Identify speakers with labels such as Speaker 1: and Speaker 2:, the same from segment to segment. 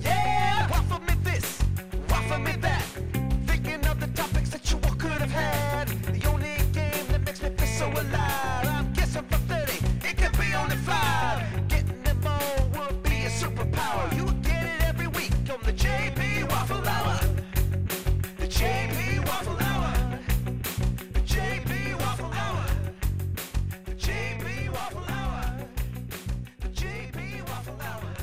Speaker 1: Yeah, waffle me this, waffle me that. Thinking of the topics that you all could have had. The only game that makes me feel so alive. I'm guessing for 30, it could be only five. Getting them all would be a superpower. You would get it every week on the JP Waffle Hour. The JP Waffle Hour. The JP Waffle Hour. The JP Waffle Hour. The JP Waffle Hour.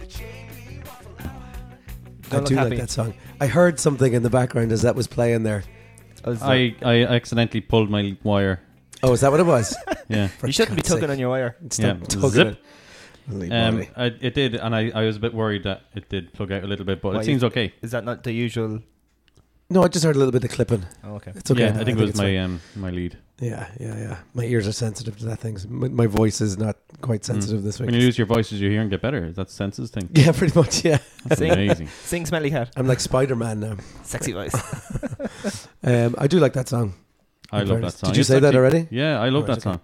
Speaker 1: The JP Waffle Hour.
Speaker 2: I do like that song. I heard something in the background as that was playing there.
Speaker 3: I, I accidentally pulled my wire.
Speaker 2: Oh, is that what it was?
Speaker 3: Yeah.
Speaker 2: For
Speaker 4: You shouldn't be
Speaker 2: God's
Speaker 4: tugging
Speaker 2: sake.
Speaker 4: on your wire.
Speaker 3: Yeah.
Speaker 2: Stop tugging
Speaker 3: Zip.
Speaker 2: it. Holy
Speaker 3: Um,
Speaker 2: moly.
Speaker 3: I, it did, and I, I was a bit worried that it did plug out a little bit, but
Speaker 4: Why,
Speaker 3: it seems
Speaker 4: you-
Speaker 3: okay.
Speaker 4: Is that not the usual?
Speaker 2: no, I just heard a little bit of clipping.
Speaker 4: Oh, okay.
Speaker 2: It's okay.
Speaker 3: yeah, I think it was
Speaker 2: it's
Speaker 3: my
Speaker 2: fine.
Speaker 3: um, my lead.
Speaker 2: Yeah, yeah, yeah. My ears are sensitive to that thing. My, my voice is not quite sensitive this week.
Speaker 3: Mm. When you lose your voices, you hear and get better. That's senses thing.
Speaker 2: yeah, pretty much. Yeah,
Speaker 3: That's
Speaker 4: Sing.
Speaker 3: amazing.
Speaker 4: Sing Smelly Cat.
Speaker 2: I'm like Spider Man now.
Speaker 4: Sexy voice.
Speaker 2: Um, I do like that song.
Speaker 3: I love that
Speaker 2: fairness.
Speaker 3: song.
Speaker 2: Did you
Speaker 3: It's
Speaker 2: say that
Speaker 3: actually-
Speaker 2: already?
Speaker 3: Yeah, I love
Speaker 2: Right,
Speaker 3: that song.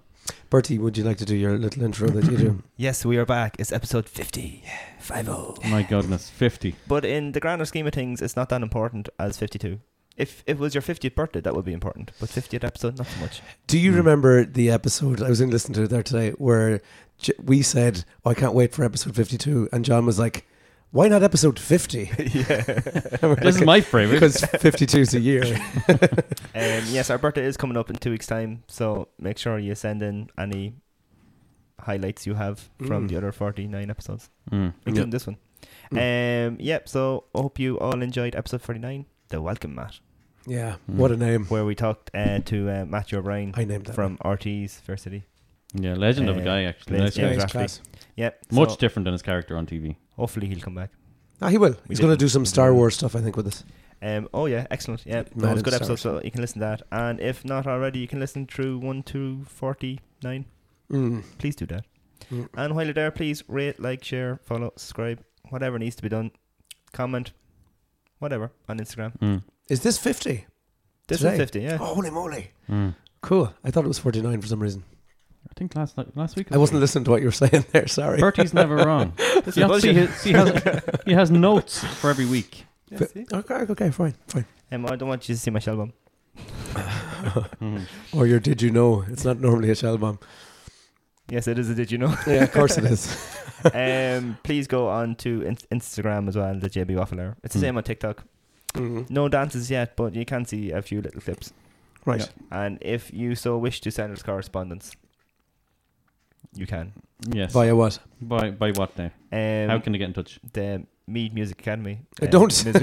Speaker 2: Bertie, would you like to do your little intro that you do?
Speaker 4: yes, we are back. It's episode 50. 50.
Speaker 3: My goodness, fifty.
Speaker 4: But in the grander scheme of things, it's not that important as 52. If it was your 50th birthday, that would be important. But 50th episode, not so much.
Speaker 2: Do you
Speaker 3: Hmm.
Speaker 2: remember the episode I was in listening to it there today where J- we said, oh, "I can't wait for episode 52," and John was like, "Why not episode 50?" yeah,
Speaker 3: This is my favorite.
Speaker 2: because 52 is a year.
Speaker 4: Um, yes, our birthday is coming up in two weeks' time. So make sure you send in any highlights you have from
Speaker 2: Mm.
Speaker 4: the other 49 episodes,
Speaker 3: Mm.
Speaker 4: including this one.
Speaker 2: Mm.
Speaker 4: Um, yep, so I hope you all enjoyed episode 49, The Welcome Mat,
Speaker 2: Yeah,
Speaker 3: Hmm.
Speaker 2: what a name!
Speaker 4: where we talked uh, to uh, Matthew O'Brien
Speaker 2: I named that
Speaker 4: from RT's Fair City.
Speaker 3: Yeah, legend of a
Speaker 4: Uh,
Speaker 3: guy actually.
Speaker 4: Blaze
Speaker 3: Nice
Speaker 2: Yeah,
Speaker 3: guy.
Speaker 4: James.
Speaker 2: he's
Speaker 4: Rafferty.
Speaker 2: class.
Speaker 4: Yep.
Speaker 3: Much
Speaker 4: so
Speaker 3: different than his character on TV.
Speaker 4: hopefully he'll come back.
Speaker 2: Ah, he will. He's going to
Speaker 4: didn't-
Speaker 2: do some
Speaker 4: we
Speaker 2: Star
Speaker 4: didn't.
Speaker 2: Wars stuff, I think, with us.
Speaker 4: Um, oh yeah, excellent. Yeah,
Speaker 2: Mad
Speaker 4: that was a
Speaker 2: and
Speaker 4: good episode.
Speaker 2: Saracen.
Speaker 4: So you can listen to that, and if not already, you can listen through one to forty nine.
Speaker 2: Mm.
Speaker 4: Please do that.
Speaker 2: Mm.
Speaker 4: And while you're there, please rate, like, share, follow, subscribe, whatever needs to be done. Comment, whatever on Instagram.
Speaker 3: Mm.
Speaker 2: Is this 50?
Speaker 4: This
Speaker 2: Today.
Speaker 4: is fifty. Yeah, Hmm.
Speaker 2: Holy moly!
Speaker 3: Mm.
Speaker 2: Cool. I thought it was 49 for some reason.
Speaker 3: I think last ni- last week.
Speaker 2: I wasn't listening to what you were saying there. Sorry.
Speaker 3: Bertie's never wrong.
Speaker 4: this
Speaker 3: See,
Speaker 4: is
Speaker 3: I'll see
Speaker 4: bullshit.
Speaker 3: his- see has- he has notes for every week.
Speaker 4: Yeah, see?
Speaker 2: Okay, okay, fine, fine.
Speaker 4: Um, I don't want you to see my shell bomb.
Speaker 3: Mm.
Speaker 2: Or your did you know? It's not normally a shell bomb.
Speaker 4: Yes, it is. a Did you know?
Speaker 2: Yeah, of course it is.
Speaker 4: um, please go on to in- Instagram as well. The JB Waffle Hour. It's the
Speaker 3: Mm.
Speaker 4: same on TikTok.
Speaker 2: Mhm.
Speaker 4: No dances yet, but you can see a few little clips.
Speaker 2: Right.
Speaker 4: And if you so wish to send us correspondence, you can.
Speaker 3: Yes. By,
Speaker 2: Via what?
Speaker 3: by what now?
Speaker 4: Um,
Speaker 3: How can they get in touch?
Speaker 4: the Mead Music Academy?
Speaker 2: I
Speaker 4: uh,
Speaker 2: don't.
Speaker 4: music-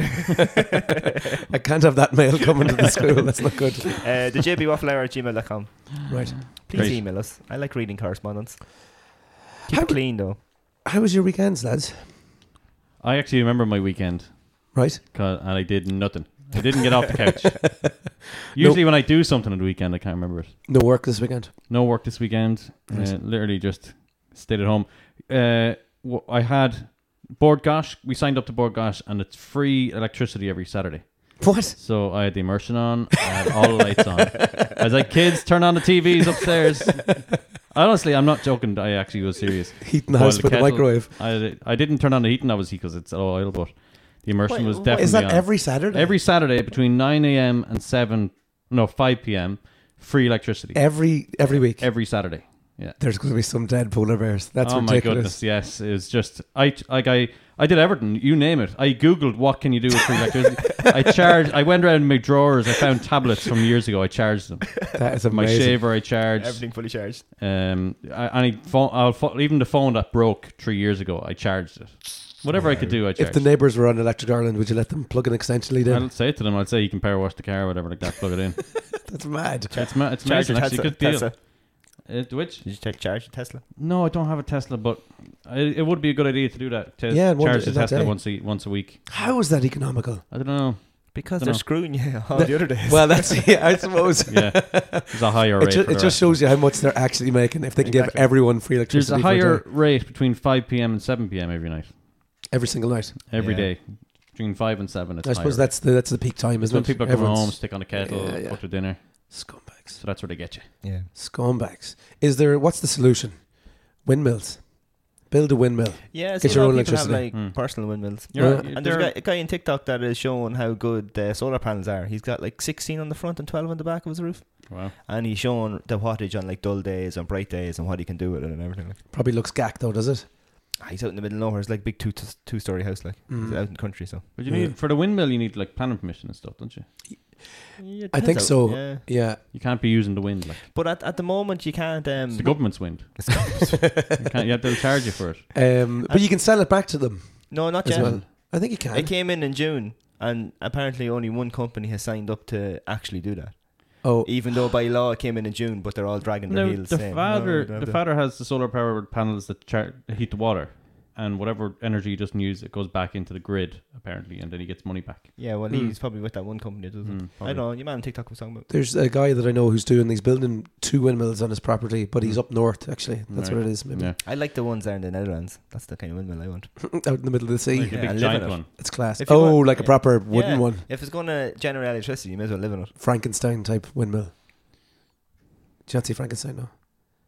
Speaker 2: I can't have that mail coming to the school. That's not good.
Speaker 4: uh, the JB Waffle Hour at gmail.com.
Speaker 2: Right.
Speaker 4: Please
Speaker 3: Great.
Speaker 4: email us. I like reading correspondence. Keep
Speaker 2: How
Speaker 4: it
Speaker 2: d-
Speaker 4: clean though.
Speaker 2: How was your weekends, lads?
Speaker 3: I actually remember my weekend,
Speaker 2: Right.
Speaker 3: 'cause- and I did nothing. I didn't get off the couch. Usually, when I do something on the weekend, I can't remember it.
Speaker 2: No work this weekend.
Speaker 3: No work this weekend. Uh,
Speaker 2: Right.
Speaker 3: literally just stayed at home. Uh, wh- I had Board Gosh. We signed up to Board Gosh, and it's free electricity every Saturday.
Speaker 2: What?
Speaker 3: So I had the immersion on. I had all the lights on. I was like, kids, turn on the TVs upstairs. Honestly, I'm not joking. I actually was serious.
Speaker 2: Heating the
Speaker 3: Boiled
Speaker 2: house with a
Speaker 3: kettle.
Speaker 2: microwave.
Speaker 3: I, I didn't turn on the heating, obviously, because it's oil, but the immersion was definitely
Speaker 2: Is that
Speaker 3: on.
Speaker 2: every Saturday?
Speaker 3: Every Saturday between 9 a.m. and 7, no, 5 p.m. free electricity
Speaker 2: every every week.
Speaker 3: every Saturday. Yeah.
Speaker 2: There's going to be some dead polar bears. That's
Speaker 3: oh
Speaker 2: ridiculous.
Speaker 3: my goodness! Yes, it's just I like I I did Everton. You name it. I googled what can you do with free electricity. I charged. I went around my drawers. I found tablets from years ago. I charged them.
Speaker 2: That is
Speaker 3: My
Speaker 2: amazing.
Speaker 3: shaver, I charged.
Speaker 4: Everything fully charged.
Speaker 3: Um, I, and I phone, I'll, pho- even the phone that broke three years ago, I charged it. Whatever I could do, I charged.
Speaker 2: If the neighbours were on Electric Ireland, would you let them plug an extension lead in?
Speaker 3: I'll say it to them. I'll say you can power wash the car, or whatever like that. Plug it in.
Speaker 2: That's mad.
Speaker 3: It's ma- it's
Speaker 4: Charge
Speaker 3: amazing.
Speaker 4: your
Speaker 3: Actually,
Speaker 4: Tesla.
Speaker 3: good deal.
Speaker 4: Tesla.
Speaker 3: Uh, which?
Speaker 4: Did you check charge your Tesla?
Speaker 3: No, I don't have a Tesla, but I, it would be a good idea to do that. To
Speaker 2: Yeah, and one
Speaker 3: charge
Speaker 2: day-
Speaker 3: the
Speaker 2: that
Speaker 3: Tesla
Speaker 2: day.
Speaker 3: once a once a week.
Speaker 2: How is that economical?
Speaker 3: I don't know.
Speaker 4: Because
Speaker 3: Dunno.
Speaker 4: they're screwing you all Oh, the other days.
Speaker 2: Well, that's yeah, I suppose.
Speaker 3: Yeah, there's a higher rate.
Speaker 2: It, ju-
Speaker 3: for the
Speaker 2: it just
Speaker 3: rest.
Speaker 2: shows you how much they're actually making if they can give everyone free
Speaker 3: there's
Speaker 2: electricity
Speaker 3: a
Speaker 2: for
Speaker 3: higher
Speaker 2: day,
Speaker 3: rate between 5 p.m. and 7 p.m. every night,
Speaker 2: every single night.
Speaker 3: every
Speaker 4: Yeah.
Speaker 3: day between five and seven. It's
Speaker 2: I suppose
Speaker 3: higher.
Speaker 2: that's the that's the peak time,
Speaker 3: It's
Speaker 2: isn't
Speaker 3: when
Speaker 2: it?
Speaker 3: people come
Speaker 2: Everyone's-
Speaker 3: home, stick on a kettle,
Speaker 2: Yeah, yeah.
Speaker 3: cook the dinner.
Speaker 2: Scumbags.
Speaker 3: So that's where they get you.
Speaker 4: yeah.
Speaker 2: Scumbags. Is there what's the solution? Windmills. Build a windmill.
Speaker 4: Yeah, so
Speaker 2: Get your
Speaker 4: a lot
Speaker 2: own
Speaker 4: of people have like
Speaker 2: electricity.
Speaker 4: Hmm.
Speaker 2: Uh,
Speaker 4: personal windmills.
Speaker 3: You're
Speaker 2: Yeah.
Speaker 3: right.
Speaker 4: And there's
Speaker 3: They're-
Speaker 4: a guy, a guy on TikTok that is showing how good the solar panels are. He's got like 16 on the front and 12 on the back of his roof.
Speaker 3: Wow.
Speaker 4: And he's showing the wattage on like dull days and bright days and what he can do with it and everything. Like,
Speaker 2: Probably looks gack though, does it?
Speaker 4: ah, he's out in the middle of nowhere. It's like big two two story house. Like
Speaker 2: Mm.
Speaker 4: he's out in the country. So
Speaker 3: But you need for the windmill, you need like planning permission and stuff, don't you?
Speaker 2: I think
Speaker 4: out,
Speaker 2: so.
Speaker 4: yeah.
Speaker 2: yeah.
Speaker 3: You can't be using the wind. Like
Speaker 4: But at, at the moment you can't. Um,
Speaker 3: it's the government's wind. you, can't, you have to charge you for it.
Speaker 2: Um, but you can sell it back to them
Speaker 4: no, not
Speaker 2: as
Speaker 4: yet.
Speaker 2: well. I think you can.
Speaker 4: It came in in June, and apparently only one company has signed up to actually do that.
Speaker 2: Oh,
Speaker 4: Even though by law it came in in June, but they're all dragging their
Speaker 3: No,
Speaker 4: heels.
Speaker 3: the
Speaker 4: saying,
Speaker 3: father,
Speaker 4: "No, no,
Speaker 3: the
Speaker 4: no."
Speaker 3: father has the solar powered panels that char- heat the water, and whatever energy he doesn't use, it goes back into the grid apparently, and then he gets money back.
Speaker 4: Yeah, well,
Speaker 2: Mm.
Speaker 4: he's probably with that one company. Doesn't
Speaker 3: Mm,
Speaker 4: I
Speaker 3: probably.
Speaker 4: don't know. Your man on TikTok was talking about.
Speaker 2: there's a guy that I know who's doing. He's building two windmills on his property, but
Speaker 4: Mm.
Speaker 2: he's up north. Actually, that's
Speaker 3: Right.
Speaker 2: what it is. Maybe
Speaker 3: Yeah.
Speaker 4: I like the ones there in the Netherlands. That's the kind of windmill I want.
Speaker 2: out in the middle of the sea.
Speaker 3: Like
Speaker 4: Yeah, I
Speaker 3: a big
Speaker 4: live
Speaker 3: giant
Speaker 4: in it.
Speaker 3: one.
Speaker 2: It's class.
Speaker 4: If you
Speaker 2: Oh,
Speaker 4: want-
Speaker 2: like a
Speaker 4: yeah.
Speaker 2: proper wooden
Speaker 4: Yeah,
Speaker 2: one,
Speaker 4: If it's going to generate electricity, you may as well live in it.
Speaker 2: Frankenstein type windmill. Do you not see Frankenstein? No.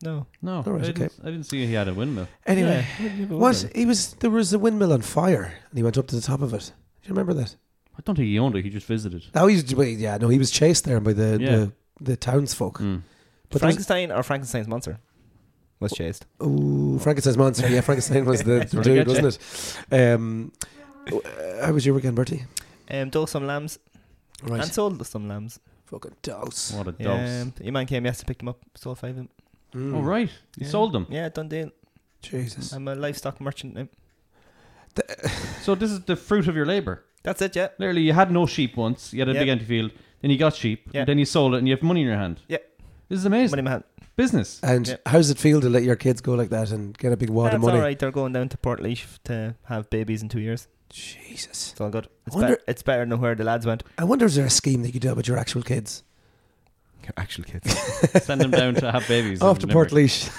Speaker 4: No.
Speaker 3: No,
Speaker 2: All right,
Speaker 3: I, didn't,
Speaker 2: okay.
Speaker 3: I didn't see he had a windmill.
Speaker 2: Anyway, what
Speaker 4: windmill.
Speaker 2: he was there was a windmill on fire, and he went up to the top of it. Do you remember that?
Speaker 3: I don't think he owned it. He just visited.
Speaker 2: Oh, he's wait, yeah, no, he was chased there by the
Speaker 3: Yeah.
Speaker 2: the, the townsfolk.
Speaker 4: Hmm.
Speaker 2: But Frankenstein,
Speaker 4: Frankenstein or Frankenstein's monster was chased.
Speaker 2: ooh, Frankenstein's monster. Yeah, Frankenstein was the, the
Speaker 3: what I
Speaker 2: dude,
Speaker 3: get you.
Speaker 2: wasn't it? Um, uh, how was your weekend, Bertie?
Speaker 4: Um, dole some lambs
Speaker 2: Right,
Speaker 4: and sold some lambs.
Speaker 2: fucking dose.
Speaker 3: What a dose!
Speaker 4: Um, your man came yesterday, picked them up, sold five of them.
Speaker 3: All right, he
Speaker 4: Yeah.
Speaker 3: sold
Speaker 2: Hmm.
Speaker 3: them.
Speaker 4: Yeah, done deal.
Speaker 2: Jesus.
Speaker 4: I'm a livestock merchant. now.
Speaker 3: So this is the fruit of your labor.
Speaker 4: That's it. Yeah.
Speaker 3: Literally, you had no sheep once. You had a
Speaker 4: Yeah.
Speaker 3: big empty field. Then you got sheep.
Speaker 4: Yeah.
Speaker 3: And then you sold it, and you have money in your hand.
Speaker 4: Yeah.
Speaker 3: This is
Speaker 4: Money
Speaker 3: amazing
Speaker 4: in my hand.
Speaker 3: business.
Speaker 2: And
Speaker 4: Yeah.
Speaker 2: how does it feel to let your kids go like that and get a big wad
Speaker 4: That's
Speaker 2: of money?
Speaker 4: all right. They're going down to Port Leash to have babies in two years.
Speaker 2: Jesus.
Speaker 4: It's all good. It's,
Speaker 2: Wonder-
Speaker 4: better, it's better than where the lads went.
Speaker 2: I wonder is there a scheme that you could do with your actual kids?
Speaker 4: Actual kids.
Speaker 3: Send them down to have babies.
Speaker 2: Off
Speaker 3: in
Speaker 2: to
Speaker 3: Limerick.
Speaker 2: Port Leash,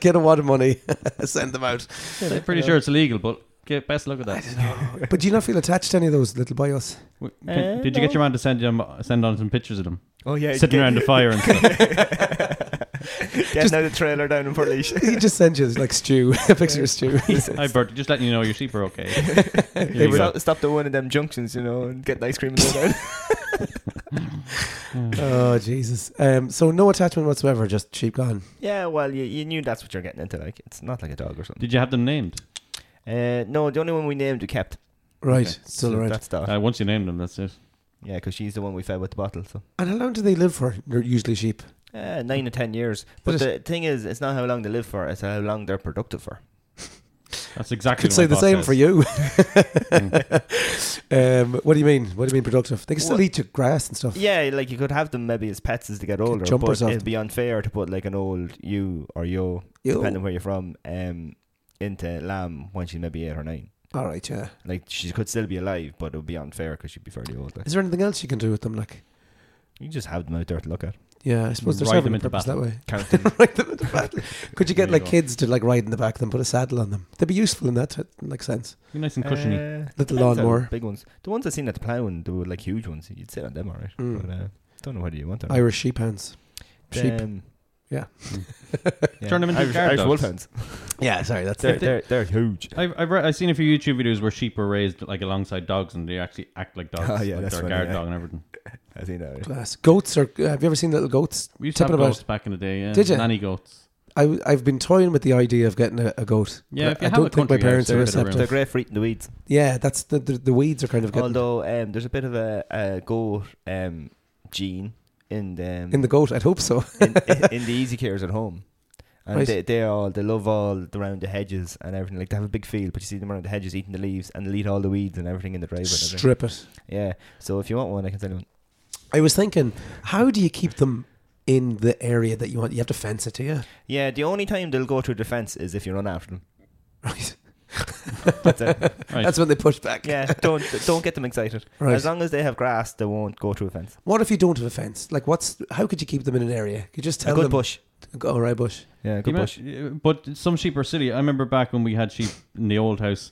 Speaker 2: get a wad of money, send them out.
Speaker 3: I'm pretty sure it's illegal, but get best look at that.
Speaker 4: Oh,
Speaker 2: But do you not feel attached to any of those little boyos?
Speaker 3: W- can-
Speaker 4: Uh,
Speaker 3: did you get
Speaker 4: no.
Speaker 3: your man to send him send on some pictures of them
Speaker 4: oh yeah.
Speaker 3: sitting around the fire and stuff?
Speaker 4: Getting out of the trailer down in Port Leash.
Speaker 2: He just sends you like stew, a picture of stew.
Speaker 3: Hi, Bert. Just letting you know your sheep are okay. Here you go.
Speaker 4: stop, stop at one of them junctions, you know, and get ice cream and go down.
Speaker 2: oh Jesus! Um, so no attachment whatsoever, just sheep gone.
Speaker 4: yeah, well, you, you knew that's what you're getting into. Like, it's not like a dog or something.
Speaker 3: Did you have them named?
Speaker 4: Uh, no, the only one we named we kept.
Speaker 2: Right,
Speaker 4: Okay.
Speaker 2: still
Speaker 4: So
Speaker 2: around.
Speaker 4: That's that.
Speaker 3: Uh, once you named them, that's it.
Speaker 4: yeah, because she's the one we fed with the bottle. So
Speaker 2: And how long do they live for? They're usually sheep.
Speaker 4: uh, nine or ten years.
Speaker 2: But
Speaker 4: But the thing is, it's not how long they live for; it's how long they're productive for.
Speaker 3: That's exactly.
Speaker 2: Could
Speaker 3: what
Speaker 2: say
Speaker 3: my
Speaker 2: the
Speaker 3: boss
Speaker 2: same
Speaker 3: says.
Speaker 2: for you. um, what do you mean? What do you mean productive? They can still
Speaker 4: Well-
Speaker 2: eat your grass and stuff.
Speaker 4: Yeah, like you could have them maybe as pets as they get older,
Speaker 2: jump or
Speaker 4: but
Speaker 2: something.
Speaker 4: it'd be unfair to put like an old you or yo,
Speaker 2: Yo.
Speaker 4: depending where you're from, um, into lamb when she's maybe eight or nine.
Speaker 2: All right, yeah.
Speaker 4: Like she could still be alive, but it would be unfair because she'd be fairly old. Like.
Speaker 2: Is there anything else you can do with them? Like,
Speaker 4: You just have them out there to look at.
Speaker 2: yeah, I suppose they're
Speaker 3: Ride
Speaker 2: serving
Speaker 3: them
Speaker 2: a
Speaker 3: into
Speaker 2: purpose that
Speaker 3: battle.
Speaker 2: way.
Speaker 4: Count them.
Speaker 2: Ride them into battle. Could you get
Speaker 3: There you
Speaker 2: like
Speaker 3: go.
Speaker 2: kids to like ride in the back of them, put a saddle on them? They'd be useful in that like sense.
Speaker 3: Be nice and cushiony.
Speaker 4: Uh,
Speaker 2: Little
Speaker 4: depends on
Speaker 2: lawnmower.
Speaker 4: Big ones. The ones I seen at the ploughing, they were like huge ones. You'd sit on them, alright.
Speaker 2: Mm.
Speaker 4: But uh, don't know whether you want them.
Speaker 2: Irish sheep hounds. Sheep.
Speaker 4: Um,
Speaker 2: Yeah.
Speaker 4: yeah.
Speaker 3: Turn them into
Speaker 4: Irish,
Speaker 3: guard
Speaker 4: Irish
Speaker 3: dogs.
Speaker 4: wolfhounds.
Speaker 2: Yeah, sorry, that's
Speaker 3: They're-
Speaker 2: it.
Speaker 3: they're-
Speaker 5: huge.
Speaker 3: I've, I've, re- I've seen a few YouTube videos where sheep are raised like alongside dogs and they actually act like dogs.
Speaker 5: Oh, yeah,
Speaker 3: like
Speaker 5: that's
Speaker 3: they're a
Speaker 5: funny,
Speaker 3: guard
Speaker 5: yeah.
Speaker 3: dog and everything.
Speaker 5: I think that.
Speaker 2: Class. Goats are. Have you ever seen little goats?
Speaker 3: We used to have
Speaker 2: Tipping about.
Speaker 3: goats back in the day. Yeah.
Speaker 2: Did ya?
Speaker 3: Nanny goats.
Speaker 2: I, I've been toying with the idea of getting a, a goat.
Speaker 3: Yeah,
Speaker 2: but
Speaker 3: if you
Speaker 2: I
Speaker 3: have
Speaker 2: don't
Speaker 3: a
Speaker 2: think my
Speaker 3: country house,
Speaker 2: parents are
Speaker 3: they're a bit of
Speaker 6: They're
Speaker 3: room.
Speaker 2: receptive.
Speaker 6: great for eating the weeds.
Speaker 2: Yeah, that's the, the the weeds are kind of getting
Speaker 6: Although um, there's a bit of a, a goat um, gene in the um,
Speaker 2: in the goat. I'd hope so.
Speaker 6: in, in the easy cares at home. And
Speaker 2: Right.
Speaker 6: they, they all they love all around the hedges and everything. Like they have a big field, but you see them around the hedges eating the leaves and they'll eat all the weeds and everything in the driveway. and everything.
Speaker 2: Strip it.
Speaker 6: Yeah. So if you want one, I can tell you. One.
Speaker 2: I was thinking, how do you keep them in the area that you want? You have to fence it, do you?
Speaker 6: Yeah. The only time they'll go through the fence is if you run after them.
Speaker 2: Right.
Speaker 6: That's it.
Speaker 3: Right.
Speaker 2: That's when they push back.
Speaker 6: yeah. Don't don't get them excited.
Speaker 2: Right.
Speaker 6: As long as they have grass, they won't go through a fence.
Speaker 2: What if you don't have a fence? Like, what's how could you keep them in an area? Could you just tell
Speaker 6: a good
Speaker 2: them?
Speaker 6: bush.
Speaker 2: All right, bush.
Speaker 6: Yeah. a
Speaker 3: You
Speaker 6: Good bush.
Speaker 3: might- but some sheep are silly. I remember back when we had sheep in the old house.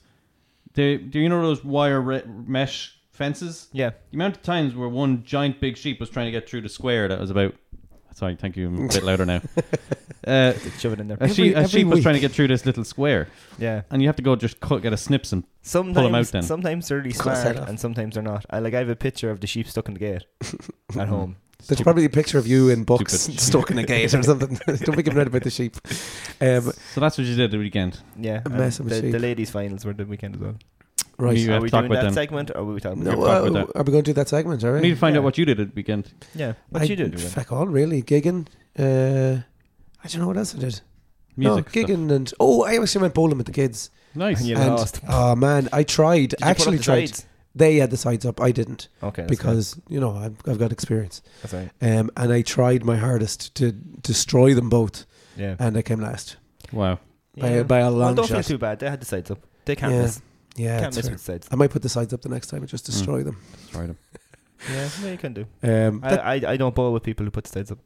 Speaker 3: They, do you know those wire re- mesh fences?
Speaker 6: Yeah.
Speaker 3: The amount of times where one giant big sheep was trying to get through the square that was about. Sorry, thank you. I'm a bit louder now. Uh,
Speaker 6: Shove it in there.
Speaker 3: a sheep, a
Speaker 2: every
Speaker 3: sheep was
Speaker 2: week.
Speaker 3: trying to get through this little square,
Speaker 6: Yeah.
Speaker 3: and you have to go just cut, get a snips and
Speaker 6: Sometimes,
Speaker 3: out then.
Speaker 6: sometimes they're really
Speaker 2: Cut his
Speaker 6: smart
Speaker 2: head off.
Speaker 6: and sometimes they're not. I like I have a picture of the sheep stuck in the gate at home.
Speaker 2: There's probably a picture of you in box
Speaker 3: Stupid.
Speaker 2: stuck in a gate or something. don't be giving out about the sheep. Um,
Speaker 3: So that's what you did the weekend.
Speaker 6: Yeah, and
Speaker 2: mess of a
Speaker 6: the,
Speaker 2: sheep.
Speaker 6: the ladies' finals were the weekend as well.
Speaker 2: right.
Speaker 3: You- We
Speaker 6: are
Speaker 3: have
Speaker 6: we
Speaker 3: to talk
Speaker 6: doing
Speaker 3: about
Speaker 6: that
Speaker 3: them.
Speaker 6: segment, or are we talking?
Speaker 2: no,
Speaker 6: about
Speaker 3: talk
Speaker 2: uh,
Speaker 3: about that.
Speaker 2: are we going to do that segment? All
Speaker 3: We
Speaker 2: right. Oh,
Speaker 3: need to find
Speaker 6: Yeah.
Speaker 3: out what you did at the weekend.
Speaker 6: yeah, what
Speaker 2: I-
Speaker 6: you did? Ruben?
Speaker 2: Feck all, really. Gigging. Uh, I don't know what else I did.
Speaker 3: Music.
Speaker 2: no,
Speaker 3: stuff.
Speaker 2: gigging and oh, I actually went bowling with the kids.
Speaker 3: Nice.
Speaker 6: And you
Speaker 2: and,
Speaker 6: lost.
Speaker 2: Oh man, I tried.
Speaker 6: Did you put
Speaker 2: actually
Speaker 6: up the
Speaker 2: tried.
Speaker 6: sides?
Speaker 2: They had the sides up. I didn't
Speaker 6: Okay, that's
Speaker 2: because you know I've, I've got experience.
Speaker 6: good. that's right.
Speaker 2: Um, and I tried my hardest to destroy them both,
Speaker 6: Yeah,
Speaker 2: and I came last
Speaker 3: Wow.
Speaker 6: Yeah.
Speaker 2: by, by a
Speaker 6: well,
Speaker 2: long
Speaker 6: don't feel
Speaker 2: shot.
Speaker 6: too bad. They had the sides up. They can't
Speaker 2: Yeah.
Speaker 6: miss.
Speaker 2: yeah,
Speaker 6: can't
Speaker 2: it's
Speaker 6: miss
Speaker 2: fair.
Speaker 6: with sides.
Speaker 2: I might put the sides up the next time and just
Speaker 6: Mm.
Speaker 2: destroy them.
Speaker 3: Sorry.
Speaker 6: Yeah, no, you can do.
Speaker 2: Um,
Speaker 6: I,
Speaker 2: that-
Speaker 6: I, I don't bowl with people who put the sides up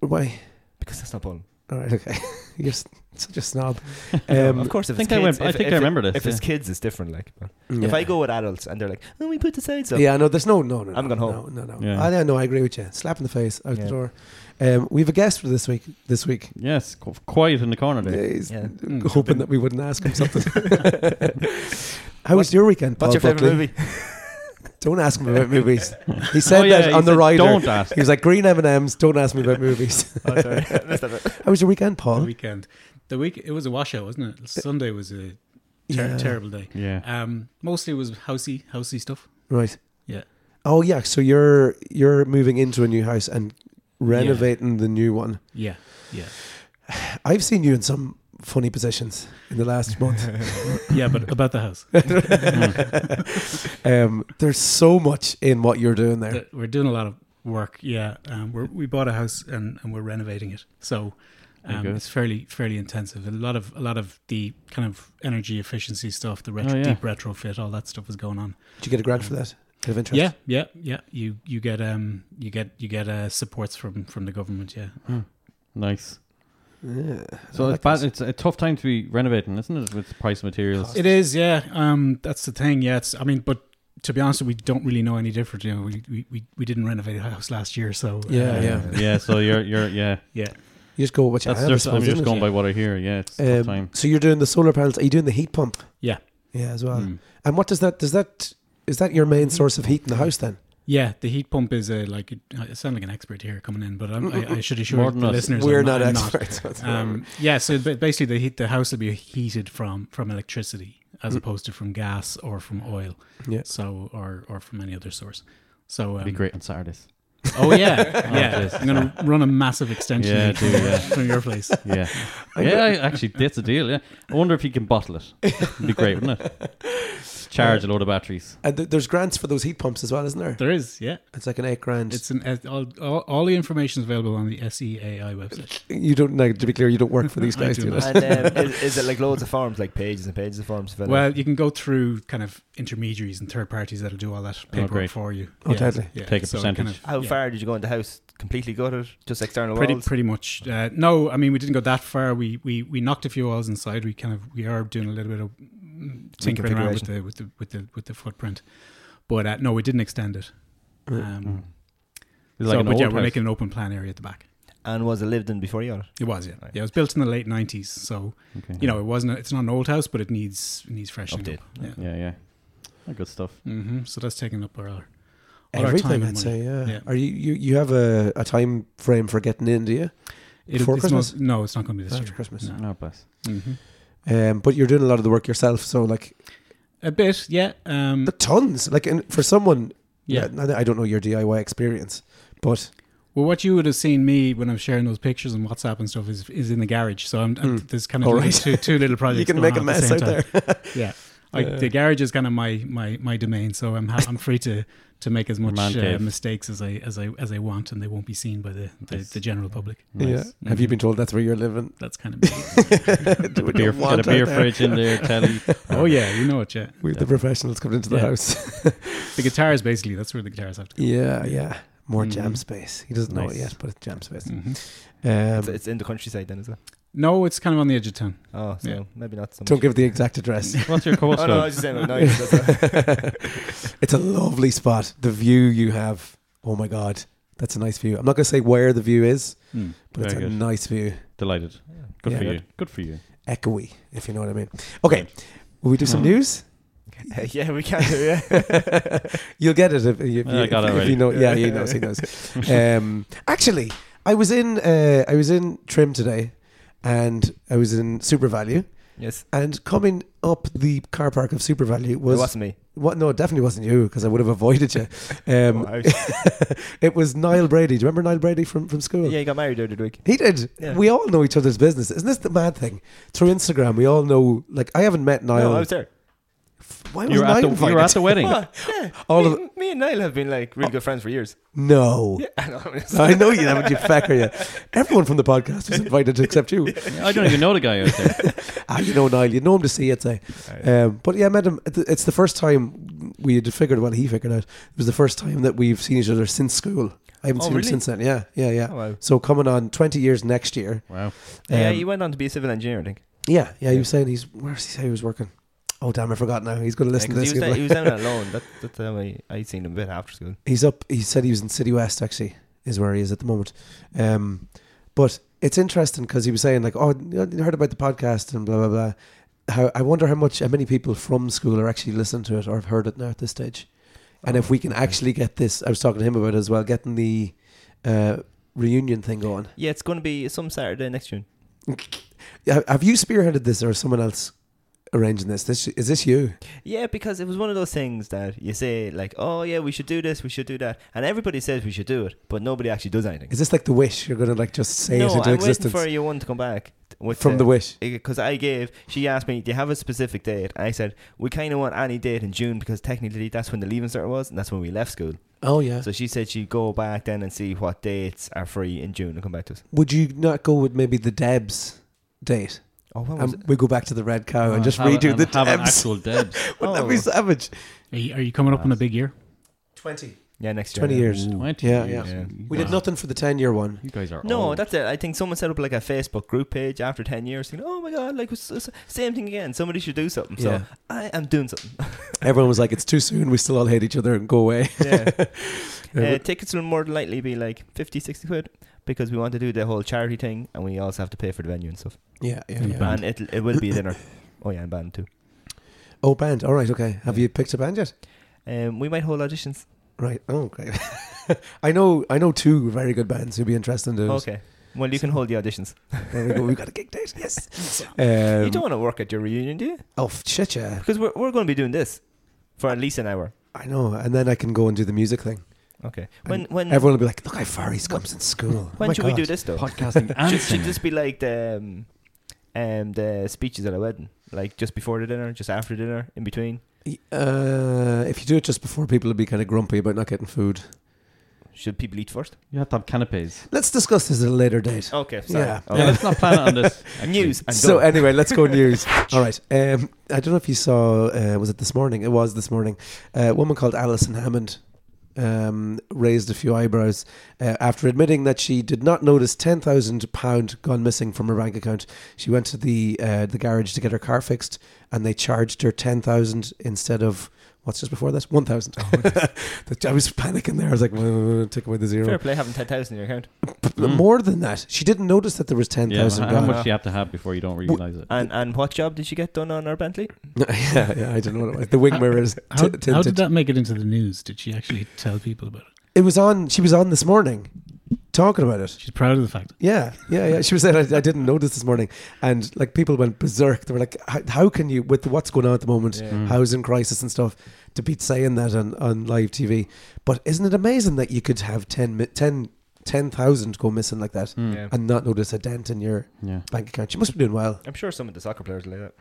Speaker 2: why?
Speaker 6: because that's not bowling.
Speaker 2: All right, okay. You're s- such a snob.
Speaker 6: of
Speaker 2: Um,
Speaker 6: course, if
Speaker 3: think
Speaker 6: it's
Speaker 3: I
Speaker 6: kids,
Speaker 3: went- I
Speaker 6: if,
Speaker 3: think
Speaker 6: if
Speaker 3: I
Speaker 6: it-
Speaker 3: remember this,
Speaker 6: If it's
Speaker 3: yeah.
Speaker 6: kids, it's different. Like, but if
Speaker 2: yeah.
Speaker 6: I go with adults and they're like, "Oh, we put the sides up,"
Speaker 2: Yeah, no, there's no, no, no.
Speaker 6: I'm
Speaker 2: no,
Speaker 6: going home.
Speaker 2: No, no, no.
Speaker 3: Yeah.
Speaker 2: I don't know. I agree with you. Slap in the face, out
Speaker 6: Yeah.
Speaker 2: the door. Um, we have a guest for this week. This week,
Speaker 3: Yes. qu- Quiet in the corner
Speaker 2: Yeah,
Speaker 3: there.
Speaker 2: he's
Speaker 6: Yeah.
Speaker 2: hoping that we wouldn't ask him something. How was your weekend?
Speaker 6: What's
Speaker 2: Paul
Speaker 6: your favorite
Speaker 2: Buckley?
Speaker 6: movie?
Speaker 2: Don't ask him about movies. He said
Speaker 3: Oh, yeah,
Speaker 2: that
Speaker 3: he
Speaker 2: on the
Speaker 3: said,
Speaker 2: rider.
Speaker 3: Don't ask.
Speaker 2: He was like, "Green M and M's. Don't ask me about movies."
Speaker 6: oh, sorry, I missed that. bit.
Speaker 2: How was your weekend, Paul?
Speaker 4: weekend. The week it was a washout, wasn't it? Sunday was a ter-
Speaker 2: Yeah.
Speaker 4: terrible day.
Speaker 3: Yeah.
Speaker 4: Um, mostly it was housey, housey stuff.
Speaker 2: Right.
Speaker 4: Yeah.
Speaker 2: Oh yeah. So you're you're moving into a new house and renovating the new one.
Speaker 4: Yeah. Yeah.
Speaker 2: I've seen you in some funny positions in the last month.
Speaker 4: Yeah, but about the house.
Speaker 2: um, there's so much in what you're doing there.
Speaker 4: That- We're doing a lot of work. Yeah. Um, we're, we bought a house and, and we're renovating it. So um,
Speaker 3: Okay.
Speaker 4: it's fairly fairly intensive. A lot of a lot of the kind of energy efficiency stuff, the
Speaker 3: Oh,
Speaker 4: retro,
Speaker 3: yeah.
Speaker 4: deep retrofit, all that stuff is going on.
Speaker 2: Did you get a grant for that? Out of interest.
Speaker 4: Yeah, yeah, yeah. You you get um you get you get uh supports from from the government. Yeah.
Speaker 3: Nice.
Speaker 2: Yeah. I
Speaker 3: So it's
Speaker 2: like
Speaker 3: bad.
Speaker 2: this.
Speaker 3: It's a tough time to be renovating, isn't it? With the price of materials.
Speaker 4: It is, yeah. Um, that's the thing. Yeah, it's. I mean, but to be honest, we don't really know any different. You know, we we, we, we didn't renovate a house last year, so uh,
Speaker 2: Yeah, yeah.
Speaker 3: yeah. So you're you're yeah.
Speaker 4: yeah.
Speaker 2: You just go with what you
Speaker 3: That's
Speaker 2: have, I
Speaker 3: just, I'm
Speaker 2: suppose,
Speaker 3: just
Speaker 2: isn't
Speaker 3: going
Speaker 2: it?
Speaker 3: by what I hear. Yeah. It's a tough
Speaker 2: Um,
Speaker 3: time.
Speaker 2: so you're doing the solar panels. Are you doing the heat pump?
Speaker 4: Yeah.
Speaker 2: Yeah, as well.
Speaker 4: Mm.
Speaker 2: And what does that does that is that your main source of heat in the house then?
Speaker 4: Yeah, the heat pump is a like. I sound like an expert here coming in, but I'm, I, I should
Speaker 3: More
Speaker 4: assure
Speaker 3: than
Speaker 4: the
Speaker 3: us.
Speaker 4: listeners
Speaker 2: We're
Speaker 4: I'm
Speaker 2: not
Speaker 4: I'm
Speaker 2: experts.
Speaker 4: Um, yeah, so ba- basically the heat, the house will be heated from from electricity as opposed to from gas or from oil.
Speaker 2: Yeah.
Speaker 4: So or or from any other source. So um,
Speaker 3: It'd be great on Saturdays.
Speaker 4: Oh yeah, yeah.
Speaker 3: Jesus.
Speaker 4: I'm gonna run a massive extension
Speaker 3: Yeah,
Speaker 4: lead from,
Speaker 3: do, yeah.
Speaker 4: from your place.
Speaker 3: Yeah. yeah. I- Actually, that's a deal. Yeah. I wonder if you can bottle it. It'd be great, wouldn't it? Charge a load of batteries.
Speaker 2: And th- there's grants for those heat pumps as well, isn't there?
Speaker 4: There is, yeah.
Speaker 2: It's like an eight grand.
Speaker 4: It's an uh, all, all, all the information is available on the SEAI website.
Speaker 2: you don't like to be clear. You don't work for these
Speaker 4: I
Speaker 2: guys,
Speaker 4: do
Speaker 2: do you?
Speaker 4: not.
Speaker 6: And um, is, is it like loads of forms, like pages and pages of forms? filled out?
Speaker 4: Well, you can go through kind of intermediaries and third parties that'll do all that paperwork
Speaker 3: great.
Speaker 4: for you.
Speaker 2: Oh, deadly.
Speaker 4: yeah.
Speaker 3: Take a
Speaker 4: So it
Speaker 3: percentage.
Speaker 6: How
Speaker 4: yeah.
Speaker 6: far did you go in the house? Completely gutted? Just external
Speaker 4: Pretty,
Speaker 6: walls?
Speaker 4: pretty much. Uh, no, I mean we didn't go that far. We, we we knocked a few walls inside. We kind of we are doing a little bit of mm, tinkering around with the with the with the with the footprint, but uh, no, we didn't extend it. Um,
Speaker 2: Uh,
Speaker 3: It's
Speaker 4: so,
Speaker 2: mm.
Speaker 3: like an
Speaker 4: but yeah,
Speaker 3: old
Speaker 4: we're
Speaker 3: house.
Speaker 4: making an open plan area at the back.
Speaker 6: And was it lived in before you got it?
Speaker 4: It was, yeah. Yeah, it was built in the late '90s, so
Speaker 3: Okay.
Speaker 4: you know it wasn't. A, it's not an old house, but it needs it needs freshening
Speaker 6: Update.
Speaker 4: up. Yeah.
Speaker 3: Yeah, yeah. Oh, good stuff.
Speaker 4: hmm So that's taking up our all our time
Speaker 2: Everything,
Speaker 4: and
Speaker 2: I'd
Speaker 4: money.
Speaker 2: say, yeah.
Speaker 4: Yeah.
Speaker 2: Are you, you, you have uh, a, a time frame for getting into you
Speaker 4: It'll-
Speaker 2: Before
Speaker 4: it's
Speaker 2: Christmas?
Speaker 4: Not, no, it's not going to be this
Speaker 2: after
Speaker 4: year.
Speaker 2: Christmas?
Speaker 4: No.
Speaker 3: Oh, bless.
Speaker 4: Mhm.
Speaker 2: Um, but you're doing a lot of the work yourself, so like
Speaker 4: A bit, yeah. Um,
Speaker 2: the tons. Like and for someone,
Speaker 4: Yeah.
Speaker 2: yeah, I don't know your DIY experience, but
Speaker 4: Well, what you would have seen me when I'm sharing those pictures on WhatsApp and stuff is, is in the garage. So I'm, I'm, there's kind of
Speaker 2: Hmm. All
Speaker 4: little-
Speaker 2: right.
Speaker 4: two, two little projects.
Speaker 2: you can
Speaker 4: going
Speaker 2: make a
Speaker 4: on at the
Speaker 2: mess
Speaker 4: same
Speaker 2: out
Speaker 4: time.
Speaker 2: there.
Speaker 4: Yeah, I, the garage is kind of my, my, my domain. So I'm ha- I'm free to, to make as much
Speaker 3: Man
Speaker 4: uh,
Speaker 3: cave.
Speaker 4: mistakes as I as I as I want, and they won't be seen by the, the, the general public.
Speaker 2: Yeah.
Speaker 4: Mm-hmm.
Speaker 2: Have you been told that's where you're living?
Speaker 4: That's kind of
Speaker 3: Get a beer, get a beer fridge in there, telly.
Speaker 4: oh yeah, you know it, yeah.
Speaker 2: We're the professionals coming into the
Speaker 4: Yeah.
Speaker 2: house.
Speaker 4: The guitars basically that's where the guitars have to go.
Speaker 2: yeah, yeah. More jam
Speaker 4: Mhm.
Speaker 2: space. He doesn't know it
Speaker 3: Nice.
Speaker 2: yet, but it's jam space.
Speaker 4: Mhm.
Speaker 2: Um,
Speaker 6: It's, it's in the countryside then, is it?
Speaker 4: No, it's kind of on the edge of town.
Speaker 6: Oh, so
Speaker 4: Yeah.
Speaker 6: maybe not so much.
Speaker 2: don't give the exact address.
Speaker 3: What's your
Speaker 6: Oh, no, I was just saying,
Speaker 3: coastline?
Speaker 6: no, it's- that's a-
Speaker 2: it's a lovely spot. The view you have. Oh my god, that's a nice view. I'm not going to say where the view is,
Speaker 4: Mm.
Speaker 2: but it's
Speaker 3: Hmm. Very
Speaker 2: a
Speaker 3: good.
Speaker 2: nice view.
Speaker 3: Delighted. Good
Speaker 2: Yeah.
Speaker 3: for you. Good for you.
Speaker 2: Echoey, if you know what I mean. Okay, will we do some news?
Speaker 6: yeah, we can do, yeah.
Speaker 2: You'll get it if, if, you,
Speaker 3: I got
Speaker 2: if,
Speaker 3: it
Speaker 2: if
Speaker 3: already.
Speaker 2: you know. Yeah, he knows. He knows. um, actually, I was in uh, I was in trim today, and I was in Super Value,
Speaker 6: Yes.
Speaker 2: and coming up the car park of Super Value
Speaker 6: It
Speaker 2: was
Speaker 6: wasn't me.
Speaker 2: what? No, it definitely wasn't you because I would have avoided you. Um,
Speaker 6: Oh, I-
Speaker 2: it was Niall Brady. Do you remember Niall Brady from from school?
Speaker 6: yeah, you got married there the other week.
Speaker 2: He did.
Speaker 6: Yeah.
Speaker 2: We all know each other's business. Isn't this the mad thing? Through Instagram, we all know. Like, I haven't met Niall.
Speaker 6: No, I was there.
Speaker 2: Why was
Speaker 3: You were,
Speaker 2: Niall
Speaker 3: at the,
Speaker 2: invited?
Speaker 3: you were at the wedding.
Speaker 6: Oh, yeah.
Speaker 2: All
Speaker 6: me,
Speaker 2: of- Oh.
Speaker 6: me and Niall have been like really good friends for years.
Speaker 2: No.
Speaker 6: I know, I'm just-
Speaker 2: I know you haven't, you fecker, yeah. Everyone from the podcast was invited except you.
Speaker 3: I don't even know the guy out there.
Speaker 2: Ah, you know Niall, you know him to see it, say. Um, but yeah, I met him. It- It's the first time we had figured, well, he figured out, it was the first time that we've seen each other since school. I haven't
Speaker 6: Oh,
Speaker 2: seen
Speaker 6: really?
Speaker 2: him since then. Yeah, yeah, yeah.
Speaker 6: Oh, wow.
Speaker 2: So coming on 20 years next year.
Speaker 3: Wow.
Speaker 6: yeah,
Speaker 2: Um,
Speaker 6: he went on to be a civil engineer, I think.
Speaker 2: yeah, yeah, he was saying he's, where does he say he was working? Oh, damn, I forgot now. He's going to
Speaker 6: Yeah,
Speaker 2: listen
Speaker 6: 'cause
Speaker 2: to this.
Speaker 6: he, was
Speaker 2: He'll be
Speaker 6: down,
Speaker 2: like-
Speaker 6: he was down alone. That, that's how I, I seen him a bit after school.
Speaker 2: He's up. He said he was in City West. Actually, is where he is at the moment. Um, but it's interesting because he was saying like, "Oh, you know, you heard about the podcast and blah blah blah." How I wonder how much how many people from school are actually listening to it or have heard it now at this stage, and if we
Speaker 6: Oh,
Speaker 2: can actually get this. I was talking to him about it as well, getting the uh, reunion thing going.
Speaker 6: Yeah, it's going to be some Saturday next June.
Speaker 2: Yeah, Have you spearheaded this or is someone else arranging this? This is this you?
Speaker 6: Yeah, because it was one of those things that you say like, "Oh yeah, we should do this, we should do that," and everybody says we should do it, but nobody actually does anything.
Speaker 2: Is this like the wish? You're gonna like just say
Speaker 6: no,
Speaker 2: it into
Speaker 6: I'm
Speaker 2: existence
Speaker 6: waiting for you one to come back with
Speaker 2: from the wish.
Speaker 6: because I gave. She asked me, "Do you have a specific date?" I said, "We kind of want any date in June because technically that's when the leaving cert was, and that's when we left school."
Speaker 2: Oh yeah.
Speaker 6: So she said she'd go back then and see what dates are free in June and come back to us.
Speaker 2: Would you not go with maybe the Debs date?
Speaker 6: Oh, when was
Speaker 2: And we go back to the red cow and just
Speaker 3: Have a-
Speaker 2: redo
Speaker 3: and
Speaker 2: the
Speaker 3: have an
Speaker 2: Debs.
Speaker 3: actual Debs.
Speaker 2: Wouldn't that be
Speaker 6: Oh.
Speaker 2: savage?
Speaker 4: Are you, are you coming up on a big year?
Speaker 2: Twenty.
Speaker 6: Yeah, next year.
Speaker 2: Twenty
Speaker 6: yeah.
Speaker 2: years.
Speaker 3: 20
Speaker 2: Yeah,
Speaker 3: years.
Speaker 2: yeah.
Speaker 3: You
Speaker 2: We did
Speaker 3: guys-
Speaker 2: nothing for the ten-year one.
Speaker 3: You guys are
Speaker 6: No,
Speaker 3: old.
Speaker 6: that's it. I think someone set up like a Facebook group page after 10 years thinking, oh my God, like it's, it's same thing again. Somebody should do something.
Speaker 2: Yeah.
Speaker 6: So I am doing something.
Speaker 2: Everyone was like, "It's too soon. We still all hate each other and go away."
Speaker 6: Yeah.
Speaker 2: Yeah,
Speaker 6: uh, tickets will more than likely be like 50, 60 quid because we want to do the whole charity thing and we also have to pay for the venue and stuff.
Speaker 2: yeah, yeah.
Speaker 4: And
Speaker 2: yeah.
Speaker 4: band.
Speaker 6: And it it will be a dinner. Oh yeah, and band too.
Speaker 2: Oh, band. All right, okay. Have you picked a band yet?
Speaker 6: Um, we might hold auditions.
Speaker 2: Right. Oh, great. I know. I know two very good bands who'd be interested in doing. it.
Speaker 6: Okay. Well, you can hold the auditions.
Speaker 2: There we go. We've got a gig date. Yes. Um,
Speaker 6: you don't want to work at your reunion, do you?
Speaker 2: Oh f- shit, yeah.
Speaker 6: Because we're, we're going to be doing this for at least an hour.
Speaker 2: I know. And then I can go and do the music thing.
Speaker 6: Okay. When
Speaker 2: And
Speaker 6: when
Speaker 4: Hmm.
Speaker 2: everyone will be like, "Look how far he's comes in school." Oh
Speaker 6: when
Speaker 2: my
Speaker 6: should we
Speaker 2: God.
Speaker 6: do this though?
Speaker 3: podcasting and
Speaker 6: should, should
Speaker 3: singing.
Speaker 6: this be like the um, um, the speeches at a wedding, like just before the dinner, just after dinner, in between?
Speaker 2: Uh, if you do it just before, people will be kind of grumpy about not getting food.
Speaker 6: Should people eat first?
Speaker 3: You have to have canapes.
Speaker 2: Let's discuss this at a later date.
Speaker 6: Okay, sorry.
Speaker 2: Yeah.
Speaker 6: Oh,
Speaker 3: Yeah, let's not plan it on this.
Speaker 6: News. And
Speaker 2: so
Speaker 6: done.
Speaker 2: anyway, let's go news. All right. Um, I don't know if you saw. Uh, was it this morning? It was this morning. Uh, a woman called Alison Hammond um, raised a few eyebrows uh, after admitting that she did not notice ten thousand pound gone missing from her bank account. She went to the uh, the garage to get her car fixed, and they charged her ten thousand instead of What's just before that? 1,000. That- I was panicking there. I was like, "Well, take away the zero.
Speaker 6: Fair play having 10,000 in your account.
Speaker 2: But More than that. She didn't notice that there was
Speaker 3: Yeah,
Speaker 2: 10,000
Speaker 3: how
Speaker 2: gone.
Speaker 3: much do you have to have before you don't realize it?
Speaker 6: And and what job did you get done on our Bentley?
Speaker 2: yeah, yeah, I don't know what it was. The wing mirror is
Speaker 4: How,
Speaker 2: t-
Speaker 4: how did
Speaker 2: tinted.
Speaker 4: that make it into the news? Did she actually tell people about it?
Speaker 2: It was on. She was on this morning, talking about it.
Speaker 4: She's proud of the fact.
Speaker 2: Yeah, yeah, yeah. She was saying, I, I didn't notice this morning. And like people went berserk. They were like, how, how can you, with what's going on at the moment,
Speaker 4: Mm.
Speaker 2: housing crisis and stuff, to be saying that on, on live TV? But isn't it amazing that you could have 10, mi- 10 10,000 go missing like that
Speaker 6: Yeah.
Speaker 2: and not notice a dent in your
Speaker 3: Mm. Yeah.
Speaker 2: bank account? You must be doing well.
Speaker 6: I'm sure some of the soccer players like that.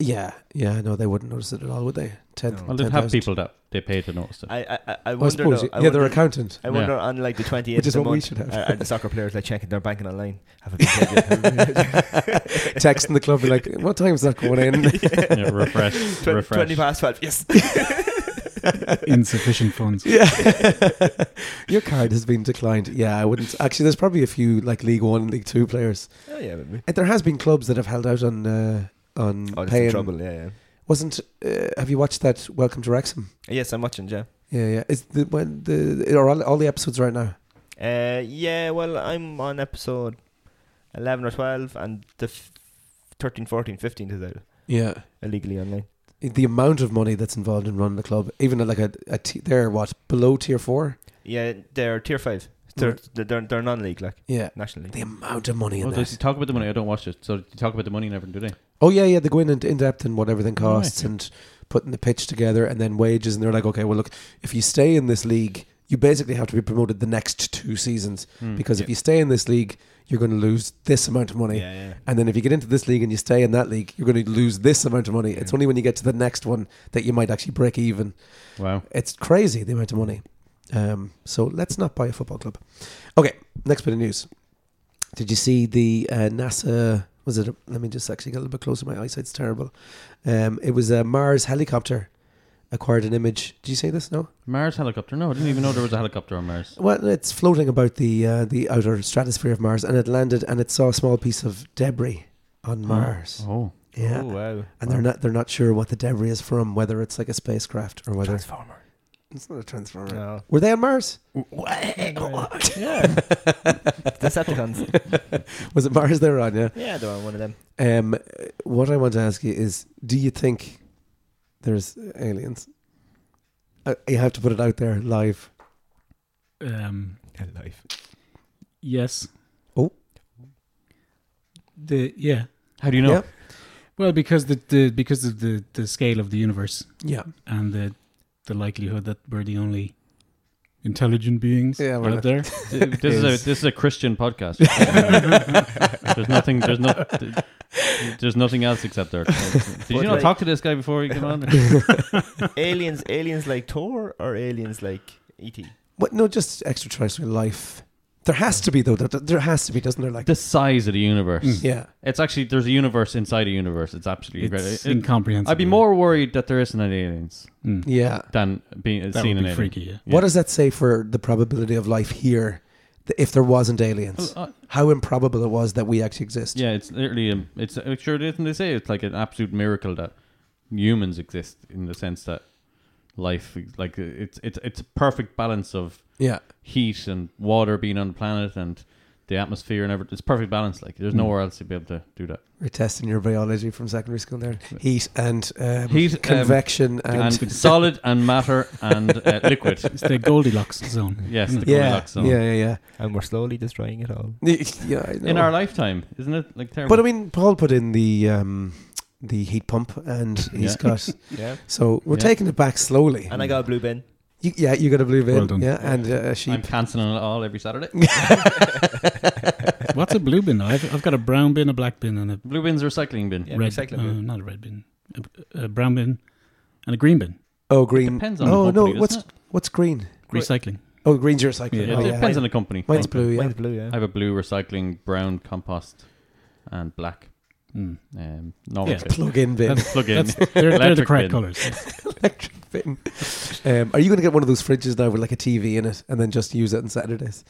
Speaker 2: Yeah, yeah, no, they wouldn't notice it at all, would they? 10,
Speaker 3: Well, they'd have people that they pay to notice it.
Speaker 6: Oh, I I, I, I
Speaker 2: I
Speaker 6: wonder.
Speaker 2: suppose.
Speaker 6: though, I
Speaker 2: yeah,
Speaker 6: wonder,
Speaker 2: their accountant.
Speaker 6: I wonder on like the 28th
Speaker 2: Which is
Speaker 6: of the
Speaker 2: what we
Speaker 6: month,
Speaker 2: should have.
Speaker 6: Are, are the soccer players like checking their banking online? Have a big day.
Speaker 2: Texting the club, be like, what time is that going in?
Speaker 3: yeah, refresh,
Speaker 6: Twen-
Speaker 3: refresh.
Speaker 6: 20 past 12. Yes.
Speaker 4: Insufficient funds.
Speaker 2: Yeah. Your card has been declined. Yeah, I wouldn't. Actually, there's probably a few like League One, League Two players.
Speaker 6: oh, yeah, maybe.
Speaker 2: And There has been clubs that have held out on uh, on
Speaker 6: Oh, that's in
Speaker 2: paying.
Speaker 6: trouble. Yeah, yeah.
Speaker 2: Wasn't? Uh, have you watched that Welcome to Wrexham?
Speaker 6: Yes, I'm watching, yeah.
Speaker 2: Yeah, yeah. Is the when the are all, all the episodes right now?
Speaker 6: Uh, yeah, well, I'm on episode 11 or 12 and the f- 13, 14, 15 is out
Speaker 2: Yeah.
Speaker 6: illegally online.
Speaker 2: The amount of money that's involved in running a club, even at like a, a t- they're what below tier four.
Speaker 6: Yeah, they're tier 5. They're, they're, they're non league, like,
Speaker 2: Yeah.
Speaker 6: national league.
Speaker 2: The amount of money in
Speaker 3: Well,
Speaker 2: that.
Speaker 3: they talk about the money. I don't watch it. So they talk about the money and everything, do they?
Speaker 2: Oh yeah, yeah. They go in and in depth and what everything
Speaker 3: All right.
Speaker 2: costs and putting the pitch together and then wages and they're like, okay, well look, if you stay in this league, you basically have to be promoted the next two seasons
Speaker 6: Hmm,
Speaker 2: because if you stay in this league, you're going to lose this amount of money.
Speaker 6: yeah.
Speaker 2: And then if you get into this league and you stay in that league, you're going to lose this amount of money. It's only when you get to the next one that you might actually break even.
Speaker 3: Wow.
Speaker 2: It's crazy the amount of money. Um, so let's not buy a football club. Okay, next bit of news. Did you see the uh, NASA? Was it? A, let me just actually get a little bit closer. My eyesight's terrible. Um, it was a Mars helicopter acquired an image. Did you say this? No.
Speaker 3: Mars helicopter. No, I didn't even know there was a helicopter on Mars.
Speaker 2: Well, it's floating about the uh, the outer stratosphere of Mars, and it landed, and it saw a small piece of debris on Mars.
Speaker 3: Oh.
Speaker 2: Yeah.
Speaker 6: Oh, wow.
Speaker 2: And they're not they're not sure what the debris is from, whether it's like a spacecraft or whether
Speaker 6: Transformer.
Speaker 2: it's not a transformer.
Speaker 6: No.
Speaker 2: Were they on Mars?
Speaker 6: Yeah. Decepticons.
Speaker 2: Was it Mars they were on? Yeah.
Speaker 6: Yeah, they're on one of them.
Speaker 2: Um, what I want to ask you is, do you think there's aliens? I, I have to put it out there live.
Speaker 4: Um,
Speaker 6: Life.
Speaker 4: yes.
Speaker 2: Oh.
Speaker 4: The yeah.
Speaker 3: How do you know?
Speaker 2: Yeah.
Speaker 4: Well, because the, the because of the, the scale of the universe
Speaker 2: Yeah.
Speaker 4: and the the likelihood that we're the only intelligent beings
Speaker 2: Yeah, we're
Speaker 4: out
Speaker 2: not-
Speaker 4: there.
Speaker 3: Th- This is a this is a Christian podcast. there's nothing. There's not. There's nothing else except there. Did you
Speaker 6: But
Speaker 3: not
Speaker 6: like-
Speaker 3: talk to this guy before he came on?
Speaker 6: aliens, aliens like Thor or aliens like E E.T.?
Speaker 2: What? No, just extraterrestrial life. There has to be though. There, there has to be, doesn't there? Like,
Speaker 3: the size of the universe.
Speaker 2: yeah.
Speaker 3: It's actually there's a universe inside a universe. It's absolutely great.
Speaker 4: It's
Speaker 3: It-
Speaker 4: incomprehensible.
Speaker 3: I'd be more worried that there isn't any aliens
Speaker 2: yeah,
Speaker 3: than being
Speaker 4: that would
Speaker 3: seeing an
Speaker 4: be
Speaker 3: alien.
Speaker 4: freaky. Yeah.
Speaker 2: What does that say for the probability of life here? th- If there wasn't aliens,
Speaker 3: Well,
Speaker 2: how improbable it was that we actually exist.
Speaker 3: Oh, uh, Yeah, it's literally um, it's uh, sure it isn't. They say it's like an absolute miracle that humans exist in the sense that life is- like it's it's it's a perfect balance of
Speaker 2: Yeah.
Speaker 3: heat and water being on the planet and the atmosphere and everything. It's perfect balance. Like
Speaker 4: Hmm.
Speaker 3: there's nowhere else to be able to do that.
Speaker 2: We're testing your biology from secondary school there. Heat and um,
Speaker 3: Heat, um,
Speaker 2: convection,
Speaker 3: And,
Speaker 2: and,
Speaker 3: solid and matter and uh, liquid.
Speaker 4: It's the Goldilocks zone.
Speaker 3: Yes,
Speaker 4: isn't
Speaker 3: the
Speaker 4: it?
Speaker 2: yeah,
Speaker 3: Goldilocks
Speaker 2: yeah,
Speaker 3: zone.
Speaker 2: yeah, yeah.
Speaker 6: And we're slowly destroying it all.
Speaker 2: yeah, I know.
Speaker 3: In our lifetime, isn't it like terrible?
Speaker 2: Oh. But I mean, Paul put in the um, the heat pump, and he's
Speaker 3: Yeah.
Speaker 2: got.
Speaker 6: Yeah.
Speaker 2: So we're
Speaker 3: Yeah.
Speaker 2: taking it back slowly.
Speaker 6: And I got a blue bin.
Speaker 2: You, yeah, you got a blue vein.
Speaker 4: Well done.
Speaker 2: yeah, and uh, a sheep.
Speaker 3: I'm cancelling it all every Saturday.
Speaker 4: What's a blue bin? Though? I've I've got a brown bin, a black bin, and a
Speaker 3: Blue bin's recycling bin.
Speaker 6: Yeah,
Speaker 4: red.
Speaker 6: recycling
Speaker 4: uh,
Speaker 6: bin.
Speaker 4: not a red bin, a, a brown bin, and a green bin.
Speaker 2: oh, green.
Speaker 3: depends on
Speaker 2: oh
Speaker 3: the
Speaker 2: no,
Speaker 3: company,
Speaker 2: what's
Speaker 3: doesn't
Speaker 2: what's green?
Speaker 4: Recycling.
Speaker 2: Oh, green's your cycling.
Speaker 4: Yeah,
Speaker 2: oh,
Speaker 3: it
Speaker 2: yeah.
Speaker 3: depends on the company.
Speaker 2: Mine's blue. Yeah.
Speaker 6: Mine's blue, yeah.
Speaker 3: I have a blue recycling, brown compost, and black.
Speaker 2: Hmm.
Speaker 4: Mm.
Speaker 3: Um, normal
Speaker 4: Yeah.
Speaker 3: bin.
Speaker 2: Plug-in bin.
Speaker 4: That's-
Speaker 3: plug in.
Speaker 4: That's, they're, they're the
Speaker 3: Electric
Speaker 4: correct
Speaker 3: bin.
Speaker 4: colours.
Speaker 2: Electric bin. Um, are you going to get one of those fridges now with like a TV in it, and then just use it on Saturdays?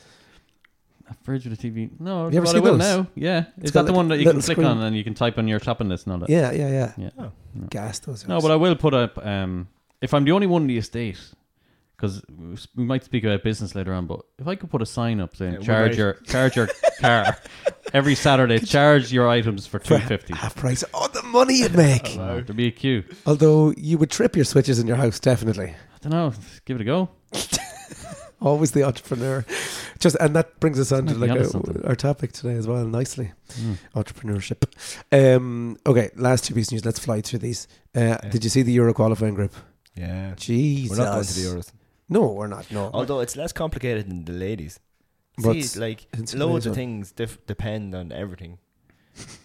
Speaker 3: A fridge with a TV. No,
Speaker 2: You ever
Speaker 3: well,
Speaker 2: seen
Speaker 3: I will
Speaker 2: those?
Speaker 3: now. Yeah,
Speaker 2: It's
Speaker 3: is that
Speaker 2: got
Speaker 3: the
Speaker 2: like
Speaker 3: one
Speaker 2: a
Speaker 3: that you can
Speaker 2: little
Speaker 3: click
Speaker 2: screen. Oh.
Speaker 3: on and you can type on your shopping list and all that?
Speaker 2: Yeah, yeah, yeah.
Speaker 3: Yeah.
Speaker 2: Gas those.
Speaker 3: No,
Speaker 2: out.
Speaker 3: but I will put up um, if I'm the only one in the estate, because we might speak about business later on, but if I could put a sign up saying
Speaker 4: Yeah, one
Speaker 3: charge
Speaker 4: right.
Speaker 3: your charge your car every Saturday, charge your items for two fifty.
Speaker 2: Half price. Oh, the money you'd make.
Speaker 3: There'd be a queue.
Speaker 2: Although you would trip your switches in your house, definitely.
Speaker 3: I don't know. Give it a go.
Speaker 2: Always the entrepreneur. Just and that brings us on to
Speaker 3: Might be
Speaker 2: like
Speaker 3: onto
Speaker 2: our,
Speaker 3: something.
Speaker 2: our topic today as well. Nicely, entrepreneurship. Um, okay, last two pieces of news. Let's fly through these. Uh, Did you see the Euro qualifying group?
Speaker 7: Yeah.
Speaker 2: Jesus,
Speaker 7: We're not going to the Euros.
Speaker 2: No, we're not. No,
Speaker 4: Although it's less complicated than the ladies.
Speaker 2: But
Speaker 4: See, like
Speaker 2: it's
Speaker 4: loads
Speaker 2: amazing.
Speaker 4: of things dif- depend on everything.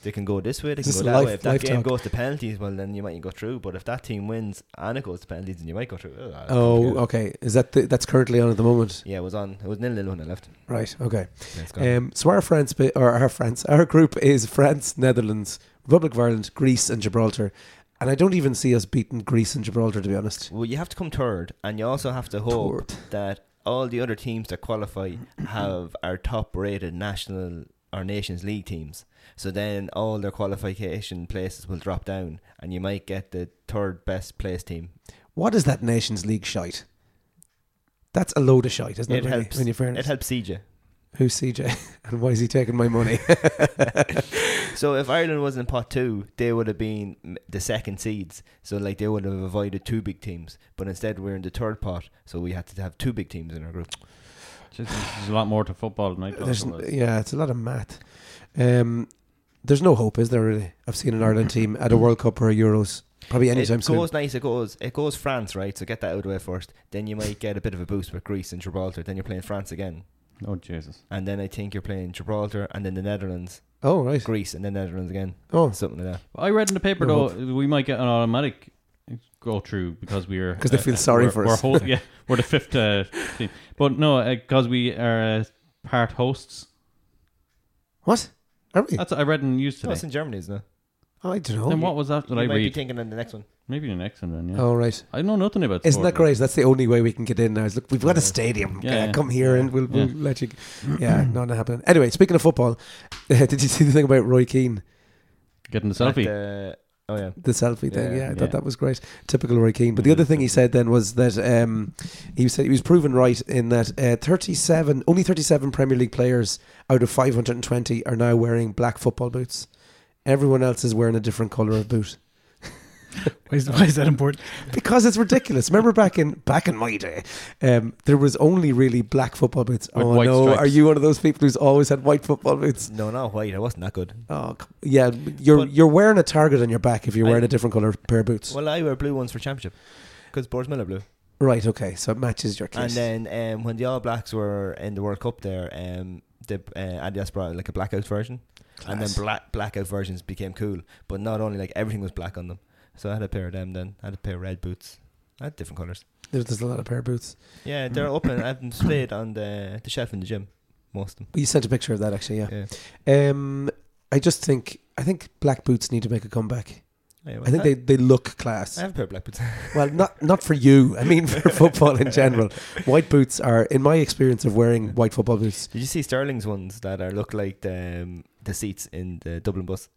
Speaker 4: They can go this way, they
Speaker 2: This
Speaker 4: can
Speaker 2: is
Speaker 4: go that
Speaker 2: life-
Speaker 4: way. If that
Speaker 2: life
Speaker 4: game
Speaker 2: talk.
Speaker 4: goes to penalties, well, then you mightn't go through. But if that team wins and it goes to penalties, then you might go through. Ugh, that's
Speaker 2: Oh,
Speaker 4: complicated.
Speaker 2: okay. Is that the, that's currently on at the moment?
Speaker 4: Yeah, it was on. It was nil nil when I left.
Speaker 2: Right. Okay.
Speaker 4: Yeah, it's gone.
Speaker 2: Um, so our France bi- or our France, our group is France, Netherlands, Republic of Ireland, Greece, and Gibraltar. And I don't even see us beating Greece and Gibraltar to be honest.
Speaker 4: Well, you have to come third, and you also have to hope
Speaker 2: Third.
Speaker 4: that all the other teams that qualify have our top-rated national or nations league teams. So then all their qualification places will drop down, and you might get the third best place team.
Speaker 2: What is that Nations League shite? That's a load of shite, isn't it?
Speaker 4: it
Speaker 2: really,
Speaker 4: helps.
Speaker 2: When you're
Speaker 4: it
Speaker 2: fairness,
Speaker 4: helps CJ.
Speaker 2: who's CJ and why is he taking my money?
Speaker 4: So if Ireland was in pot two, they would have been m- the second seeds. So like they would have avoided two big teams, but instead we're in the third pot, so we had to have two big teams in our group.
Speaker 3: Just, there's a lot more to football than I thought.
Speaker 2: There's,
Speaker 3: there was.
Speaker 2: yeah, it's a lot of math. Um, there's no hope, is there? Really, I've seen an Ireland team at a World Cup or a Euros probably anytime
Speaker 4: it
Speaker 2: soon.
Speaker 4: goes nice. It goes. It goes France, right? So get that out of the way first. Then you might get a bit of a boost with Greece and Gibraltar. Then you're playing France again,
Speaker 3: Oh Jesus!
Speaker 4: and then I think you're playing Gibraltar and then the Netherlands,
Speaker 2: Oh right.
Speaker 4: Greece, and then Netherlands again,
Speaker 2: Oh,
Speaker 4: something like that.
Speaker 3: I read in the paper
Speaker 2: No
Speaker 3: though we might get an automatic go through because we are uh,
Speaker 2: 'Cause they feel sorry
Speaker 3: we're-
Speaker 2: for
Speaker 3: we're
Speaker 2: us.
Speaker 3: hol- yeah, we're the fifth uh, team, but no, because we are uh, part hosts.
Speaker 2: what? Are we? Oh,
Speaker 3: That's what I read in the news
Speaker 4: No,
Speaker 3: today.
Speaker 4: it's in Germany, isn't it?
Speaker 2: I don't
Speaker 4: Oh,
Speaker 2: know.
Speaker 3: Uh, Then what was that that
Speaker 4: you
Speaker 3: I
Speaker 4: might be
Speaker 3: read?
Speaker 4: thinking on the next one.
Speaker 3: Maybe the next one then. Yeah.
Speaker 2: Oh right.
Speaker 3: I know nothing about.
Speaker 2: Isn't that
Speaker 3: sport, like.
Speaker 2: great? That's the only way we can get in now. Is look, we've got a stadium.
Speaker 3: Yeah,
Speaker 2: Yeah,
Speaker 3: yeah.
Speaker 2: Come here and we'll, we'll
Speaker 3: Yeah.
Speaker 2: let you. Yeah, not happening. Anyway, speaking of football, did you see the thing about Roy Keane,
Speaker 3: Getting the
Speaker 4: At
Speaker 3: selfie.
Speaker 4: the- oh yeah.
Speaker 2: the selfie thing?
Speaker 4: Yeah,
Speaker 2: Yeah, I
Speaker 3: yeah.
Speaker 2: thought that was great. Typical Roy Keane. But the
Speaker 8: Mm-hmm.
Speaker 2: other thing he said then was that um, he said he was proven right in that uh, 37, only 37 Premier League players out of 520 are now wearing black football boots. Everyone else is wearing a different color of boot.
Speaker 8: Why is, why is that important?
Speaker 2: because it's ridiculous. Remember back in back in my day, um, there was only really black football boots.
Speaker 3: With
Speaker 2: oh
Speaker 3: white
Speaker 2: no,
Speaker 3: stripes.
Speaker 2: are you one of those people who's always had white football boots?
Speaker 4: No, not white. I wasn't that good.
Speaker 2: Oh c- yeah, you're
Speaker 4: But-
Speaker 2: you're wearing a target on your back if you're
Speaker 4: I-
Speaker 2: wearing a different color pair of boots.
Speaker 4: Well, I wear blue ones for championship because Boris Miller blue.
Speaker 2: right, okay, so it matches your case.
Speaker 4: And then um, when the All Blacks were in the World Cup, there, um, the uh, Adidas brought out, like a blackout version, and then
Speaker 2: Class.
Speaker 4: black blackout versions became cool. But not only like everything was black on them, so I had a pair of them. Then I had a pair of red boots. I had different colors.
Speaker 2: there's, there's a lot of pair of boots.
Speaker 4: Yeah, they're open. I've them displayed on the the shelf in the gym. Most of them.
Speaker 2: You sent a picture of that actually, yeah.
Speaker 4: Yeah.
Speaker 2: Um, I just think I think black boots need to make a comeback.
Speaker 4: Anyway,
Speaker 2: I think they, they look
Speaker 4: I
Speaker 2: class.
Speaker 4: have a pair of black boots.
Speaker 2: Well, not not for you. I mean, for football in general. White boots are, in my experience of wearing white football boots,
Speaker 4: Did you see Sterling's ones that are look like the um, the seats in the Dublin bus?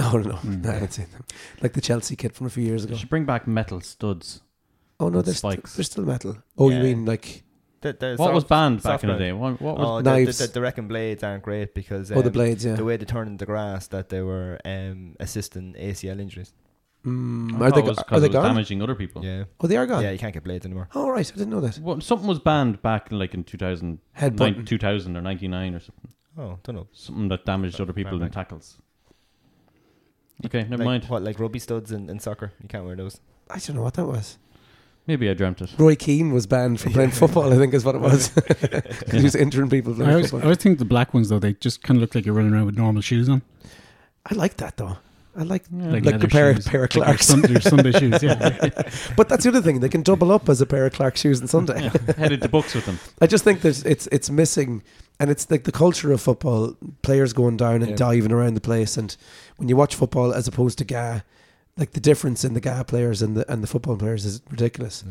Speaker 2: Oh no,
Speaker 3: Mm.
Speaker 2: no I haven't seen them. Like the Chelsea kid from a few years
Speaker 3: They
Speaker 2: ago.
Speaker 3: should bring back metal studs.
Speaker 2: Oh no,
Speaker 3: and
Speaker 2: they're, st-
Speaker 3: spikes.
Speaker 2: they're still metal. Oh, you
Speaker 4: Yeah.
Speaker 2: mean like
Speaker 4: The, the
Speaker 3: What
Speaker 4: soft-
Speaker 3: was banned back
Speaker 4: soft
Speaker 3: in the
Speaker 4: ground.
Speaker 3: day? What, what was
Speaker 4: Oh, the, the,
Speaker 2: Knives.
Speaker 4: the, the reckon blades aren't great because
Speaker 2: oh the
Speaker 4: um,
Speaker 2: blades? Yeah.
Speaker 4: the way they turn in the grass that they were um, assisting ACL injuries.
Speaker 2: Mm,
Speaker 3: I
Speaker 2: are
Speaker 3: thought
Speaker 2: they
Speaker 3: it
Speaker 2: go-
Speaker 3: was 'cause
Speaker 2: are they
Speaker 3: it was
Speaker 2: gone?
Speaker 3: damaging other people?
Speaker 4: Oh, Yeah,
Speaker 2: Oh, they are gone.
Speaker 4: yeah, you can't get blades anymore.
Speaker 2: Oh right, I didn't know that.
Speaker 3: Well, something was banned back in like in 2000,
Speaker 2: Head
Speaker 3: nine,
Speaker 2: button.
Speaker 3: 2000 or 99 or something.
Speaker 4: Oh, don't know.
Speaker 3: Something that damaged other people in
Speaker 4: Back.
Speaker 3: tackles. Okay, never
Speaker 4: like,
Speaker 3: mind.
Speaker 4: What like rugby studs in, in soccer? You can't wear those.
Speaker 2: I don't know what that was.
Speaker 3: Maybe I dreamt it.
Speaker 2: Roy Keane was banned from playing football. I think is what it was. 'Cause he was injuring people
Speaker 8: I
Speaker 2: playing
Speaker 8: always, I
Speaker 2: football.
Speaker 8: always think the black ones though they just kind of look like you're running around with normal shoes on,
Speaker 2: I like that though. I like
Speaker 8: like,
Speaker 2: like the
Speaker 8: leather
Speaker 2: pair
Speaker 8: shoes.
Speaker 2: pair of
Speaker 8: Like your,
Speaker 2: Clarks.
Speaker 8: sun, your Sunday shoes. Yeah,
Speaker 2: but that's the other thing. They can double up as a pair of Clark shoes on Sunday.
Speaker 3: Headed to books with them.
Speaker 2: I just think that it's it's missing, and it's like the culture of football. Players going down and
Speaker 4: Yeah.
Speaker 2: diving around the place, and when you watch football as opposed to Ga, like the difference in the Ga players and the and the football players is ridiculous.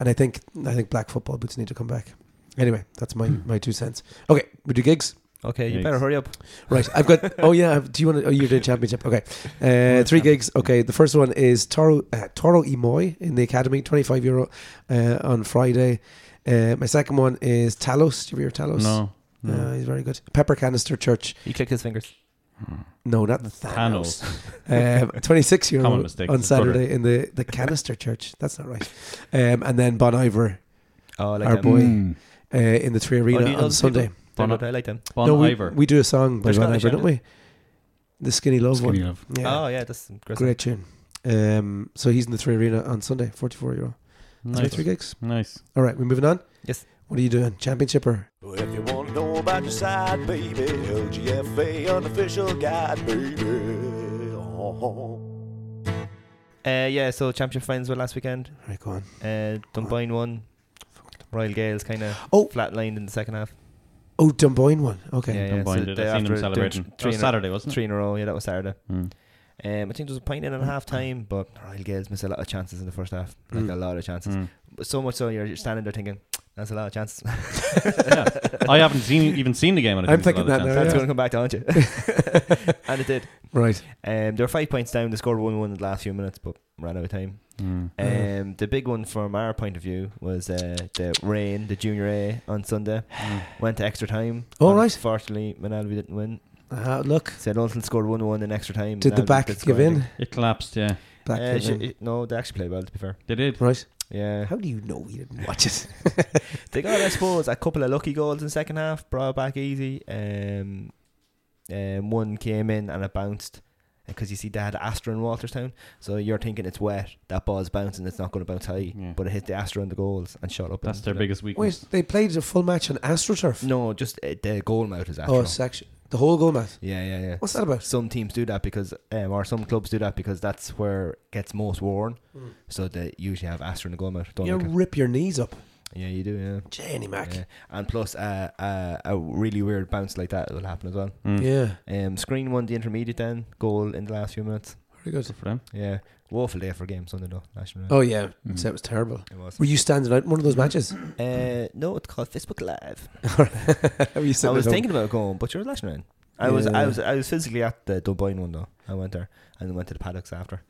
Speaker 2: And I think I think black football boots need to come back. Anyway, that's my my two cents. Okay, we do gigs.
Speaker 4: Okay, you
Speaker 3: Yikes.
Speaker 4: better hurry up.
Speaker 2: Right, I've got. Oh yeah, I've- do you want to? Oh, you're doing championship. Okay, uh, three gigs. Okay, the first one is Toro uh, Toro Imoy in the Academy, twenty five euro uh, on Friday. Uh, my second one is Talos. Do you ever hear of Talos?
Speaker 3: No.
Speaker 2: No,
Speaker 3: no.
Speaker 2: he's very good. Pepper Canister Church.
Speaker 4: He clicked his fingers.
Speaker 2: No, not Thanos.
Speaker 3: Thanos.
Speaker 2: Um, 26 euro
Speaker 3: Common mistake,
Speaker 2: on
Speaker 3: it's butter.
Speaker 2: Saturday in the, the Canister Church. That's not right. Um, and then Bon Iver
Speaker 4: Oh, I like
Speaker 2: Our
Speaker 4: them.
Speaker 2: boy.
Speaker 9: Mm.
Speaker 2: uh, in the Tree
Speaker 4: Oh, do
Speaker 2: Arena
Speaker 4: you know
Speaker 2: on
Speaker 4: those
Speaker 2: Sunday.
Speaker 4: people? They're
Speaker 3: Bon-
Speaker 4: good, I like them.
Speaker 3: Bon
Speaker 2: no, we,
Speaker 3: Iver.
Speaker 2: we do a song by
Speaker 4: They're
Speaker 2: Bon
Speaker 4: Scottish,
Speaker 2: Iver, don't
Speaker 4: aren't
Speaker 2: we? The Skinny Love
Speaker 9: Skinny
Speaker 2: one.
Speaker 9: love.
Speaker 2: Yeah,
Speaker 4: Oh, yeah, that's great.
Speaker 2: great tune. Um, so he's in the Tree Arena on Sunday, 44 euro. Nice.
Speaker 3: Nice.
Speaker 2: three gigs.
Speaker 3: Nice.
Speaker 2: All right, we're moving on.
Speaker 4: Yes.
Speaker 2: What are you doing? Championship or?
Speaker 6: If you want to know about your side, baby, LGFA unofficial guide, baby. Oh.
Speaker 4: Uh, yeah, so championship finals were last weekend.
Speaker 2: Right, go on.
Speaker 4: Uh, Dunboyne won. Royal Gales kind of
Speaker 2: Oh.
Speaker 4: flatlined in the second half.
Speaker 2: Oh, Dunboyne one. Okay.
Speaker 4: Yeah, yeah.
Speaker 3: Combined
Speaker 4: so
Speaker 3: it.
Speaker 4: day
Speaker 3: I seen
Speaker 4: after
Speaker 3: him
Speaker 4: doing
Speaker 3: celebrating.
Speaker 4: th-
Speaker 3: That was
Speaker 4: in a-
Speaker 3: Saturday,
Speaker 2: Mm.
Speaker 3: wasn't
Speaker 4: Three
Speaker 3: it?
Speaker 4: in a row. Yeah, that was Saturday.
Speaker 3: Mm.
Speaker 4: Um, I think there was a point in at half time, but Royal Gales missed a lot of chances in the first half. Like
Speaker 2: Mm.
Speaker 4: a lot of chances.
Speaker 3: Mm.
Speaker 4: But So much so you're, you're standing there thinking, that's a lot of chances.
Speaker 3: I haven't seen even seen the game. And I
Speaker 2: I'm
Speaker 3: think there's
Speaker 2: thinking
Speaker 3: a lot
Speaker 2: that
Speaker 3: of
Speaker 2: now,
Speaker 3: chance.
Speaker 4: that's
Speaker 2: yeah.
Speaker 4: going to come back to haunt you. and it did.
Speaker 2: Right.
Speaker 4: Um, they were five points down. They scored 1 1 in the last few minutes, but ran out of time.
Speaker 3: Mm.
Speaker 2: Uh-huh.
Speaker 4: Um, the big one from our point of view was uh, the rain, the junior A on Sunday. Went to extra time.
Speaker 2: All Oh, right.
Speaker 4: Unfortunately, Manalvi didn't win.
Speaker 2: Uh, look,
Speaker 4: Said Olsen scored 1 1 in extra time.
Speaker 2: did the
Speaker 4: Manalvi
Speaker 2: back
Speaker 4: did score,
Speaker 2: give
Speaker 4: I
Speaker 2: in?
Speaker 4: think.
Speaker 3: It collapsed. Yeah,
Speaker 2: Back
Speaker 4: Uh,
Speaker 2: gave
Speaker 4: sh-
Speaker 2: in.
Speaker 4: it- no, they actually played well, to be fair.
Speaker 3: they did.
Speaker 2: Right.
Speaker 4: Yeah.
Speaker 2: How do you know we didn't watch it?
Speaker 4: They got, I suppose, a couple of lucky goals in the second half, brought it back easy. Um, um, one came in and it bounced because you see they had Astra in Walterstown, so you're thinking it's wet. That ball's bouncing; it's not going to bounce high,
Speaker 3: Yeah.
Speaker 4: but it hit the Astra in the goals and shot up.
Speaker 3: That's
Speaker 4: into
Speaker 3: their
Speaker 4: the-
Speaker 3: biggest weakness.
Speaker 2: Wait, they played a full match on AstroTurf.
Speaker 4: No, just uh, the goal mouth is Astra.
Speaker 2: Oh, section. The whole goal mat.
Speaker 4: yeah, yeah, yeah.
Speaker 2: What's that about?
Speaker 4: Some teams do that because, um, or some clubs do that because that's where it gets most worn. So they usually have Astra in the goal mouth. Don't
Speaker 2: You
Speaker 4: like it.
Speaker 2: rip your knees up.
Speaker 4: Yeah, you do. Yeah.
Speaker 2: Jenny Mac.
Speaker 4: Yeah. And plus, uh, uh, a really weird bounce like that will happen as well.
Speaker 3: Mm.
Speaker 2: Yeah.
Speaker 4: Um, Screen won the intermediate then goal in the last few minutes.
Speaker 2: Very good.
Speaker 3: Good for them.
Speaker 4: Yeah, woeful day for game Sunday though. National.
Speaker 2: Oh, yeah.
Speaker 4: Mm-hmm.
Speaker 9: Mm.
Speaker 2: So it was terrible.
Speaker 4: It was.
Speaker 2: Were you standing out in one of those
Speaker 4: Mm-hmm.
Speaker 2: matches?
Speaker 4: Uh, no, it's called Facebook Live.
Speaker 2: Were you sitting
Speaker 4: I was
Speaker 2: at home?
Speaker 4: thinking about going, but you're National. End. I was,
Speaker 2: Yeah.
Speaker 4: I was, I was physically at the Dunboyne one though. I went there and then went to the paddocks after.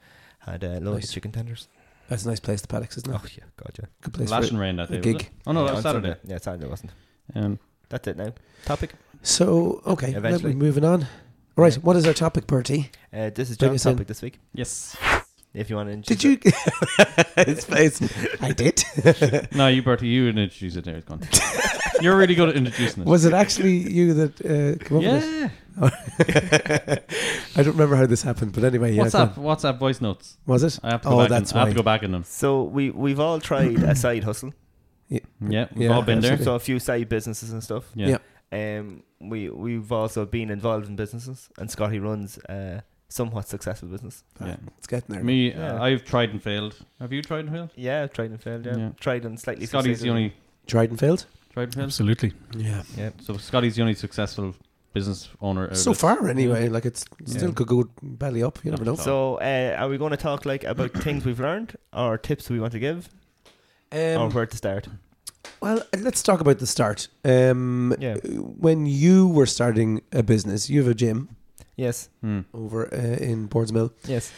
Speaker 4: Had uh, loads
Speaker 2: Nice.
Speaker 4: of chicken tenders.
Speaker 2: That's a nice place, the paddocks, isn't it?
Speaker 4: Oh yeah, God yeah.
Speaker 2: Good place for
Speaker 3: Lash
Speaker 2: it.
Speaker 3: and rain that
Speaker 2: a
Speaker 3: day. was
Speaker 2: gig.
Speaker 3: it? Oh no,
Speaker 4: yeah,
Speaker 3: that was
Speaker 4: on
Speaker 3: Saturday.
Speaker 4: Sunday. Yeah, Saturday wasn't.
Speaker 3: Um,
Speaker 4: That's it now. Topic.
Speaker 2: So, okay.
Speaker 4: Eventually.
Speaker 2: Eventually. Moving on. All right.
Speaker 4: Yeah.
Speaker 2: What is our topic, Bertie?
Speaker 4: Uh, this is
Speaker 2: Bring
Speaker 4: John's
Speaker 2: us in.
Speaker 4: topic this week.
Speaker 3: yes.
Speaker 4: If you want to. introduce
Speaker 2: Did you. His face. I did.
Speaker 3: No, you, Bertie, you didn't introduce it. There, it's gone. You're really good at introducing it.
Speaker 2: Was it actually you that uh, came up with this?
Speaker 3: yeah.
Speaker 2: I don't remember how this happened, but anyway, yeah. go on.
Speaker 3: WhatsApp, WhatsApp voice notes.
Speaker 2: Was it?
Speaker 3: I have to go
Speaker 2: oh,
Speaker 3: back.
Speaker 2: that's
Speaker 3: and, I have
Speaker 2: why.
Speaker 3: to go back in them.
Speaker 4: it. So we we've all tried a side hustle.
Speaker 3: Yeah, we've
Speaker 2: Yeah,
Speaker 3: all been there.
Speaker 2: absolutely.
Speaker 4: So a few side businesses and stuff.
Speaker 3: Yeah.
Speaker 2: Yeah.
Speaker 4: Um, we we've also been involved in businesses, and Scotty runs a somewhat successful business.
Speaker 3: Yeah.
Speaker 2: It's getting there.
Speaker 3: Me,
Speaker 4: Yeah.
Speaker 3: uh, I've tried and failed. Have you tried and failed?
Speaker 4: Yeah, tried and failed. Yeah,
Speaker 3: Yeah.
Speaker 4: tried and slightly.
Speaker 3: Scotty's the
Speaker 4: succeeded.
Speaker 3: only
Speaker 2: Tried and failed?
Speaker 3: tried and failed.
Speaker 9: Absolutely.
Speaker 2: Yeah.
Speaker 3: So Scotty's the only successful business owner. out of
Speaker 2: So
Speaker 3: this.
Speaker 2: far, anyway, like it's still
Speaker 4: Yeah.
Speaker 2: could go belly up. You never know.
Speaker 4: So, uh, are we going to talk like about things we've learned, or tips we want to give, or
Speaker 3: Oh,
Speaker 2: Um,
Speaker 4: where to start?
Speaker 2: well, let's talk about the start. Um,
Speaker 4: Yeah.
Speaker 2: When you were starting a business, you have a gym
Speaker 4: Yes,
Speaker 3: Hmm.
Speaker 2: over uh, in Boardsmill.
Speaker 4: yes.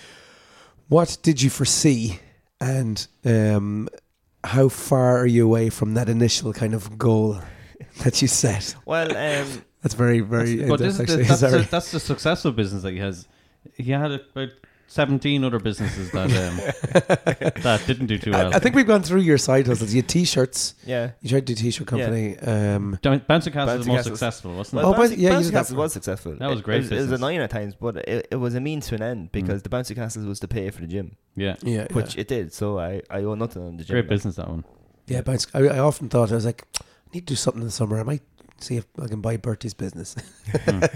Speaker 2: What did you foresee, and um, how far are you away from that initial kind of goal that you set?
Speaker 4: Well, um,
Speaker 2: That's very, very.
Speaker 3: But this
Speaker 2: in-depth,
Speaker 3: is
Speaker 2: uh,
Speaker 3: the,
Speaker 2: actually.
Speaker 3: that's,
Speaker 2: Sorry.
Speaker 3: the, that's the successful business that he has. He had about seventeen other businesses that um, that didn't do too well.
Speaker 2: I, I think we've gone through your side hustles. Your t-shirts.
Speaker 4: yeah.
Speaker 2: You tried to do a t-shirt company. Um,
Speaker 3: Don't- Bouncing Castle is
Speaker 4: Bouncing
Speaker 3: the most
Speaker 4: Castle.
Speaker 3: successful, wasn't
Speaker 4: Well,
Speaker 3: it?
Speaker 2: Oh,
Speaker 4: Bouncy,
Speaker 2: Bouncy- yeah, you
Speaker 4: Bouncy
Speaker 2: did that
Speaker 4: Castle
Speaker 2: for-
Speaker 4: was successful.
Speaker 3: That was
Speaker 4: It-
Speaker 3: great
Speaker 4: It was, it was
Speaker 3: business.
Speaker 4: annoying at times, but it, it was a means to an end because the Bouncy Castles was to pay for the gym,
Speaker 3: Yeah,
Speaker 2: yeah, yeah.
Speaker 4: which it did. So I, I owe nothing on the gym.
Speaker 3: great business that one.
Speaker 2: Yeah, but I, I often thought I was like, I need to do something in the summer. I might see if I can buy Bertie's business, and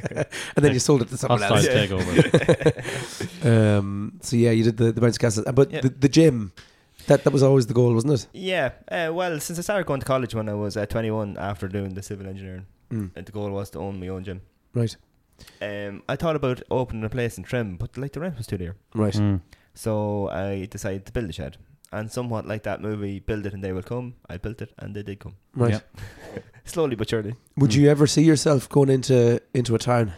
Speaker 2: then you sold it to someone
Speaker 3: Hostile
Speaker 2: else.
Speaker 3: takeover.
Speaker 2: Um, so yeah, you did the the bounce castle, Uh, but
Speaker 4: Yeah.
Speaker 2: the, the gym, that that was always the goal, wasn't it?
Speaker 4: Yeah, uh, well, since I started going to college when I was uh, 21 after doing the civil engineering,
Speaker 2: Mm.
Speaker 4: uh, the goal was to own my own gym.
Speaker 2: Right,
Speaker 4: Um, I thought about opening a place in Trim, but like the rent was too dear,
Speaker 2: right.
Speaker 3: Mm.
Speaker 4: so I decided to build a shed. And somewhat like that movie, Build It and They Will Come, I built it and they did come.
Speaker 2: Right.
Speaker 3: Yeah.
Speaker 4: slowly but surely.
Speaker 2: Would you ever see yourself going into into a town?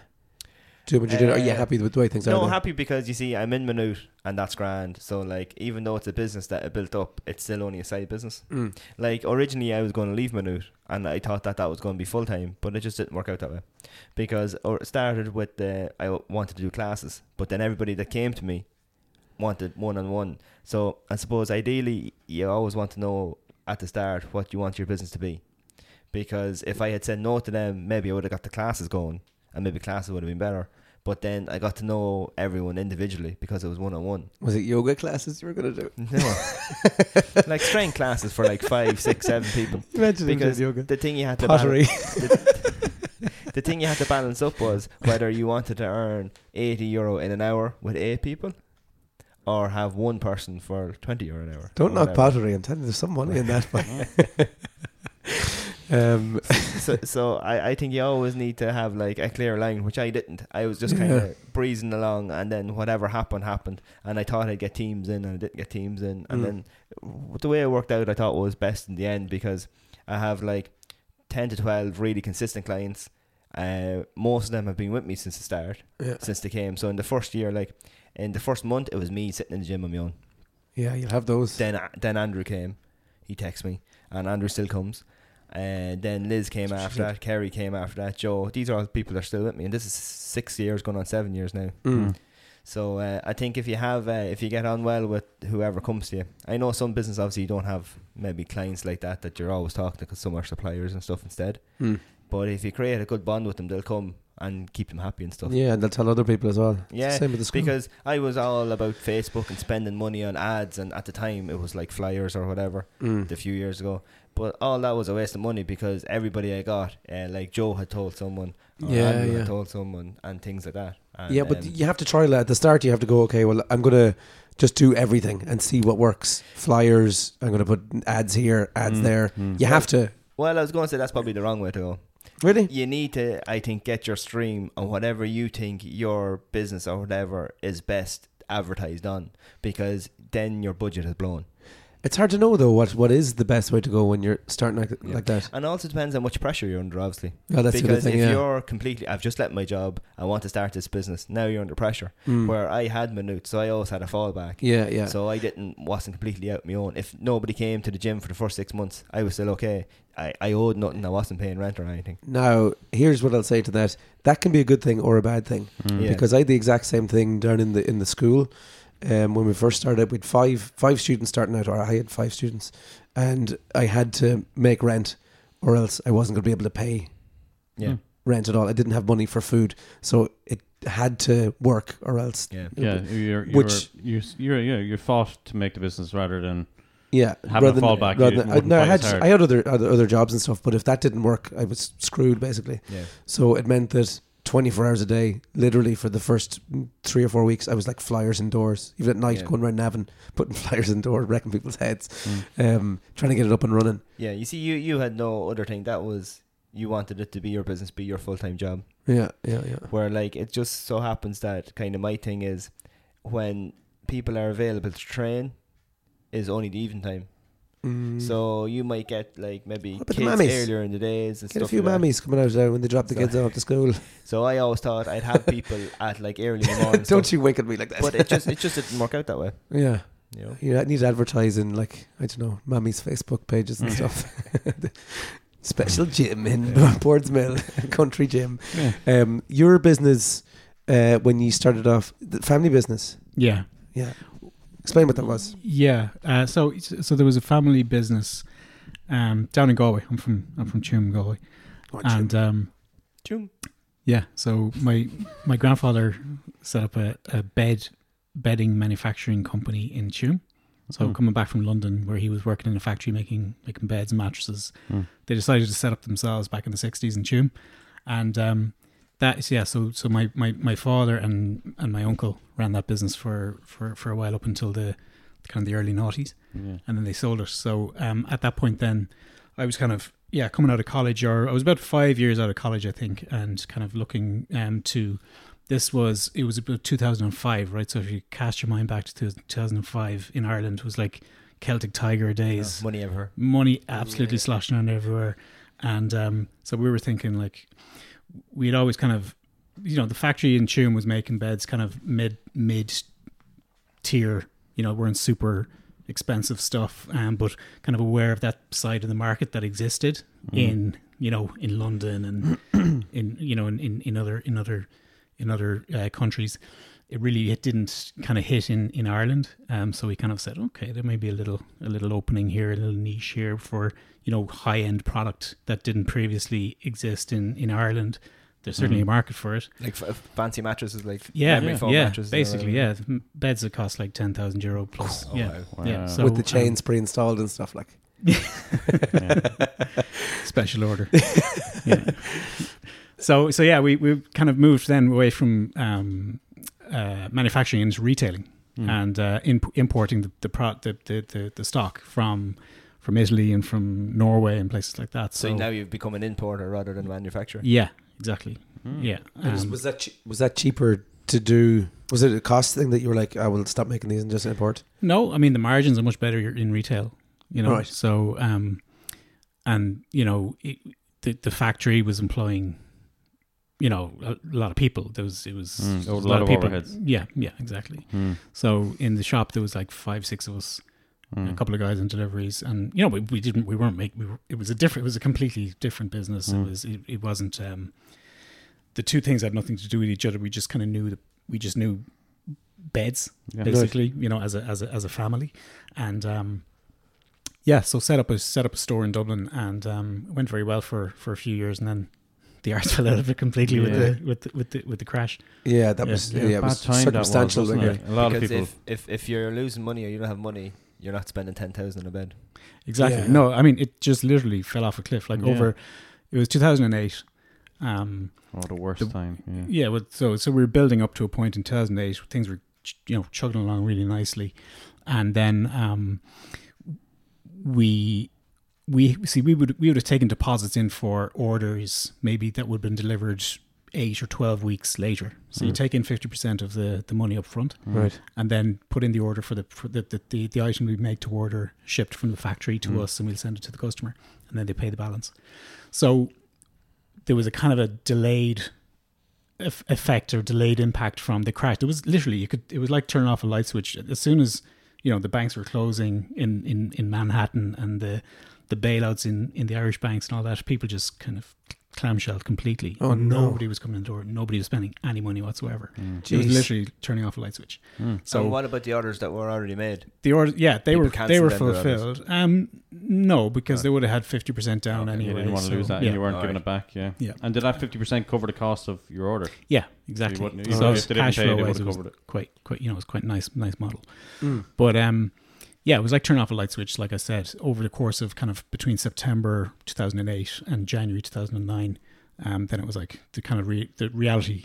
Speaker 2: Doing what you're doing? Are you
Speaker 4: Uh,
Speaker 2: happy with the way things are?
Speaker 4: No,
Speaker 2: now?
Speaker 4: happy because you see, I'm in Minute, and that's grand. So like, even though it's a business that I built up, it's still only a side business.
Speaker 2: Mm.
Speaker 4: Like originally, I was going to leave Minute, and I thought that that was going to be full time, but it just didn't work out that way because or it started with the I w- wanted to do classes, but then everybody that came to me wanted one on one. So I suppose ideally, you always want to know at the start what you want your business to be, because if I had said no to them, maybe I would have got the classes going, and maybe classes would have been better. But then I got to know everyone individually because it was one on one.
Speaker 2: Was it yoga classes you were going to do?
Speaker 4: No, like strength classes for like five, six, seven people.
Speaker 2: Imagine
Speaker 4: Because the thing you had to balance,
Speaker 2: Pottery.
Speaker 4: the thing you had to balance up was whether you wanted to earn eighty euro in an hour with eight people, or have one person for twenty euro an hour.
Speaker 2: Don't
Speaker 4: or
Speaker 2: knock
Speaker 4: whatever.
Speaker 2: pottery. I'm telling you, there's some money in that. um,
Speaker 4: so so I, I think you always need to have like a clear line, which I didn't. I was just kind
Speaker 2: Yeah.
Speaker 4: of breezing along, and then whatever happened happened, and I thought I'd get teams in, and I didn't get teams in, and
Speaker 2: Mm.
Speaker 4: then w- the way it worked out, I thought was best in the end because I have like ten to twelve really consistent clients. Uh, most of them have been with me since the start,
Speaker 2: Yeah.
Speaker 4: since they came. So in the first year, like in the first month, it was me sitting in the gym on my own.
Speaker 2: yeah, you'll have those.
Speaker 4: Then uh, then Andrew came. He texts me, and Andrew still comes. And then Liz came after that. Kerry came after that. Joe. These are all people that are still with me, and this is six years going on seven years now.
Speaker 2: Mm.
Speaker 4: So uh, I think if you have, uh, if you get on well with whoever comes to you, I know some business obviously you don't have maybe clients like that that you're always talking to because some are suppliers and stuff instead.
Speaker 2: Mm.
Speaker 4: But if you create a good bond with them, they'll come and keep them happy and stuff.
Speaker 2: Yeah, and they'll tell other people as well. It's the
Speaker 4: Yeah,
Speaker 2: same with the school.
Speaker 4: Because I was all about Facebook and spending money on ads, and at the time it was like flyers or whatever,
Speaker 2: Mm.
Speaker 4: a few years ago. But all that was a waste of money because everybody I got, uh, like Joe had told someone, or
Speaker 2: Yeah,
Speaker 4: Andrew
Speaker 2: yeah.
Speaker 4: had told someone, and things like that. And,
Speaker 2: yeah, but
Speaker 4: um,
Speaker 2: you have to try like, at the start. You have to go, okay, well, I'm going to just do everything and see what works. Flyers, I'm going to put ads here,
Speaker 4: Mm,
Speaker 2: ads there. You have to.
Speaker 4: well, I was going to say that's probably the wrong way to go.
Speaker 2: Really?
Speaker 4: You need to, I think, get your stream on whatever you think your business or whatever is best advertised on, because then your budget is blown.
Speaker 2: It's hard to know, though, what, what is the best way to go when you're starting like, like that.
Speaker 4: And also depends on much pressure you're under, obviously.
Speaker 2: Well, that's the
Speaker 4: Uh,
Speaker 2: other
Speaker 4: because
Speaker 2: thing,
Speaker 4: if
Speaker 2: yeah.
Speaker 4: you're completely, I've just left my job, I want to start this business. Now you're under pressure. Where I had minutes, so I always had a fallback.
Speaker 2: Yeah, yeah.
Speaker 4: So I didn't wasn't completely out my own. If nobody came to the gym for the first six months, I was still okay. I, I owed nothing. I wasn't paying rent or anything.
Speaker 2: Now, here's what I'll say to that. That can be a good thing or a bad thing.
Speaker 4: Yeah.
Speaker 2: Because I had the exact same thing down in the in the school. Um, when we first started, we had five five students starting out, or I had five students, and I had to make rent, or else I wasn't going to be able to pay
Speaker 4: yeah.
Speaker 2: rent at all. I didn't have money for food, so it had to work, or else
Speaker 4: Yeah.
Speaker 10: Yeah, you're, you're,
Speaker 2: Which-
Speaker 10: you're, you're, yeah, you're fought to make the business rather than
Speaker 2: Yeah,
Speaker 10: Having a
Speaker 2: rather than-
Speaker 10: fallback,
Speaker 2: rather
Speaker 10: you
Speaker 2: than- I,
Speaker 10: wouldn't
Speaker 2: no, I
Speaker 10: fight
Speaker 2: had
Speaker 10: as hard.
Speaker 2: I had other, other other jobs and stuff, but if that didn't work, I was screwed basically.
Speaker 4: Yeah.
Speaker 2: So it meant that twenty four hours a day, literally for the first three or four weeks, I was like flyers indoors, even at night,
Speaker 4: Yeah.
Speaker 2: going around Navan, putting flyers indoors, wrecking people's heads,
Speaker 10: Mm.
Speaker 2: um, trying to get it up and running.
Speaker 4: Yeah. You see, you, you had no other thing. That was, you wanted it to be your business, be your full time job.
Speaker 2: Yeah, yeah, yeah.
Speaker 4: where like it just so happens that kind of my thing is when people are available to train is only the evening time. So you might get like maybe
Speaker 2: Mm. What about the
Speaker 4: kids
Speaker 2: mammies?
Speaker 4: earlier in the days and
Speaker 2: Get a
Speaker 4: stuff
Speaker 2: few
Speaker 4: like that.
Speaker 2: mammies coming out there when they drop the
Speaker 4: So-
Speaker 2: kids off to school.
Speaker 4: So I always thought I'd have people at like early in the morning. and
Speaker 2: Don't
Speaker 4: stuff,
Speaker 2: you wink at me like that?
Speaker 4: But it just it just didn't work out that way.
Speaker 2: yeah.
Speaker 4: You know.
Speaker 2: You know, I need advertising, like I don't know, Mammy's Facebook pages and stuff. Special
Speaker 4: Mm.
Speaker 2: gym in Boardsmill Country Gym. Um, your business uh, when you started off, the family business.
Speaker 3: Yeah.
Speaker 2: Yeah, explain what that was.
Speaker 3: Yeah. Uh, so so there was a family business um, down in Galway. I'm from I'm from Tuam, Galway, and um,
Speaker 4: Chum.
Speaker 3: yeah. So my my grandfather set up a, a bed bedding manufacturing company in Tuam. So coming back from London, where he was working in a factory making making beds and mattresses, they decided to set up themselves back in the '60s in Tuam, and um, that is yeah. So so my, my, my father and, and my uncle ran that business for, for, for a while up until the kind of the early noughties, and then they sold it. So um, at that point, then I was kind of yeah coming out of college, or I was about five years out of college, I think, and kind of looking um, to this was it was about 2005, right? So if you cast your mind back to 2005 in Ireland, it was like Celtic Tiger days
Speaker 4: Money ever.
Speaker 3: money absolutely sloshing around everywhere.
Speaker 4: And um, so we were thinking like we'd always kind of you know the factory in Tune was making beds kind of mid mid tier. You know, weren't super expensive stuff, um, but kind of aware of that side of the market that existed in you know in London and in you know in, in, in other in other in other uh, countries. It really it didn't kind of hit in in Ireland, um, so we kind of said, okay, there may be a little a little opening here, a little niche here for you know high end product that didn't previously exist in in Ireland. There's certainly a market for it.
Speaker 6: Like f- fancy mattresses, like
Speaker 4: Yeah,
Speaker 6: memory
Speaker 4: yeah,
Speaker 6: foam
Speaker 4: yeah,
Speaker 3: uh,
Speaker 6: mattresses. and all that.
Speaker 4: basically, yeah. M- Beds that cost like ten thousand euro plus.
Speaker 3: oh,
Speaker 4: yeah, yeah. So,
Speaker 2: with the
Speaker 4: um,
Speaker 2: chains pre-installed and stuff like.
Speaker 4: special order. yeah. So so yeah, we we kind of moved then away from um, uh, manufacturing into retailing and uh, imp- importing the the, pro- the, the the the stock from from Italy and from Norway and places like that. So,
Speaker 6: So now you've become an importer rather than a manufacturer.
Speaker 4: yeah, exactly. Yeah,
Speaker 2: was,
Speaker 4: um,
Speaker 2: was that che- was that cheaper to do? Was it a cost thing that you were like, I will stop making these and just import?
Speaker 4: No, I mean the margins are much better in retail. You know,
Speaker 2: Right.
Speaker 4: so um, and you know it, the the factory was employing, you know, a lot of people. There was it was,
Speaker 3: Mm,
Speaker 4: there was
Speaker 3: a lot of
Speaker 4: people.
Speaker 3: overheads.
Speaker 4: Yeah, yeah, exactly.
Speaker 2: Mm.
Speaker 4: So in the shop there was like five, six of us, a couple of guys in deliveries, and you know we, we didn't we weren't make we were, it was a different it was a completely different business. It was it, it wasn't um, the two things had nothing to do with each other. We just kind of knew that we just knew beds basically, you know, as a as a as a family, and um, yeah, so set up a set up a store in Dublin, and um, it went very well for for a few years, and then the arts fell out of it completely with the with the, with the with the crash.
Speaker 2: Yeah, that
Speaker 4: Yeah.
Speaker 2: was yeah,
Speaker 4: Yeah,
Speaker 2: it
Speaker 3: Bad
Speaker 2: was
Speaker 3: time that was,
Speaker 2: circumstantial.
Speaker 3: wasn't
Speaker 2: like,
Speaker 3: it? A lot
Speaker 6: because
Speaker 3: of people.
Speaker 6: if, if if you're losing money or you don't have money, you're not spending ten thousand on a bed.
Speaker 4: Exactly.
Speaker 2: Yeah.
Speaker 4: No, I mean it just literally fell off a cliff. Like
Speaker 3: Yeah.
Speaker 4: over, it was 2008. Um,
Speaker 3: Oh, the worst time. Yeah.
Speaker 4: yeah, well, so so we were building up to a point in 2008. Things were ch- you know chugging along really nicely, and then um, we we see we would we would have taken deposits in for orders maybe that would have been delivered eight or twelve weeks later. So
Speaker 3: Mm.
Speaker 4: you take in fifty percent of the the money up front,
Speaker 2: Right.
Speaker 4: and then put in the order for the for the, the, the, the item we make to order shipped from the factory
Speaker 2: Mm.
Speaker 4: to us and we'll send it to the customer and then they pay the balance so there was a kind of a delayed eff- effect or delayed impact from the crash there was literally you could it was like turning off a light switch as soon as you know the banks were closing in in, in manhattan and the the bailouts in in the irish banks and all that people just kind of clamshelled completely
Speaker 2: Oh, no. Mm.
Speaker 4: nobody was coming in the door nobody was spending any money whatsoever it
Speaker 2: Jeez.
Speaker 4: was literally turning off a light switch
Speaker 6: So
Speaker 4: so
Speaker 6: what about the orders that were already made?
Speaker 4: the order, yeah, they
Speaker 6: People
Speaker 4: were
Speaker 6: cancelled
Speaker 4: they were
Speaker 6: them, their orders.
Speaker 4: fulfilled. Um, no, because they would have had fifty percent down
Speaker 3: You
Speaker 4: anyway.
Speaker 3: didn't want to
Speaker 4: so-
Speaker 3: lose that,
Speaker 4: Yeah,
Speaker 3: and you weren't
Speaker 6: All
Speaker 3: giving
Speaker 6: right.
Speaker 3: it back. Yeah.
Speaker 4: Yeah.
Speaker 3: And did that fifty percent cover the cost of your order?
Speaker 4: yeah, exactly.
Speaker 3: wouldn't- you
Speaker 4: so
Speaker 3: wouldn't-
Speaker 4: it's
Speaker 3: if they didn't
Speaker 4: cash
Speaker 3: pay, they
Speaker 4: flow wise,
Speaker 3: would've
Speaker 4: it was
Speaker 3: covered it.
Speaker 4: quite quite you know it was quite nice nice model.
Speaker 6: Mm.
Speaker 4: But um, yeah, it was like turning off a light switch, like I said, over the course of kind of between September two thousand and eight and January two thousand and nine. Um, then it was like the kind of re- the reality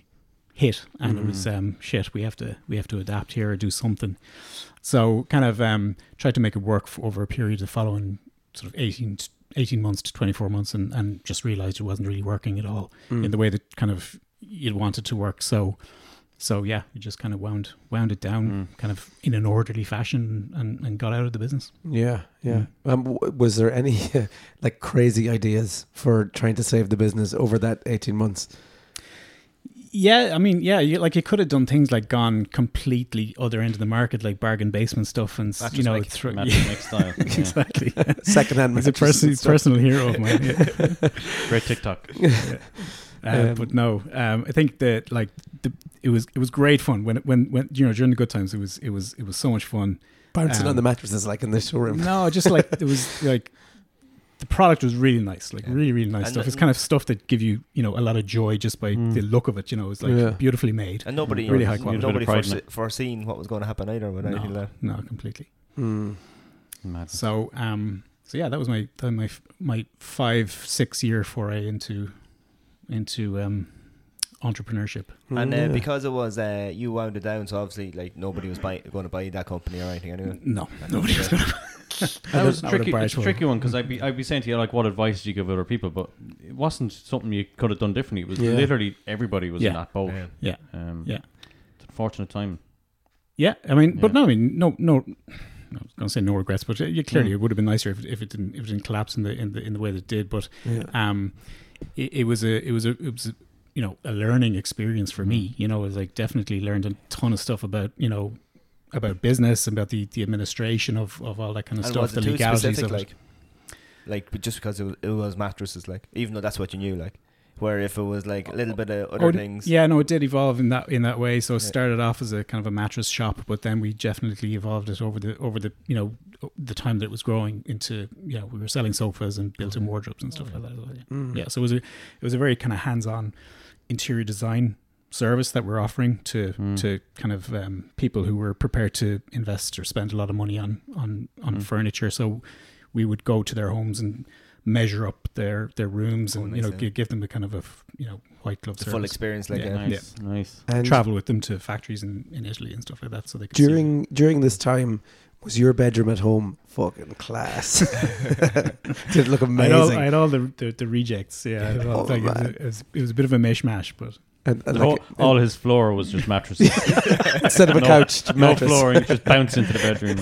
Speaker 4: hit, and it
Speaker 3: Mm.
Speaker 4: was um shit. We have to we have to adapt here or do something. So kind of um, tried to make it work for over a period of the following sort of 18, t- 18 months to 24 months and, and just realized it wasn't really working at all
Speaker 3: Mm.
Speaker 4: in the way that kind of you'd want it to work. So, so yeah, we just kind of wound, wound it down
Speaker 3: Mm.
Speaker 4: kind of in an orderly fashion and, and got out of the business.
Speaker 2: Yeah, yeah.
Speaker 4: Mm.
Speaker 2: Um, w- was there any like crazy ideas for trying to save the business over that eighteen months?
Speaker 4: Yeah, I mean, yeah, you, like you could have done things like gone completely other end of the market, like bargain basement stuff, and s-
Speaker 6: Mattress
Speaker 4: you know,
Speaker 6: making.
Speaker 4: throw-
Speaker 3: Match
Speaker 4: yeah,
Speaker 3: next style. Yeah.
Speaker 4: exactly.
Speaker 2: Secondhand
Speaker 4: He's a
Speaker 2: mattresses and
Speaker 4: person,
Speaker 2: stuff.
Speaker 4: personal hero of mine. yeah.
Speaker 3: Great TikTok.
Speaker 4: Uh,
Speaker 2: Um,
Speaker 4: but no, um, I think that like the, it was it was great fun when when when you know during the good times it was it was it was so much fun.
Speaker 2: bouncing on
Speaker 4: Um,
Speaker 2: the mattresses like in the showroom.
Speaker 4: No, just like it was like the product was really nice, like really really nice
Speaker 6: And
Speaker 4: stuff.
Speaker 6: the-
Speaker 4: It's kind of stuff that give you you know a lot of joy just by the look of it. You know, it's like
Speaker 2: Mm. Yeah.
Speaker 4: beautifully made.
Speaker 6: And nobody
Speaker 4: Really high quality.
Speaker 6: Nobody
Speaker 3: Bit of pride in
Speaker 6: forese- foreseen what was going to happen either with
Speaker 4: Mm. No,
Speaker 6: anything like that.
Speaker 4: no, completely.
Speaker 2: Mm.
Speaker 3: Mad.
Speaker 4: So um, so yeah, that was my that was my my five six year foray into into um entrepreneurship.
Speaker 6: And uh,
Speaker 4: Mm.
Speaker 2: Yeah.
Speaker 6: because it was uh, you wound it down, so obviously like nobody was buy- going to buy that company or anything anyway.
Speaker 4: No, nobody was going to.
Speaker 3: That was a tricky. It's a tricky one because I'd be I'd be saying to you like, what advice do you give other people? But it wasn't something you could have done differently. It was
Speaker 2: Yeah.
Speaker 3: literally everybody was in
Speaker 4: Yeah.
Speaker 3: that boat.
Speaker 4: Yeah.
Speaker 3: Um,
Speaker 4: Yeah.
Speaker 3: It's an unfortunate time.
Speaker 4: Yeah, I mean, but
Speaker 3: Yeah.
Speaker 4: no, I mean, no, no, I was going to say no regrets, but uh, yeah, clearly it would have been nicer if, if it didn't if it didn't collapse in the in the in the way that it did. But
Speaker 2: Yeah.
Speaker 4: um, it, it was a it was a it was a, you know a learning experience for me. You know, it was like definitely learned a ton of stuff about you know about business about the the administration of of all that kind of
Speaker 6: And
Speaker 4: stuff.
Speaker 6: was
Speaker 4: the
Speaker 6: it too
Speaker 4: legalities
Speaker 6: specific,
Speaker 4: of it.
Speaker 6: like, like but just because it was, it was mattresses, like, even though that's what you knew, like, where if it was like a little bit of other
Speaker 4: Oh, it-
Speaker 6: things,
Speaker 4: Yeah, no, it did evolve in that in that way. So it started off as a kind of a mattress shop, but then we definitely evolved it over the over the you know the time that it was growing into you know we were selling sofas and built-in wardrobes and stuff like that. as well, Yeah.
Speaker 3: Mm-hmm.
Speaker 4: yeah, so it was a it was a very kind of hands-on interior design service that we're offering to to kind of um, people who were prepared to invest or spend a lot of money on on on furniture. So we would go to their homes and measure up their their rooms and you know
Speaker 6: nice,
Speaker 4: gi- give them a kind of a f- you know white glove
Speaker 6: the
Speaker 4: service
Speaker 6: full experience, like,
Speaker 4: Yeah.
Speaker 6: uh,
Speaker 3: Nice, nice.
Speaker 2: And
Speaker 4: travel with them to factories in, in Italy and stuff like that. So they could see them.
Speaker 2: during during this time, was your bedroom at home fucking class? Did it look
Speaker 4: I had all,
Speaker 2: amazing?
Speaker 4: I had all the, the the rejects. Yeah, I had all-
Speaker 2: Oh,
Speaker 4: like, it, was,
Speaker 2: man.
Speaker 4: it, was, it was a bit of a mishmash, but
Speaker 2: And, and
Speaker 3: The
Speaker 2: like,
Speaker 3: whole- all his floor was just mattresses.
Speaker 2: instead of a
Speaker 3: no-
Speaker 2: couch,
Speaker 3: no
Speaker 2: mattress,
Speaker 3: flooring, just bounce into the bedroom.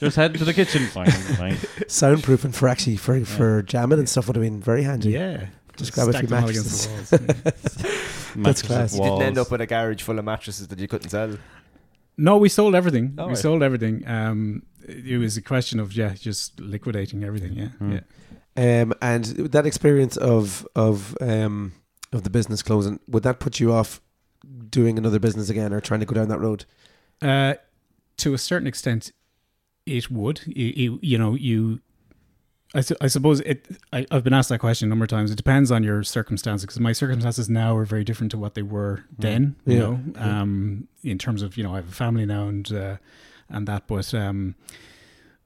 Speaker 3: just head to the kitchen. Fine, fine.
Speaker 2: soundproofing for actually for, for jamming and stuff would have been very handy.
Speaker 4: yeah,
Speaker 2: Just grab a
Speaker 4: stacked
Speaker 2: few
Speaker 4: them all the walls. Yeah.
Speaker 3: Mattresses,
Speaker 2: class.
Speaker 6: You didn't end
Speaker 3: walls.
Speaker 6: up with a garage full of mattresses that you couldn't sell.
Speaker 4: no, we sold everything.
Speaker 6: Oh,
Speaker 4: we
Speaker 3: Mm.
Speaker 6: right.
Speaker 4: sold everything. Um, it was a question of yeah, just liquidating everything. Yeah,
Speaker 3: Mm.
Speaker 4: yeah.
Speaker 2: Um, and that experience of of um, of the business closing would that put you off doing another business again or trying to go down that road?
Speaker 4: Uh, to a certain extent, it would. You, you, you know, you. I, su- I suppose it. I, I've been asked that question a number of times. It depends on your circumstances because my circumstances now are very different to what they were then. You
Speaker 2: Yeah.
Speaker 4: know, um, in terms of you know, I have a family now and uh, and that, but um,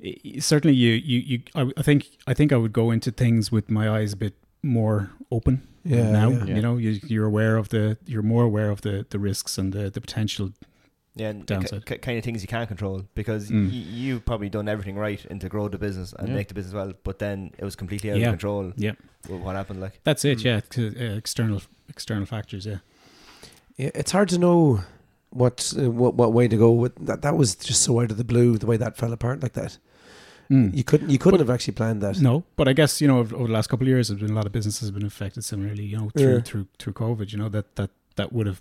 Speaker 4: i- i- certainly you you you. I, I think I think I would go into things with my eyes a bit more open
Speaker 2: Yeah,
Speaker 4: now
Speaker 2: yeah.
Speaker 4: you know you, you're aware of the you're more aware of the the risks and the the potential
Speaker 6: Yeah, and
Speaker 4: Downside.
Speaker 6: kind of things you can't control because
Speaker 4: Mm.
Speaker 6: y- you've probably done everything right and to grow the business and
Speaker 3: Yeah.
Speaker 6: make the business well, but then it was completely out
Speaker 4: Yeah.
Speaker 6: of control.
Speaker 4: Yep.
Speaker 6: with What happened, like?
Speaker 4: That's it, yeah. c- uh, external external factors, yeah.
Speaker 2: Yeah, It's hard to know what uh, what what way to go. With that that was just so out of the blue the way that fell apart like that.
Speaker 4: Hmm.
Speaker 2: You couldn't you couldn't have actually planned that.
Speaker 4: No, but I guess you know over over the last couple of years, there's been a lot of businesses have been affected similarly. You know, through
Speaker 2: Yeah.
Speaker 4: through through COVID, you know that that that would have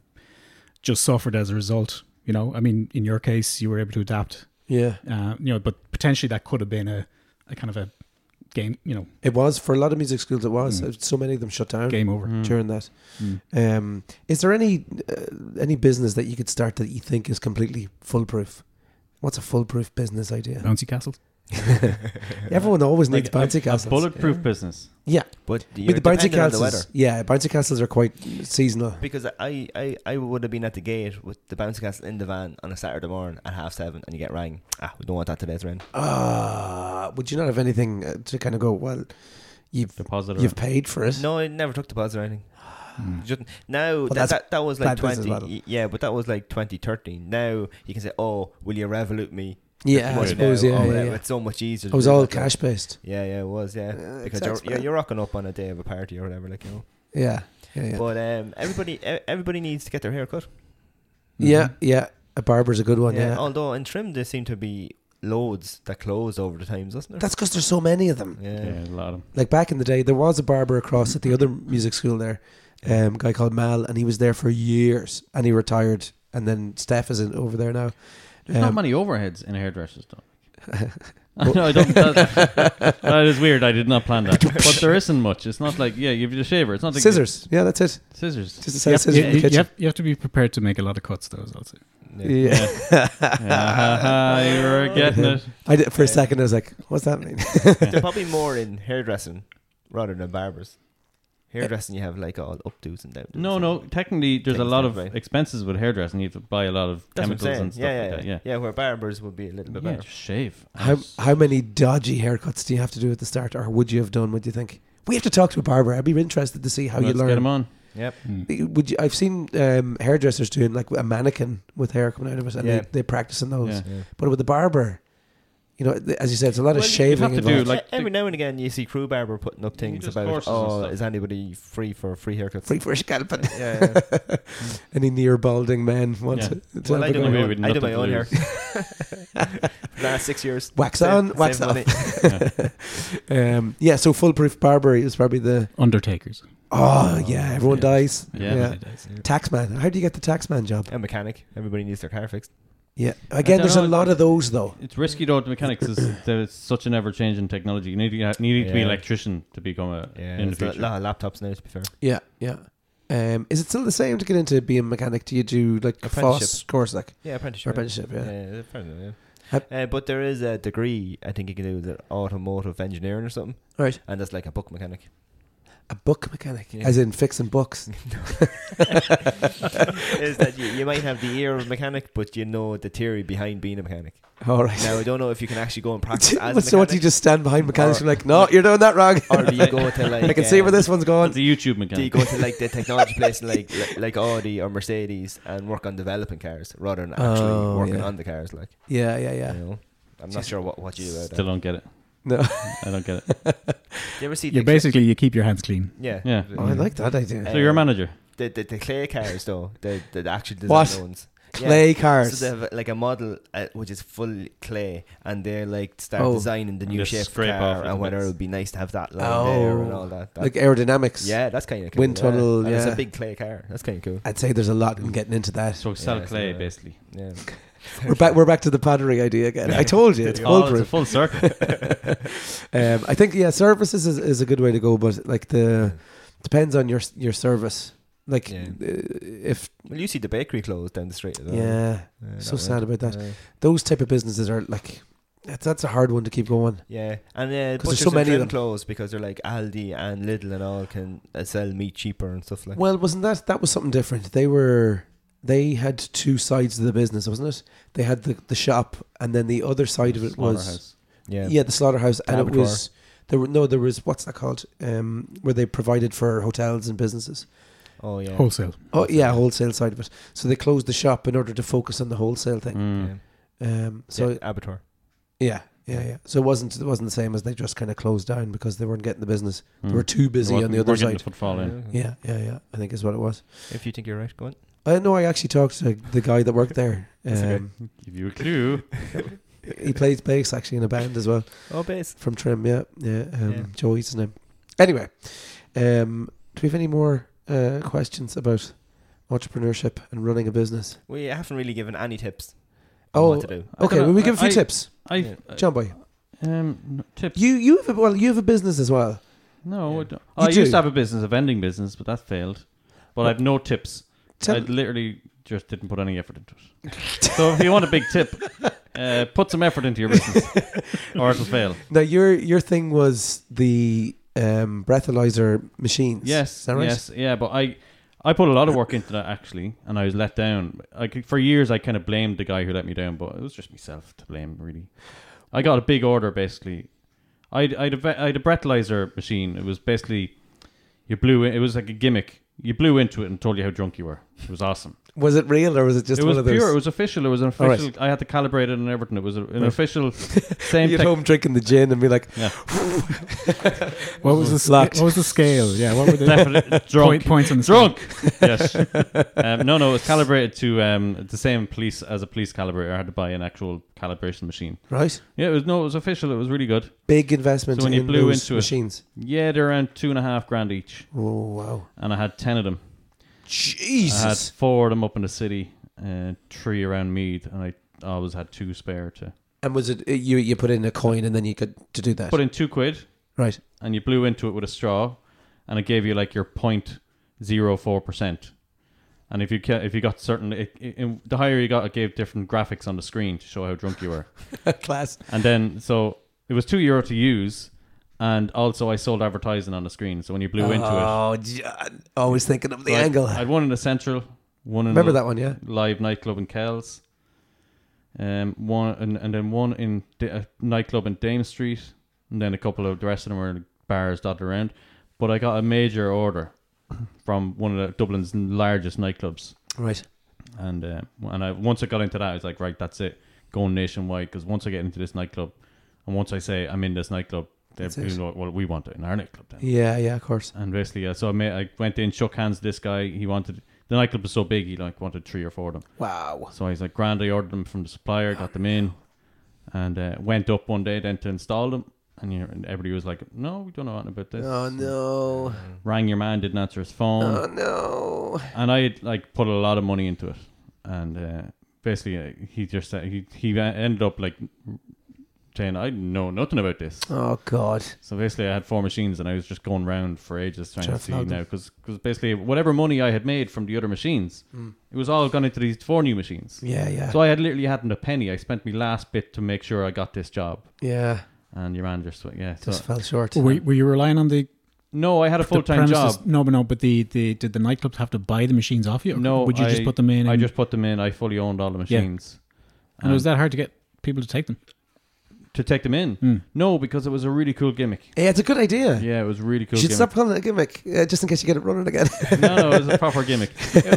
Speaker 4: just suffered as a result. You know, I mean, in your case, you were able to adapt.
Speaker 2: Yeah,
Speaker 4: Uh, you know, but potentially that could have been a, a kind of a game. You know,
Speaker 2: it was for a lot of music schools. It was
Speaker 4: Mm.
Speaker 2: so many of them shut down
Speaker 4: game
Speaker 6: Hmm.
Speaker 4: over. Hmm.
Speaker 2: during that.
Speaker 3: Mm.
Speaker 2: Um, is there any uh, any business that you could start that you think is completely foolproof? What's a foolproof business idea?
Speaker 4: Bouncy castles.
Speaker 2: Everyone always
Speaker 3: Like
Speaker 2: needs
Speaker 3: a-
Speaker 2: bouncy
Speaker 3: a
Speaker 2: castles.
Speaker 3: bulletproof business.
Speaker 2: Yeah,
Speaker 6: But
Speaker 2: with
Speaker 6: you're
Speaker 2: the
Speaker 6: dependent
Speaker 2: bouncy
Speaker 6: on the
Speaker 2: castles.
Speaker 6: weather.
Speaker 2: yeah, bouncy castles are quite seasonal.
Speaker 6: Because I, I, I would have been at the gate with the bouncy castle in the van on a Saturday morning at half seven, and you get rang. Ah, we don't want that today's rain.
Speaker 2: Ah, would you not have anything uh, to kind of go? Well, you've
Speaker 3: Deposit.
Speaker 2: you've paid for it.
Speaker 6: No, I never took deposit or anything. Just, now that,
Speaker 2: Hmm. that's
Speaker 6: that that was like
Speaker 2: bad business
Speaker 6: twenty,
Speaker 2: model.
Speaker 6: y- yeah, but that was like twenty thirteen. Now you can say, "Oh, will you revolute me?"
Speaker 2: yeah, I
Speaker 6: Money
Speaker 2: suppose.
Speaker 6: now.
Speaker 2: Yeah,
Speaker 6: Oh,
Speaker 2: yeah, yeah.
Speaker 6: it's so much easier.
Speaker 2: It
Speaker 6: to
Speaker 2: was
Speaker 6: do
Speaker 2: all
Speaker 6: that now.
Speaker 2: cash based.
Speaker 6: Yeah, yeah, it was. Yeah,
Speaker 2: Uh, it
Speaker 6: because
Speaker 2: sounds
Speaker 6: you're, you're
Speaker 2: bad.
Speaker 6: you're rocking up on a day of a party or whatever, like you know.
Speaker 2: Yeah, yeah, yeah.
Speaker 6: But um, everybody e- everybody needs to get their hair cut.
Speaker 2: yeah,
Speaker 6: mm-hmm.
Speaker 4: Mm-hmm.
Speaker 2: yeah. A barber's a good one. Yeah,
Speaker 6: Although in trim there seem to be loads that close over the times, doesn't there?
Speaker 2: that's because there's so many of them.
Speaker 6: yeah.
Speaker 3: Yeah, a lot of them.
Speaker 2: Like back in the day, there was a barber across at the other music school there, um, guy called Mal, and he was there for years, and he retired, and then Steph is in, over there now.
Speaker 3: There's not
Speaker 2: Um,
Speaker 3: many overheads in a hairdresser's though. I know, I don't. That, that is weird. I did not plan that. But there isn't much. It's not like yeah, you have the shaver. It's not like
Speaker 2: Scissors. Yeah, that's it.
Speaker 3: Scissors.
Speaker 2: Just a
Speaker 4: You
Speaker 2: set of
Speaker 4: have,
Speaker 2: scissors
Speaker 4: you,
Speaker 2: in the
Speaker 4: you,
Speaker 2: kitchen.
Speaker 4: have, you have to be prepared to make a lot of cuts, though. Is also
Speaker 6: Yeah.
Speaker 2: Yeah.
Speaker 3: Ah, you were getting it.
Speaker 2: I did, for a second, I was like, what's that mean?
Speaker 6: They're probably more in hairdressing rather than barbers. Hairdressing, you have like all updos and downdos.
Speaker 3: No, no. Technically, there's a
Speaker 6: Things
Speaker 3: lot
Speaker 6: that
Speaker 3: of
Speaker 6: way.
Speaker 3: expenses with hairdressing. You have to buy a lot of
Speaker 6: That's what I'm
Speaker 3: chemicals
Speaker 6: saying.
Speaker 3: and stuff
Speaker 6: yeah, yeah,
Speaker 3: like that. Yeah,
Speaker 6: yeah, Where barbers would be a little bit
Speaker 3: Yeah,
Speaker 6: better.
Speaker 3: just shave.
Speaker 2: how, how many dodgy haircuts do you have to do at the start, or would you have done, would you think? We have to talk to a barber. I'd be interested to see how
Speaker 3: Let's
Speaker 2: you learn.
Speaker 3: get 'em on.
Speaker 6: Yep.
Speaker 2: Would you, I've seen um, hairdressers doing like a mannequin with hair coming out of it, and
Speaker 6: Yeah.
Speaker 2: they, they practice in those.
Speaker 3: Yeah.
Speaker 2: But with the barber, You know, th- as you said, it's a lot of
Speaker 3: Well, you'd
Speaker 2: shaving.
Speaker 3: have to do,
Speaker 2: involved.
Speaker 3: like,
Speaker 6: e-, every
Speaker 3: the-
Speaker 6: now and again you see crew barber putting up things
Speaker 3: just
Speaker 6: about
Speaker 3: courses and
Speaker 6: oh
Speaker 3: stuff.
Speaker 6: is anybody free for free haircuts?
Speaker 2: free for scalping.
Speaker 6: Yeah, yeah.
Speaker 2: Any near balding men want
Speaker 3: Yeah.
Speaker 2: to, to
Speaker 6: well,
Speaker 2: have
Speaker 6: I
Speaker 2: a
Speaker 6: do
Speaker 2: go.
Speaker 3: Maybe
Speaker 6: my
Speaker 3: we'd
Speaker 6: own, I do
Speaker 3: nothing
Speaker 6: my
Speaker 3: to
Speaker 6: own hair.
Speaker 3: lose.
Speaker 6: Last six years.
Speaker 2: Wax
Speaker 6: Save-
Speaker 2: on, wax
Speaker 6: save
Speaker 2: off.
Speaker 6: money.
Speaker 2: Um, yeah, so foolproof barbery is probably the
Speaker 4: Undertakers.
Speaker 2: oh yeah, everyone
Speaker 4: yeah.
Speaker 2: dies.
Speaker 3: Yeah.
Speaker 2: yeah. Taxman. How do you get the taxman job?
Speaker 6: A mechanic. Everybody needs their car fixed.
Speaker 2: Yeah. Again,
Speaker 3: don't
Speaker 2: there's a
Speaker 3: know.
Speaker 2: lot of those though.
Speaker 3: It's risky though. The mechanics is there's such an ever-changing technology. You need to, ha- needing to be an
Speaker 6: Yeah.
Speaker 3: electrician to become a
Speaker 6: Yeah,
Speaker 3: in the
Speaker 6: there's a
Speaker 3: future.
Speaker 6: lot of laptops now. To be fair,
Speaker 2: Yeah, yeah. Um, is it still the same to get into being a mechanic? Do you do like a FOSS
Speaker 6: Apprenticeship.
Speaker 2: course, like
Speaker 6: yeah,
Speaker 2: or
Speaker 6: apprenticeship.
Speaker 2: apprenticeship? Yeah.
Speaker 6: Yeah, fair enough, yeah.
Speaker 2: Have-
Speaker 6: Uh, but there is a degree I think you can do with it, automotive engineering or something,
Speaker 2: All right,
Speaker 6: and that's like a book mechanic.
Speaker 2: a book mechanic,
Speaker 6: Yeah.
Speaker 2: as in fixing books.
Speaker 6: is that you, you might have the ear of a mechanic, but you know the theory behind being a mechanic.
Speaker 2: All right.
Speaker 6: Now I don't know if you can actually go and practice as a
Speaker 2: so what do you
Speaker 6: mechanic,
Speaker 2: just stand behind mechanics
Speaker 6: Or-
Speaker 2: and be like, no, you're doing that wrong.
Speaker 6: or do you go to like
Speaker 2: I can see where
Speaker 6: um,
Speaker 2: this one's
Speaker 3: It's
Speaker 2: going.
Speaker 3: a YouTube
Speaker 6: Do you
Speaker 3: mechanic.
Speaker 6: go to like the technology place and like li- like Audi or Mercedes and work on developing cars rather than actually
Speaker 2: Oh,
Speaker 6: working
Speaker 2: yeah.
Speaker 6: on the cars? Like,
Speaker 2: Yeah, yeah, yeah.
Speaker 6: you know, I'm not
Speaker 2: Just-
Speaker 6: sure what what you uh, do.
Speaker 3: Still don't get it.
Speaker 2: No,
Speaker 3: I don't get it.
Speaker 6: You ever see
Speaker 4: You're
Speaker 6: the cl-
Speaker 4: basically you keep your hands clean.
Speaker 6: yeah
Speaker 3: Yeah.
Speaker 6: the-
Speaker 2: oh, I like that idea.
Speaker 3: So you're a
Speaker 6: Um,
Speaker 3: manager.
Speaker 6: the, the the clay cars though the the actual design
Speaker 2: What?
Speaker 6: ones Yeah.
Speaker 2: Clay cars.
Speaker 6: So they have like a model uh, which is full clay, and they're like start
Speaker 2: Oh.
Speaker 6: designing the
Speaker 3: And
Speaker 6: new
Speaker 3: just
Speaker 6: shape of
Speaker 3: scrape off
Speaker 6: car
Speaker 3: little
Speaker 6: and whether
Speaker 3: bits.
Speaker 6: it would be nice to have that line there and
Speaker 2: Oh.
Speaker 6: all that. that
Speaker 2: like aerodynamics.
Speaker 6: yeah, that's kind of cool.
Speaker 2: wind
Speaker 6: yeah.
Speaker 2: tunnel,
Speaker 6: And it's
Speaker 2: yeah.
Speaker 6: a big clay car. That's kind of cool.
Speaker 2: I'd say there's a lot in getting into that.
Speaker 3: So sell
Speaker 6: Yeah,
Speaker 3: clay
Speaker 6: so-
Speaker 3: basically.
Speaker 6: Yeah,
Speaker 2: We're back. We're back to the pottery idea again. I told you it's
Speaker 3: Oh, it's a
Speaker 2: foolproof.
Speaker 3: full circle.
Speaker 2: um, I think yeah, services is, is a good way to go, but like the depends on your s- your service. Like
Speaker 6: Yeah.
Speaker 2: uh, if
Speaker 6: Well, you see the bakery closed down the street. as well.
Speaker 2: yeah,
Speaker 6: Yeah,
Speaker 2: So
Speaker 6: that
Speaker 2: sad
Speaker 6: went.
Speaker 2: about that.
Speaker 6: Yeah.
Speaker 2: those type of businesses are like that's that's a hard one to keep going.
Speaker 6: Yeah, and uh,
Speaker 2: 'Cause there's
Speaker 6: butchers
Speaker 2: so
Speaker 6: and
Speaker 2: many of
Speaker 6: trim
Speaker 2: them.
Speaker 6: clothes because they're like Aldi and Lidl and all can uh, sell meat cheaper and stuff like.
Speaker 2: Well, wasn't that that was something different? They were they had two sides of the business, wasn't it? They had the the shop, and then the other side of it was
Speaker 3: Slaughterhouse.
Speaker 6: yeah,
Speaker 2: yeah, the slaughterhouse, and it
Speaker 6: Abattoir.
Speaker 2: was there were no there was what's that called? Um, where they provided for hotels and businesses.
Speaker 6: Oh yeah.
Speaker 4: Wholesale.
Speaker 2: Oh yeah, wholesale side of it. So they closed the shop in order to focus on the wholesale thing.
Speaker 3: Mm.
Speaker 6: Yeah.
Speaker 2: Um, so
Speaker 6: yeah, abattoir.
Speaker 2: yeah, yeah, yeah. So it wasn't it wasn't the same as they just kind of closed down because they weren't getting the business. They
Speaker 3: Mm.
Speaker 2: were too busy
Speaker 3: We're-
Speaker 2: on the
Speaker 3: we're
Speaker 2: other
Speaker 3: getting
Speaker 2: side.
Speaker 3: footfall in.
Speaker 2: Yeah, yeah, yeah. I think is what it was.
Speaker 6: If you think you're right, go on.
Speaker 2: I know. I actually talked to the guy that worked there. Um,
Speaker 3: Give you a clue.
Speaker 2: He plays bass actually in a band as well
Speaker 6: Oh, base.
Speaker 2: from Trim. Yeah, yeah. Um,
Speaker 6: Yeah.
Speaker 2: Joey's his name. Anyway, um, do we have any more uh, questions about entrepreneurship and running a business?
Speaker 6: We haven't really given any tips. on
Speaker 2: Oh,
Speaker 6: what to do.
Speaker 3: I
Speaker 2: Okay,
Speaker 3: dunno,
Speaker 2: well, we give a few
Speaker 3: I-
Speaker 2: tips.
Speaker 3: I
Speaker 6: Yeah.
Speaker 3: uh,
Speaker 2: John Boy,
Speaker 3: um n- tips.
Speaker 2: you you have a, well, you have a business as well.
Speaker 3: no, I,
Speaker 6: Yeah.
Speaker 3: don't.
Speaker 2: You
Speaker 3: I used
Speaker 2: do.
Speaker 3: to have a business, a vending business, but that failed. But I've no tips.
Speaker 2: Tell,
Speaker 3: I literally just didn't put any effort into it. so if you want a big tip, uh, put some effort into your business, or it'll fail.
Speaker 2: now your your thing was the um, breathalyzer machines.
Speaker 3: Yes,
Speaker 2: is that right?
Speaker 3: yes, yeah. But I, I put a lot of work into that actually, and I was let down. I, c- for years, I kind of blamed the guy who let me down, but it was just myself to blame, really. I got a big order basically. I'd I'd a, ve- I'd a breathalyzer machine. It was basically you blew in, it was like a gimmick. You blew into it and told you how drunk you were. It was awesome.
Speaker 2: Was it real or was it just
Speaker 3: it
Speaker 2: one
Speaker 3: was
Speaker 2: of those?
Speaker 3: pure. It was official. It was an
Speaker 2: All right.
Speaker 3: official. I had to calibrate it and everything. It was a, an official same
Speaker 2: Be at
Speaker 3: tech-
Speaker 2: home drinking the gin and be like,
Speaker 3: Yeah,
Speaker 4: What was the sca-
Speaker 2: Locked.
Speaker 4: What was the scale? Yeah. What were the
Speaker 3: definitely
Speaker 4: point,
Speaker 3: drunk.
Speaker 4: points on the scale?
Speaker 3: drunk. yes. Um, no, no. It was calibrated to um, the same police as a police calibrator. I had to buy an actual calibration machine.
Speaker 2: right,
Speaker 3: Yeah, it was no. It was official. It was really good.
Speaker 2: big investment
Speaker 3: So when you
Speaker 2: in
Speaker 3: blew
Speaker 2: those
Speaker 3: into it-
Speaker 2: machines.
Speaker 3: Yeah, they're around two and a half grand each,
Speaker 2: Oh wow,
Speaker 3: and I had ten of them. I had
Speaker 2: Jesus!
Speaker 3: four of them up in the city, uh, three around Mead, and I always had two spare to
Speaker 2: and was it you? You put in a coin and then you could to do that,
Speaker 3: put in two quid.
Speaker 2: right?
Speaker 3: and you blew into it with a straw, and it gave you like your point zero four percent. And if you ca- if you got certain, it, it, it- the higher you got, it gave different graphics on the screen to show how drunk you were.
Speaker 2: Class.
Speaker 3: And then so it was two euro to use, and also I sold advertising on the screen. So when you blew into it,
Speaker 2: Oh, John, always thinking of the
Speaker 3: I'd-
Speaker 2: angle.
Speaker 3: I'd one in the central, one in
Speaker 2: Remember
Speaker 3: the
Speaker 2: that one, yeah?
Speaker 3: live nightclub in Kells, um, one and, and then one in D- a nightclub in Dame Street, and then a couple of the rest of them were in bars dotted around. But I got a major order from one of the Dublin's largest nightclubs,
Speaker 2: Right.
Speaker 3: and uh, and I once I got into that, I was like, right, that's it. going nationwide because once I get into this nightclub, and once I say I'm in this nightclub, they
Speaker 2: That's it.
Speaker 3: people go, well, we want it in our nightclub then.
Speaker 2: Yeah, yeah, of course.
Speaker 3: And basically, uh, so I, made, I went in, shook hands. With this guy, he wanted the nightclub was so big, he like wanted three or four of them.
Speaker 2: Wow.
Speaker 3: So he's like, grand, I ordered them from the supplier, got them in, and uh, went up one day then to install them. And, you know, and everybody was like, no, we don't know anything about this.
Speaker 2: Oh no.
Speaker 3: Rang your man, didn't answer his phone.
Speaker 2: Oh no.
Speaker 3: And I had like put a lot of money into it. And uh, basically, uh, he just said, he, he uh, ended up like saying, I know nothing about this.
Speaker 2: Oh god.
Speaker 3: So basically, I had four machines, and I was just going round for ages trying
Speaker 2: Trying
Speaker 3: to
Speaker 2: to
Speaker 3: see
Speaker 2: flog them.
Speaker 3: now because basically whatever money I had made from the other machines,
Speaker 4: Hmm.
Speaker 3: it was all gone into these four new machines.
Speaker 2: Yeah, yeah.
Speaker 3: So I had literally hadn't a penny. I spent my last bit to make sure I got this job.
Speaker 2: yeah.
Speaker 3: And your manager, sw- yeah. So,
Speaker 2: Just fell short.
Speaker 4: Were, were you relying on the
Speaker 3: no, I had a
Speaker 4: the
Speaker 3: full time
Speaker 4: premises-
Speaker 3: job.
Speaker 4: No, but no, but the, the did the nightclubs have to buy the machines off you? Or
Speaker 3: No,
Speaker 4: would you just
Speaker 3: I-
Speaker 4: put them in? And,
Speaker 3: I just put them in. I fully owned all the machines.
Speaker 4: and it was that hard to get people to take them.
Speaker 3: to take them in?
Speaker 4: Hmm.
Speaker 3: No, because it was a really cool gimmick.
Speaker 2: yeah, it's a good idea.
Speaker 3: Yeah, it was a really cool.
Speaker 2: you should
Speaker 3: gimmick.
Speaker 2: stop calling it a gimmick, uh, just in case you get it running again.
Speaker 3: No, no, it was a proper gimmick,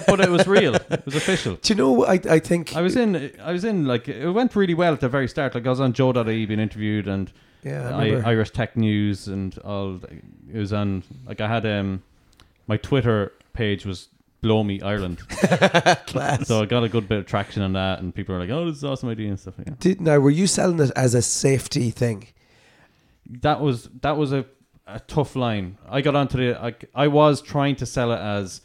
Speaker 3: but it was real. It was official.
Speaker 2: Do you know? I I think
Speaker 3: I was in. I was in. Like it went really well at the very start. Like I was on Joe.ie being interviewed and
Speaker 2: Yeah, I
Speaker 3: I
Speaker 2: remember.
Speaker 3: Irish Tech News and all. It was on. Like I had um, my Twitter page was blow me Ireland.
Speaker 2: class.
Speaker 3: so I got a good bit of traction on that, and people are like, "Oh, this is an awesome idea" and stuff. Yeah.
Speaker 2: Did, now, were you selling it as a safety thing?
Speaker 3: That was that was a, a tough line. I got onto the. I, I was trying to sell it as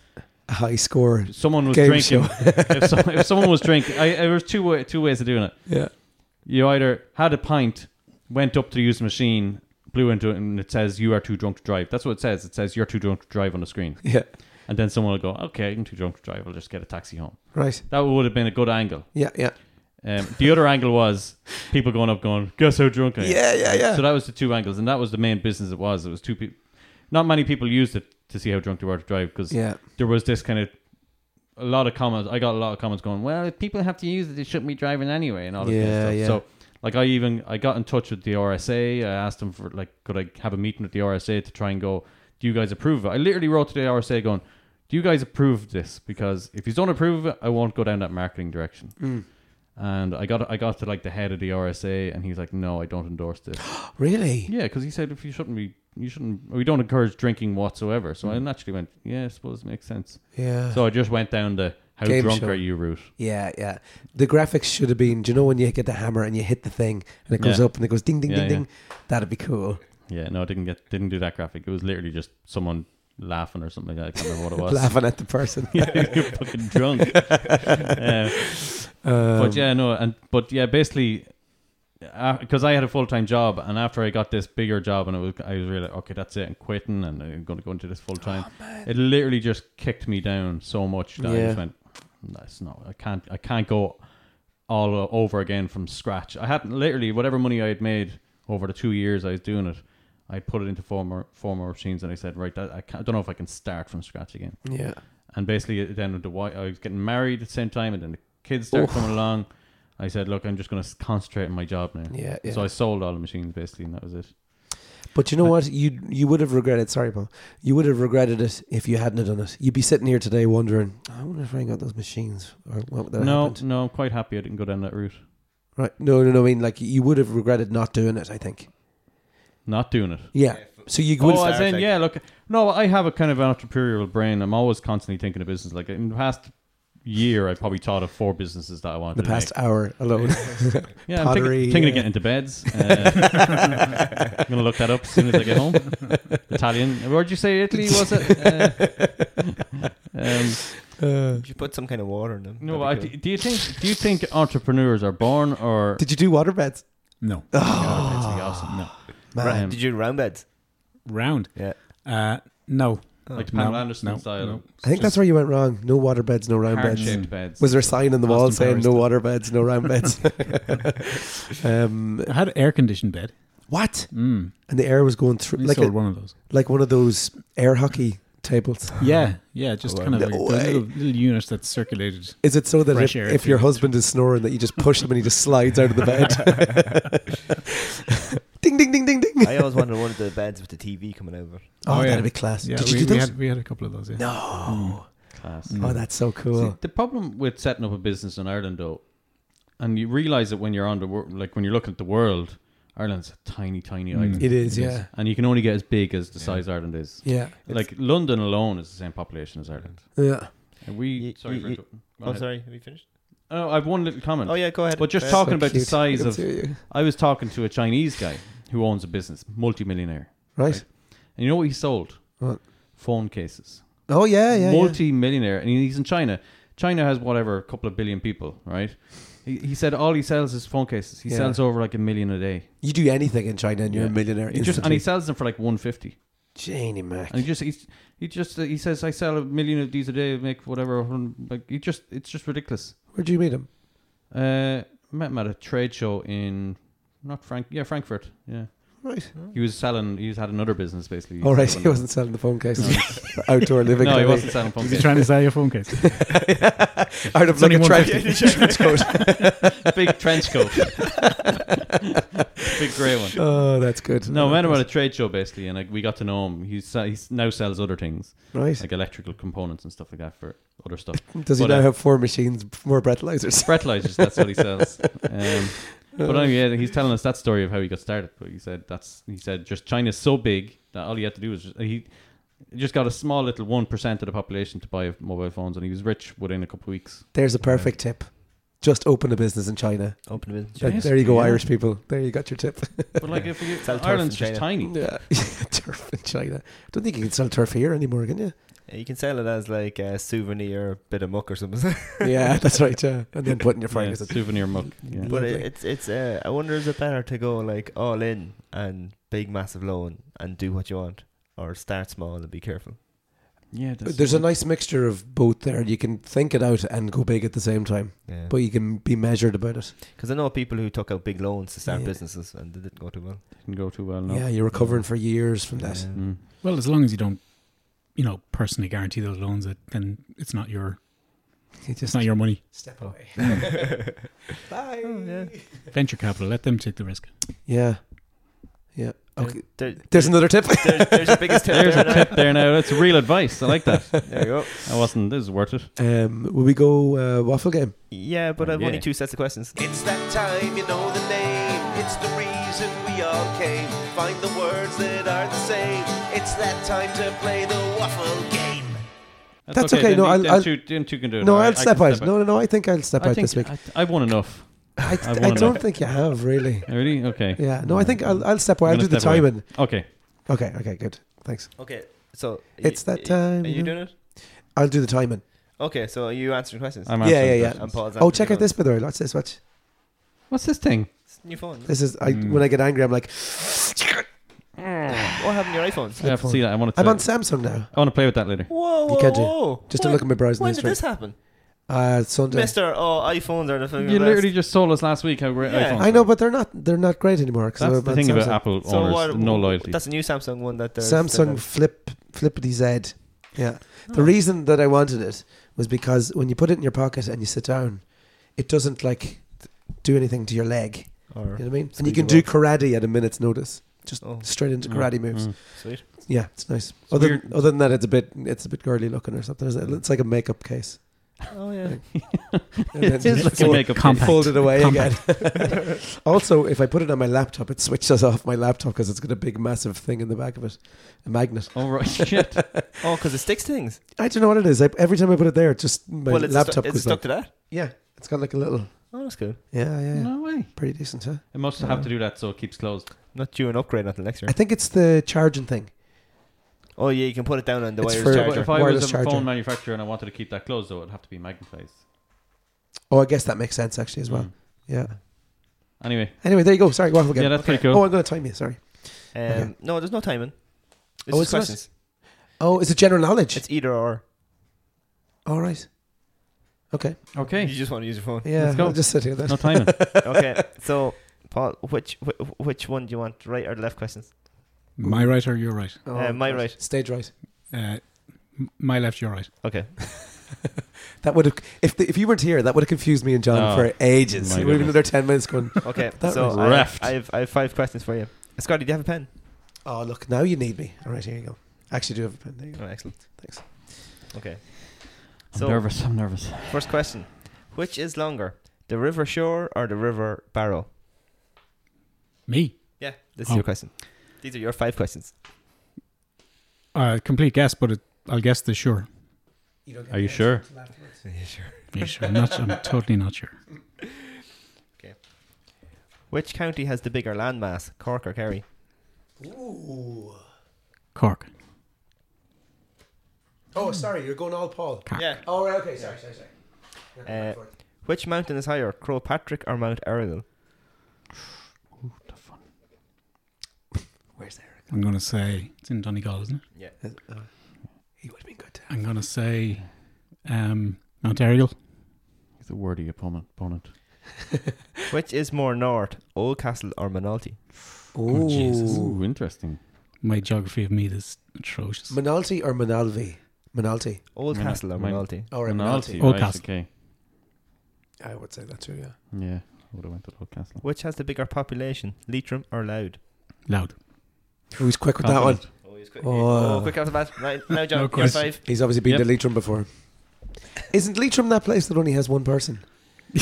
Speaker 2: A high score.
Speaker 3: someone was
Speaker 2: Game
Speaker 3: drinking.
Speaker 2: show.
Speaker 3: if, some, if someone was drinking, I, there was two way, two ways of doing it.
Speaker 2: Yeah.
Speaker 3: you either had a pint, went up to the use machine, blew into it, and it says you are too drunk to drive. That's what it says. It says you're too drunk to drive on the screen,
Speaker 2: Yeah.
Speaker 3: and then someone will go, "Okay, I'm too drunk to drive. I'll just get a taxi home."
Speaker 2: Right.
Speaker 3: That would have been a good angle.
Speaker 2: Yeah. Yeah.
Speaker 3: Um, the other angle was people going up, going, "Guess how drunk I am."
Speaker 2: Yeah. Yeah. Yeah.
Speaker 3: So that was the two angles, and that was the main business. It was. It was two people. Not many people used it to see how drunk they were to drive because
Speaker 2: Yeah.
Speaker 3: there was this kind of a lot of comments. I got a lot of comments going, "Well, if people have to use it, they shouldn't be driving anyway," and all this
Speaker 2: Yeah,
Speaker 3: kind of
Speaker 2: yeah.
Speaker 3: stuff. So, like, I even I got in touch with the RSA. I asked them for like, could I have a meeting with the RSA to try and go, "Do you guys approve?" of it? I literally wrote to the RSA going, "Do you guys approve of this?" Because if you don't approve of it, I won't go down that marketing direction.
Speaker 2: Mm.
Speaker 3: And I got I got to like the head of the RSA, and he's like, "No, I don't endorse this."
Speaker 2: really?
Speaker 3: Yeah, because he said if you shouldn't be, you shouldn't. We don't encourage drinking whatsoever.
Speaker 2: Mm.
Speaker 3: So I naturally went, yeah, I suppose it makes sense.
Speaker 2: Yeah.
Speaker 3: So I just went down the how
Speaker 2: Game
Speaker 3: drunk
Speaker 2: show.
Speaker 3: are you route.
Speaker 2: Yeah, yeah. The graphics should have been. Do you know when you get the hammer and you hit the thing and it goes
Speaker 3: Yeah.
Speaker 2: up and it goes ding, ding,
Speaker 3: Yeah,
Speaker 2: ding,
Speaker 3: yeah.
Speaker 2: ding? That'd be cool.
Speaker 3: Yeah, no, I didn't get, didn't do that graphic. It was literally just someone laughing or something. I can't remember what it was.
Speaker 2: Laughing at the person.
Speaker 3: You're fucking drunk. Uh, but yeah, no, and but yeah, basically, because I had a full time job, and after I got this bigger job, and it was, I was really like, okay, that's it, I'm quitting, and I'm going to go into this full time. it literally just kicked me down so much that I
Speaker 2: Yeah.
Speaker 3: just went, that's not, I can't, I can't go all over again from scratch. I hadn't literally whatever money I had made over the two years I was doing it. I put it into four more, four more machines, and I said, right, that, I, can't, I don't know if I can start from scratch again
Speaker 2: yeah.
Speaker 3: and basically then the wife, I was getting married at the same time, and then the kids started coming along. I said, "Look, I'm just going to concentrate on my job now."
Speaker 2: Yeah, yeah.
Speaker 3: So I sold all the machines basically, and that was it.
Speaker 2: But you know what? You you would have regretted. Sorry, Paul. You would have regretted it if you hadn't have done it. You'd be sitting here today wondering, I wonder if I got those machines or what would that
Speaker 3: no,
Speaker 2: happened.
Speaker 3: no, I'm quite happy I didn't go down that route.
Speaker 2: Right? No, no, no. I mean, like you would have regretted not doing it. I think.
Speaker 3: Not doing it.
Speaker 2: Yeah. So you would.
Speaker 3: Oh,
Speaker 2: have,
Speaker 3: as in,
Speaker 6: like-
Speaker 3: yeah. Look, no, I have a kind of entrepreneurial brain. I'm always constantly thinking of business. Like in the past year, I probably thought of four businesses that I wanted.
Speaker 2: the
Speaker 3: to
Speaker 2: past
Speaker 3: make.
Speaker 2: hour alone.
Speaker 3: yeah, I'm
Speaker 2: pottery,
Speaker 3: thinking, thinking of
Speaker 2: yeah.
Speaker 3: getting into beds. Uh, I'm gonna look that up as soon as I get home. Italian. Where'd you say Italy was it? Uh, um,
Speaker 2: uh,
Speaker 6: You should put some kind of water in them.
Speaker 3: No, but I,
Speaker 6: That'd be
Speaker 3: do do you think do you think entrepreneurs are born or
Speaker 2: Did you do water beds?
Speaker 4: No,
Speaker 3: That'd be awesome.
Speaker 4: no,
Speaker 6: cool. Ra- Did you do round beds?
Speaker 4: round.
Speaker 6: Yeah.
Speaker 4: Uh, no,
Speaker 3: like Pamela
Speaker 4: No,
Speaker 3: Anderson
Speaker 4: no,
Speaker 3: style
Speaker 4: no.
Speaker 2: I think that's where you went wrong. No water beds, no round
Speaker 3: heart
Speaker 2: beds.
Speaker 3: shaped beds?
Speaker 2: Was there a sign on the wall
Speaker 4: Austin
Speaker 2: saying
Speaker 4: Powers
Speaker 2: "No
Speaker 4: did.
Speaker 2: water beds, no round beds"? um,
Speaker 4: I had an air conditioned bed.
Speaker 2: what?
Speaker 4: Mm.
Speaker 2: And the air was going through
Speaker 4: We
Speaker 2: like
Speaker 4: sold
Speaker 2: a,
Speaker 4: one of those.
Speaker 2: like one of those air hockey tables.
Speaker 4: Yeah, yeah, just kind of
Speaker 2: No
Speaker 4: like those
Speaker 2: way.
Speaker 4: little, little units that circulated.
Speaker 2: Is it so that
Speaker 4: Fresh
Speaker 2: if,
Speaker 4: air
Speaker 2: if your
Speaker 4: through it.
Speaker 2: husband is snoring, that you just push him and he just slides out of the bed? ding ding ding ding ding.
Speaker 6: I always wanted one of the beds with the TV coming over.
Speaker 2: Oh,
Speaker 4: yeah.
Speaker 2: that'd be class.
Speaker 4: Yeah,
Speaker 2: Did
Speaker 4: we,
Speaker 2: you do
Speaker 4: we
Speaker 2: those?
Speaker 4: had we had a couple of those. Yeah.
Speaker 2: no.
Speaker 3: Class.
Speaker 2: Oh, that's so cool.
Speaker 3: See, the problem with setting up a business in Ireland, though, and you realize that when you're on the wor- like when you're looking at the world, Ireland's a tiny, tiny island.
Speaker 2: Mm. It is, yeah.
Speaker 3: and you can only get as big as the size Ireland is.
Speaker 2: Yeah.
Speaker 3: Like London alone is the same population as Ireland.
Speaker 2: Yeah.
Speaker 3: And we
Speaker 6: Ye-
Speaker 3: sorry,
Speaker 6: ye-
Speaker 3: for
Speaker 6: ye-
Speaker 3: interrupting. Go
Speaker 6: Oh,
Speaker 3: ahead.
Speaker 6: sorry. Have you finished?
Speaker 3: Oh, I've one little comment.
Speaker 6: Oh, yeah, go ahead.
Speaker 3: But just
Speaker 6: Go ahead.
Speaker 3: talking
Speaker 2: So
Speaker 3: about the
Speaker 2: cute. I
Speaker 3: size
Speaker 2: can
Speaker 3: of,
Speaker 2: see you.
Speaker 3: I was talking to a Chinese guy who owns a business, multimillionaire,
Speaker 2: Right.
Speaker 3: and you know what he sold?
Speaker 2: What?
Speaker 3: Phone cases.
Speaker 2: Oh, yeah, yeah. yeah.
Speaker 3: multi-millionaire, and he's in China. China has whatever a couple of billion people, right? He, he said all he sells is phone cases. He
Speaker 2: Yeah.
Speaker 3: sells over like a million a day.
Speaker 2: You do anything in China and you're a
Speaker 3: Yeah.
Speaker 2: millionaire.
Speaker 3: He just and
Speaker 2: instantly.
Speaker 3: he sells them for like one fifty.
Speaker 2: Janie Mac.
Speaker 3: And he just he's, he just he says I sell a million of these a day, make whatever. a hun-" Like he just it's just ridiculous.
Speaker 2: Where'd you meet him?
Speaker 3: Uh, met him at a trade show in not Frank, yeah Frankfurt. Yeah,
Speaker 2: Right.
Speaker 3: he was selling. He had another business basically.
Speaker 2: All Oh, right. He wasn't selling the phone cases. Outdoor living.
Speaker 3: No, he
Speaker 2: I
Speaker 3: wasn't selling phone
Speaker 4: Is he
Speaker 3: cases.
Speaker 4: trying to sell your phone case?
Speaker 2: think. Out of
Speaker 4: It's only
Speaker 2: like a
Speaker 4: one
Speaker 2: trench,
Speaker 4: fifty.
Speaker 2: trench coat.
Speaker 3: Big trench coat, big grey one.
Speaker 2: Oh, that's good.
Speaker 3: No, I met him at a trade show basically, and like, we got to know him. He he now sells other things
Speaker 2: Right.
Speaker 3: like electrical components and stuff like that for other stuff.
Speaker 2: Does he
Speaker 3: but, uh,
Speaker 2: now have four machines, more breathalyzers?
Speaker 3: Fertilizers, that's what he sells. Um, but anyway, yeah, he's telling us that story of how he got started. But he said that's he said just China's so big that all he had to do was just, he just got a small little one percent of the population to buy mobile phones, and he was rich within a couple of weeks.
Speaker 2: There's a perfect tip. Just open a business in China.
Speaker 6: Open with
Speaker 2: Like,
Speaker 3: Yes,
Speaker 2: there you go,
Speaker 3: yeah.
Speaker 2: Irish people. There you got your tip.
Speaker 3: But like if you,
Speaker 6: Sell turf
Speaker 3: Ireland's
Speaker 6: in
Speaker 3: just
Speaker 6: China.
Speaker 3: tiny.
Speaker 2: yeah, turf in China. Don't think you can sell turf here anymore, can you?
Speaker 6: You can sell it as like a souvenir, bit of muck or something.
Speaker 2: Yeah, that's right. Yeah, and then put in your
Speaker 3: Yeah,
Speaker 2: fingers.
Speaker 3: souvenir muck. Yeah.
Speaker 6: but it,
Speaker 2: Lovely.
Speaker 6: it's it's. Uh, I wonder is it better to go like all in and big massive loan and do what you want, or start small and be careful.
Speaker 3: yeah that's-
Speaker 2: There's a nice mixture of both there. You can think it out and go big at the same time,
Speaker 6: Yeah.
Speaker 2: but you can be measured about it.
Speaker 6: Because I know people who took out big loans to start
Speaker 2: Yeah.
Speaker 6: businesses and they didn't go too well.
Speaker 3: didn't go too well. No.
Speaker 2: Yeah, you're recovering for years from that.
Speaker 6: Yeah.
Speaker 3: Mm.
Speaker 4: Well, as long as you don't, you know, personally guarantee those loans, it, then it's not your
Speaker 2: You
Speaker 4: it's
Speaker 2: just
Speaker 4: not your money.
Speaker 2: step away. Bye. yeah.
Speaker 4: Venture capital, let them take the risk.
Speaker 2: yeah, Okay.
Speaker 6: There,
Speaker 2: There's another tip.
Speaker 6: there's, there's your biggest tip.
Speaker 3: There's
Speaker 6: there,
Speaker 3: a tip there now. That's real advice. I like that.
Speaker 6: now. There you go.
Speaker 3: I wasn't. This is worth it.
Speaker 2: um, will we go uh, waffle game?
Speaker 6: Yeah, but I've
Speaker 3: Yeah.
Speaker 6: only two sets of questions.
Speaker 1: It's that time, you know the name. It's the reason we all came. Find the words that are the same. It's that time to play the waffle game.
Speaker 2: That's okay,
Speaker 3: then
Speaker 2: no,
Speaker 3: you-
Speaker 2: I'll-
Speaker 3: then
Speaker 2: I'll-
Speaker 3: two, then two can do it.
Speaker 2: No,
Speaker 3: I- I
Speaker 2: I'll
Speaker 3: can
Speaker 2: step out. No, no, no. I think I'll step
Speaker 3: I
Speaker 2: out
Speaker 3: think
Speaker 2: this week.
Speaker 3: I, I've won enough.
Speaker 2: I,
Speaker 3: I've
Speaker 2: I
Speaker 3: won
Speaker 2: don't
Speaker 3: enough.
Speaker 2: think you have really.
Speaker 3: Really? Okay.
Speaker 2: Yeah. No, I think I'll, I'll step away.
Speaker 3: I'm
Speaker 2: I'll do
Speaker 3: gonna
Speaker 2: the
Speaker 3: step away.
Speaker 2: timing.
Speaker 3: Okay.
Speaker 2: Okay. Okay. Good. Thanks.
Speaker 6: Okay, so
Speaker 2: It's that time,
Speaker 6: Are
Speaker 2: you
Speaker 6: you
Speaker 2: know.
Speaker 6: doing it?
Speaker 2: I'll do the timing.
Speaker 6: Okay, so are you answering questions?
Speaker 3: I'm
Speaker 2: Yeah,
Speaker 3: answering
Speaker 2: yeah, yeah.
Speaker 3: questions.
Speaker 6: And Paul's
Speaker 2: oh,
Speaker 6: answering
Speaker 2: check
Speaker 6: yours.
Speaker 2: out this by the way. Watch this. Watch.
Speaker 3: What's this thing?
Speaker 6: It's a new phone.
Speaker 2: This is I, when I get angry. I'm like,
Speaker 6: What happened to your iPhones?
Speaker 3: I have to see that. I want to.
Speaker 2: I'm on Samsung now.
Speaker 3: I want to play with that later.
Speaker 6: Whoa, whoa,
Speaker 2: You can't do-
Speaker 6: whoa!
Speaker 2: just to
Speaker 6: When-
Speaker 2: look at my browsing
Speaker 6: When
Speaker 2: history.
Speaker 6: did this happen,
Speaker 2: Uh, Sunday.
Speaker 6: Mister? Oh, iPhones are the thing.
Speaker 3: You literally just told us last week how great
Speaker 6: Yeah.
Speaker 3: iPhones.
Speaker 2: I know,
Speaker 3: are.
Speaker 2: but they're not. They're not great anymore. 'cause
Speaker 3: that's
Speaker 2: I'm
Speaker 3: the
Speaker 2: on
Speaker 3: thing about
Speaker 2: Samsung.
Speaker 3: Apple owners. no loyalty.
Speaker 6: That's a new Samsung one that there's
Speaker 2: Samsung
Speaker 6: that-
Speaker 2: Flip Flippity Z. Yeah. The reason that I wanted it was because when you put it in your pocket and you sit down, it doesn't like do anything to your leg.
Speaker 6: or,
Speaker 2: You know what I mean? And you
Speaker 6: Squeeze
Speaker 2: can
Speaker 6: it
Speaker 2: do
Speaker 6: off.
Speaker 2: karate at a minute's notice. Just
Speaker 6: Oh.
Speaker 2: straight into
Speaker 3: Mm,
Speaker 2: karate moves.
Speaker 3: mm.
Speaker 6: sweet.
Speaker 2: Yeah, it's nice. other
Speaker 3: weird.
Speaker 2: than, other than that, it's a bit it's a bit girly looking or something. Isn't it? It's like a makeup case.
Speaker 6: Oh yeah.
Speaker 2: And then
Speaker 3: It is
Speaker 2: just
Speaker 3: like a
Speaker 2: fold-
Speaker 3: makeup
Speaker 4: compact.
Speaker 2: Fold it away
Speaker 4: Compact.
Speaker 2: again. also, if I put it on my laptop, it switches off my laptop because it's got a big, massive thing in the back of it, a magnet.
Speaker 3: All right. Shit.
Speaker 6: Oh, because it sticks things.
Speaker 2: I don't know what it is. I, every time I put it there, it just my
Speaker 6: well, it's
Speaker 2: laptop
Speaker 6: stu- it's
Speaker 2: goes
Speaker 6: stuck
Speaker 2: like,
Speaker 6: to that.
Speaker 2: Yeah, it's got like a little.
Speaker 6: Oh, that's cool.
Speaker 2: Yeah, yeah, yeah.
Speaker 3: No way.
Speaker 2: pretty decent, huh?
Speaker 3: It must have to do that so it keeps closed.
Speaker 6: Not due an upgrade until next year.
Speaker 2: I think it's the charging thing.
Speaker 6: Oh yeah, you can put it down on the
Speaker 2: It's
Speaker 6: wireless
Speaker 2: for-
Speaker 3: But
Speaker 6: charger.
Speaker 3: if I
Speaker 2: Wireless
Speaker 3: was a
Speaker 2: charger.
Speaker 3: phone manufacturer and I wanted to keep that closed, though, it'd have to be magnetized.
Speaker 2: Oh, I guess that makes sense actually as well.
Speaker 3: Mm.
Speaker 2: Yeah.
Speaker 3: Anyway.
Speaker 2: Anyway, there you go. Sorry, waffle again.
Speaker 3: Yeah, that's pretty
Speaker 2: Oh,
Speaker 3: cool.
Speaker 2: I'm going to time you. Sorry.
Speaker 6: Um,
Speaker 2: Okay.
Speaker 6: No, there's no timing. It's just
Speaker 2: Oh, it's not?
Speaker 6: questions.
Speaker 2: Oh, is it general knowledge?
Speaker 6: It's either or.
Speaker 2: All right. Okay.
Speaker 3: Okay.
Speaker 6: You just want to use your phone.
Speaker 2: Yeah.
Speaker 3: Let's go.
Speaker 2: I'll just sit here then.
Speaker 3: No timing.
Speaker 6: okay, so Paul, which wh- which one do you want, right or left questions?
Speaker 4: My right or your right?
Speaker 6: Uh, my right.
Speaker 2: Oh, Stage right.
Speaker 4: Uh, m- my left, your right.
Speaker 6: Okay.
Speaker 2: That would have if the, if you weren't here, that would have confused me and John
Speaker 3: Oh,
Speaker 2: for ages.
Speaker 3: my
Speaker 2: We would have been
Speaker 3: goodness.
Speaker 2: another ten minutes going.
Speaker 6: Okay.
Speaker 2: That
Speaker 6: so
Speaker 2: was
Speaker 6: I,
Speaker 3: raft.
Speaker 6: I have I have five questions for you. Scotty, do you have a pen?
Speaker 2: Oh look, now you need me. All right, here you go. I actually do have a pen. There you
Speaker 6: Oh,
Speaker 2: go.
Speaker 6: excellent.
Speaker 2: Thanks.
Speaker 6: Okay.
Speaker 3: I'm
Speaker 6: So
Speaker 3: nervous. I'm nervous.
Speaker 6: first question: Which is longer, The River Shore or the River Barrow?
Speaker 4: Me.
Speaker 6: Yeah, this
Speaker 4: Oh.
Speaker 6: is your question. These are your five questions.
Speaker 4: Uh, complete guess, but it, I'll guess the sure.
Speaker 3: Are you sure?
Speaker 4: Yeah, sure. I'm not. I'm totally not sure.
Speaker 6: Which county has the bigger landmass, Cork or Kerry?
Speaker 4: Cork.
Speaker 2: Oh, sorry, you're going all Paul.
Speaker 6: Yeah.
Speaker 2: Oh, right, okay, sorry, sorry, sorry.
Speaker 6: Uh, which mountain is higher, Crowpatrick or Mount Errigal?
Speaker 2: Where's Eric?
Speaker 4: I'm gonna say it's in Donegal, isn't it?
Speaker 2: Uh, He would have been good to have.
Speaker 4: I'm gonna say um, Mount Ariel.
Speaker 3: He's a worthy opponent. opponent.
Speaker 6: Which is more north, Oldcastle or Manalty?
Speaker 2: Oh,
Speaker 4: Jesus.
Speaker 3: Ooh, interesting.
Speaker 4: My geography of me is atrocious.
Speaker 2: Manalty or Manalvi? Manalty.
Speaker 6: Oldcastle or
Speaker 3: Min-
Speaker 6: Manalty?
Speaker 2: Or a
Speaker 3: Penalty,
Speaker 2: Manalty.
Speaker 4: Oh,
Speaker 3: right,
Speaker 4: Castle.
Speaker 3: Okay.
Speaker 2: I would say that too, yeah.
Speaker 3: Yeah, I would have went to Old Castle.
Speaker 6: Which has the bigger population, Leitrim or Loud?
Speaker 4: Loud.
Speaker 2: He was quick with that one.
Speaker 6: Oh, he's quick.
Speaker 2: Oh.
Speaker 6: quick off the bat. Right, now, John,
Speaker 4: No
Speaker 6: you're
Speaker 4: question.
Speaker 6: five.
Speaker 2: He's obviously been
Speaker 3: Yep.
Speaker 2: to Leitrim before. Isn't Leitrim that place that only has one person?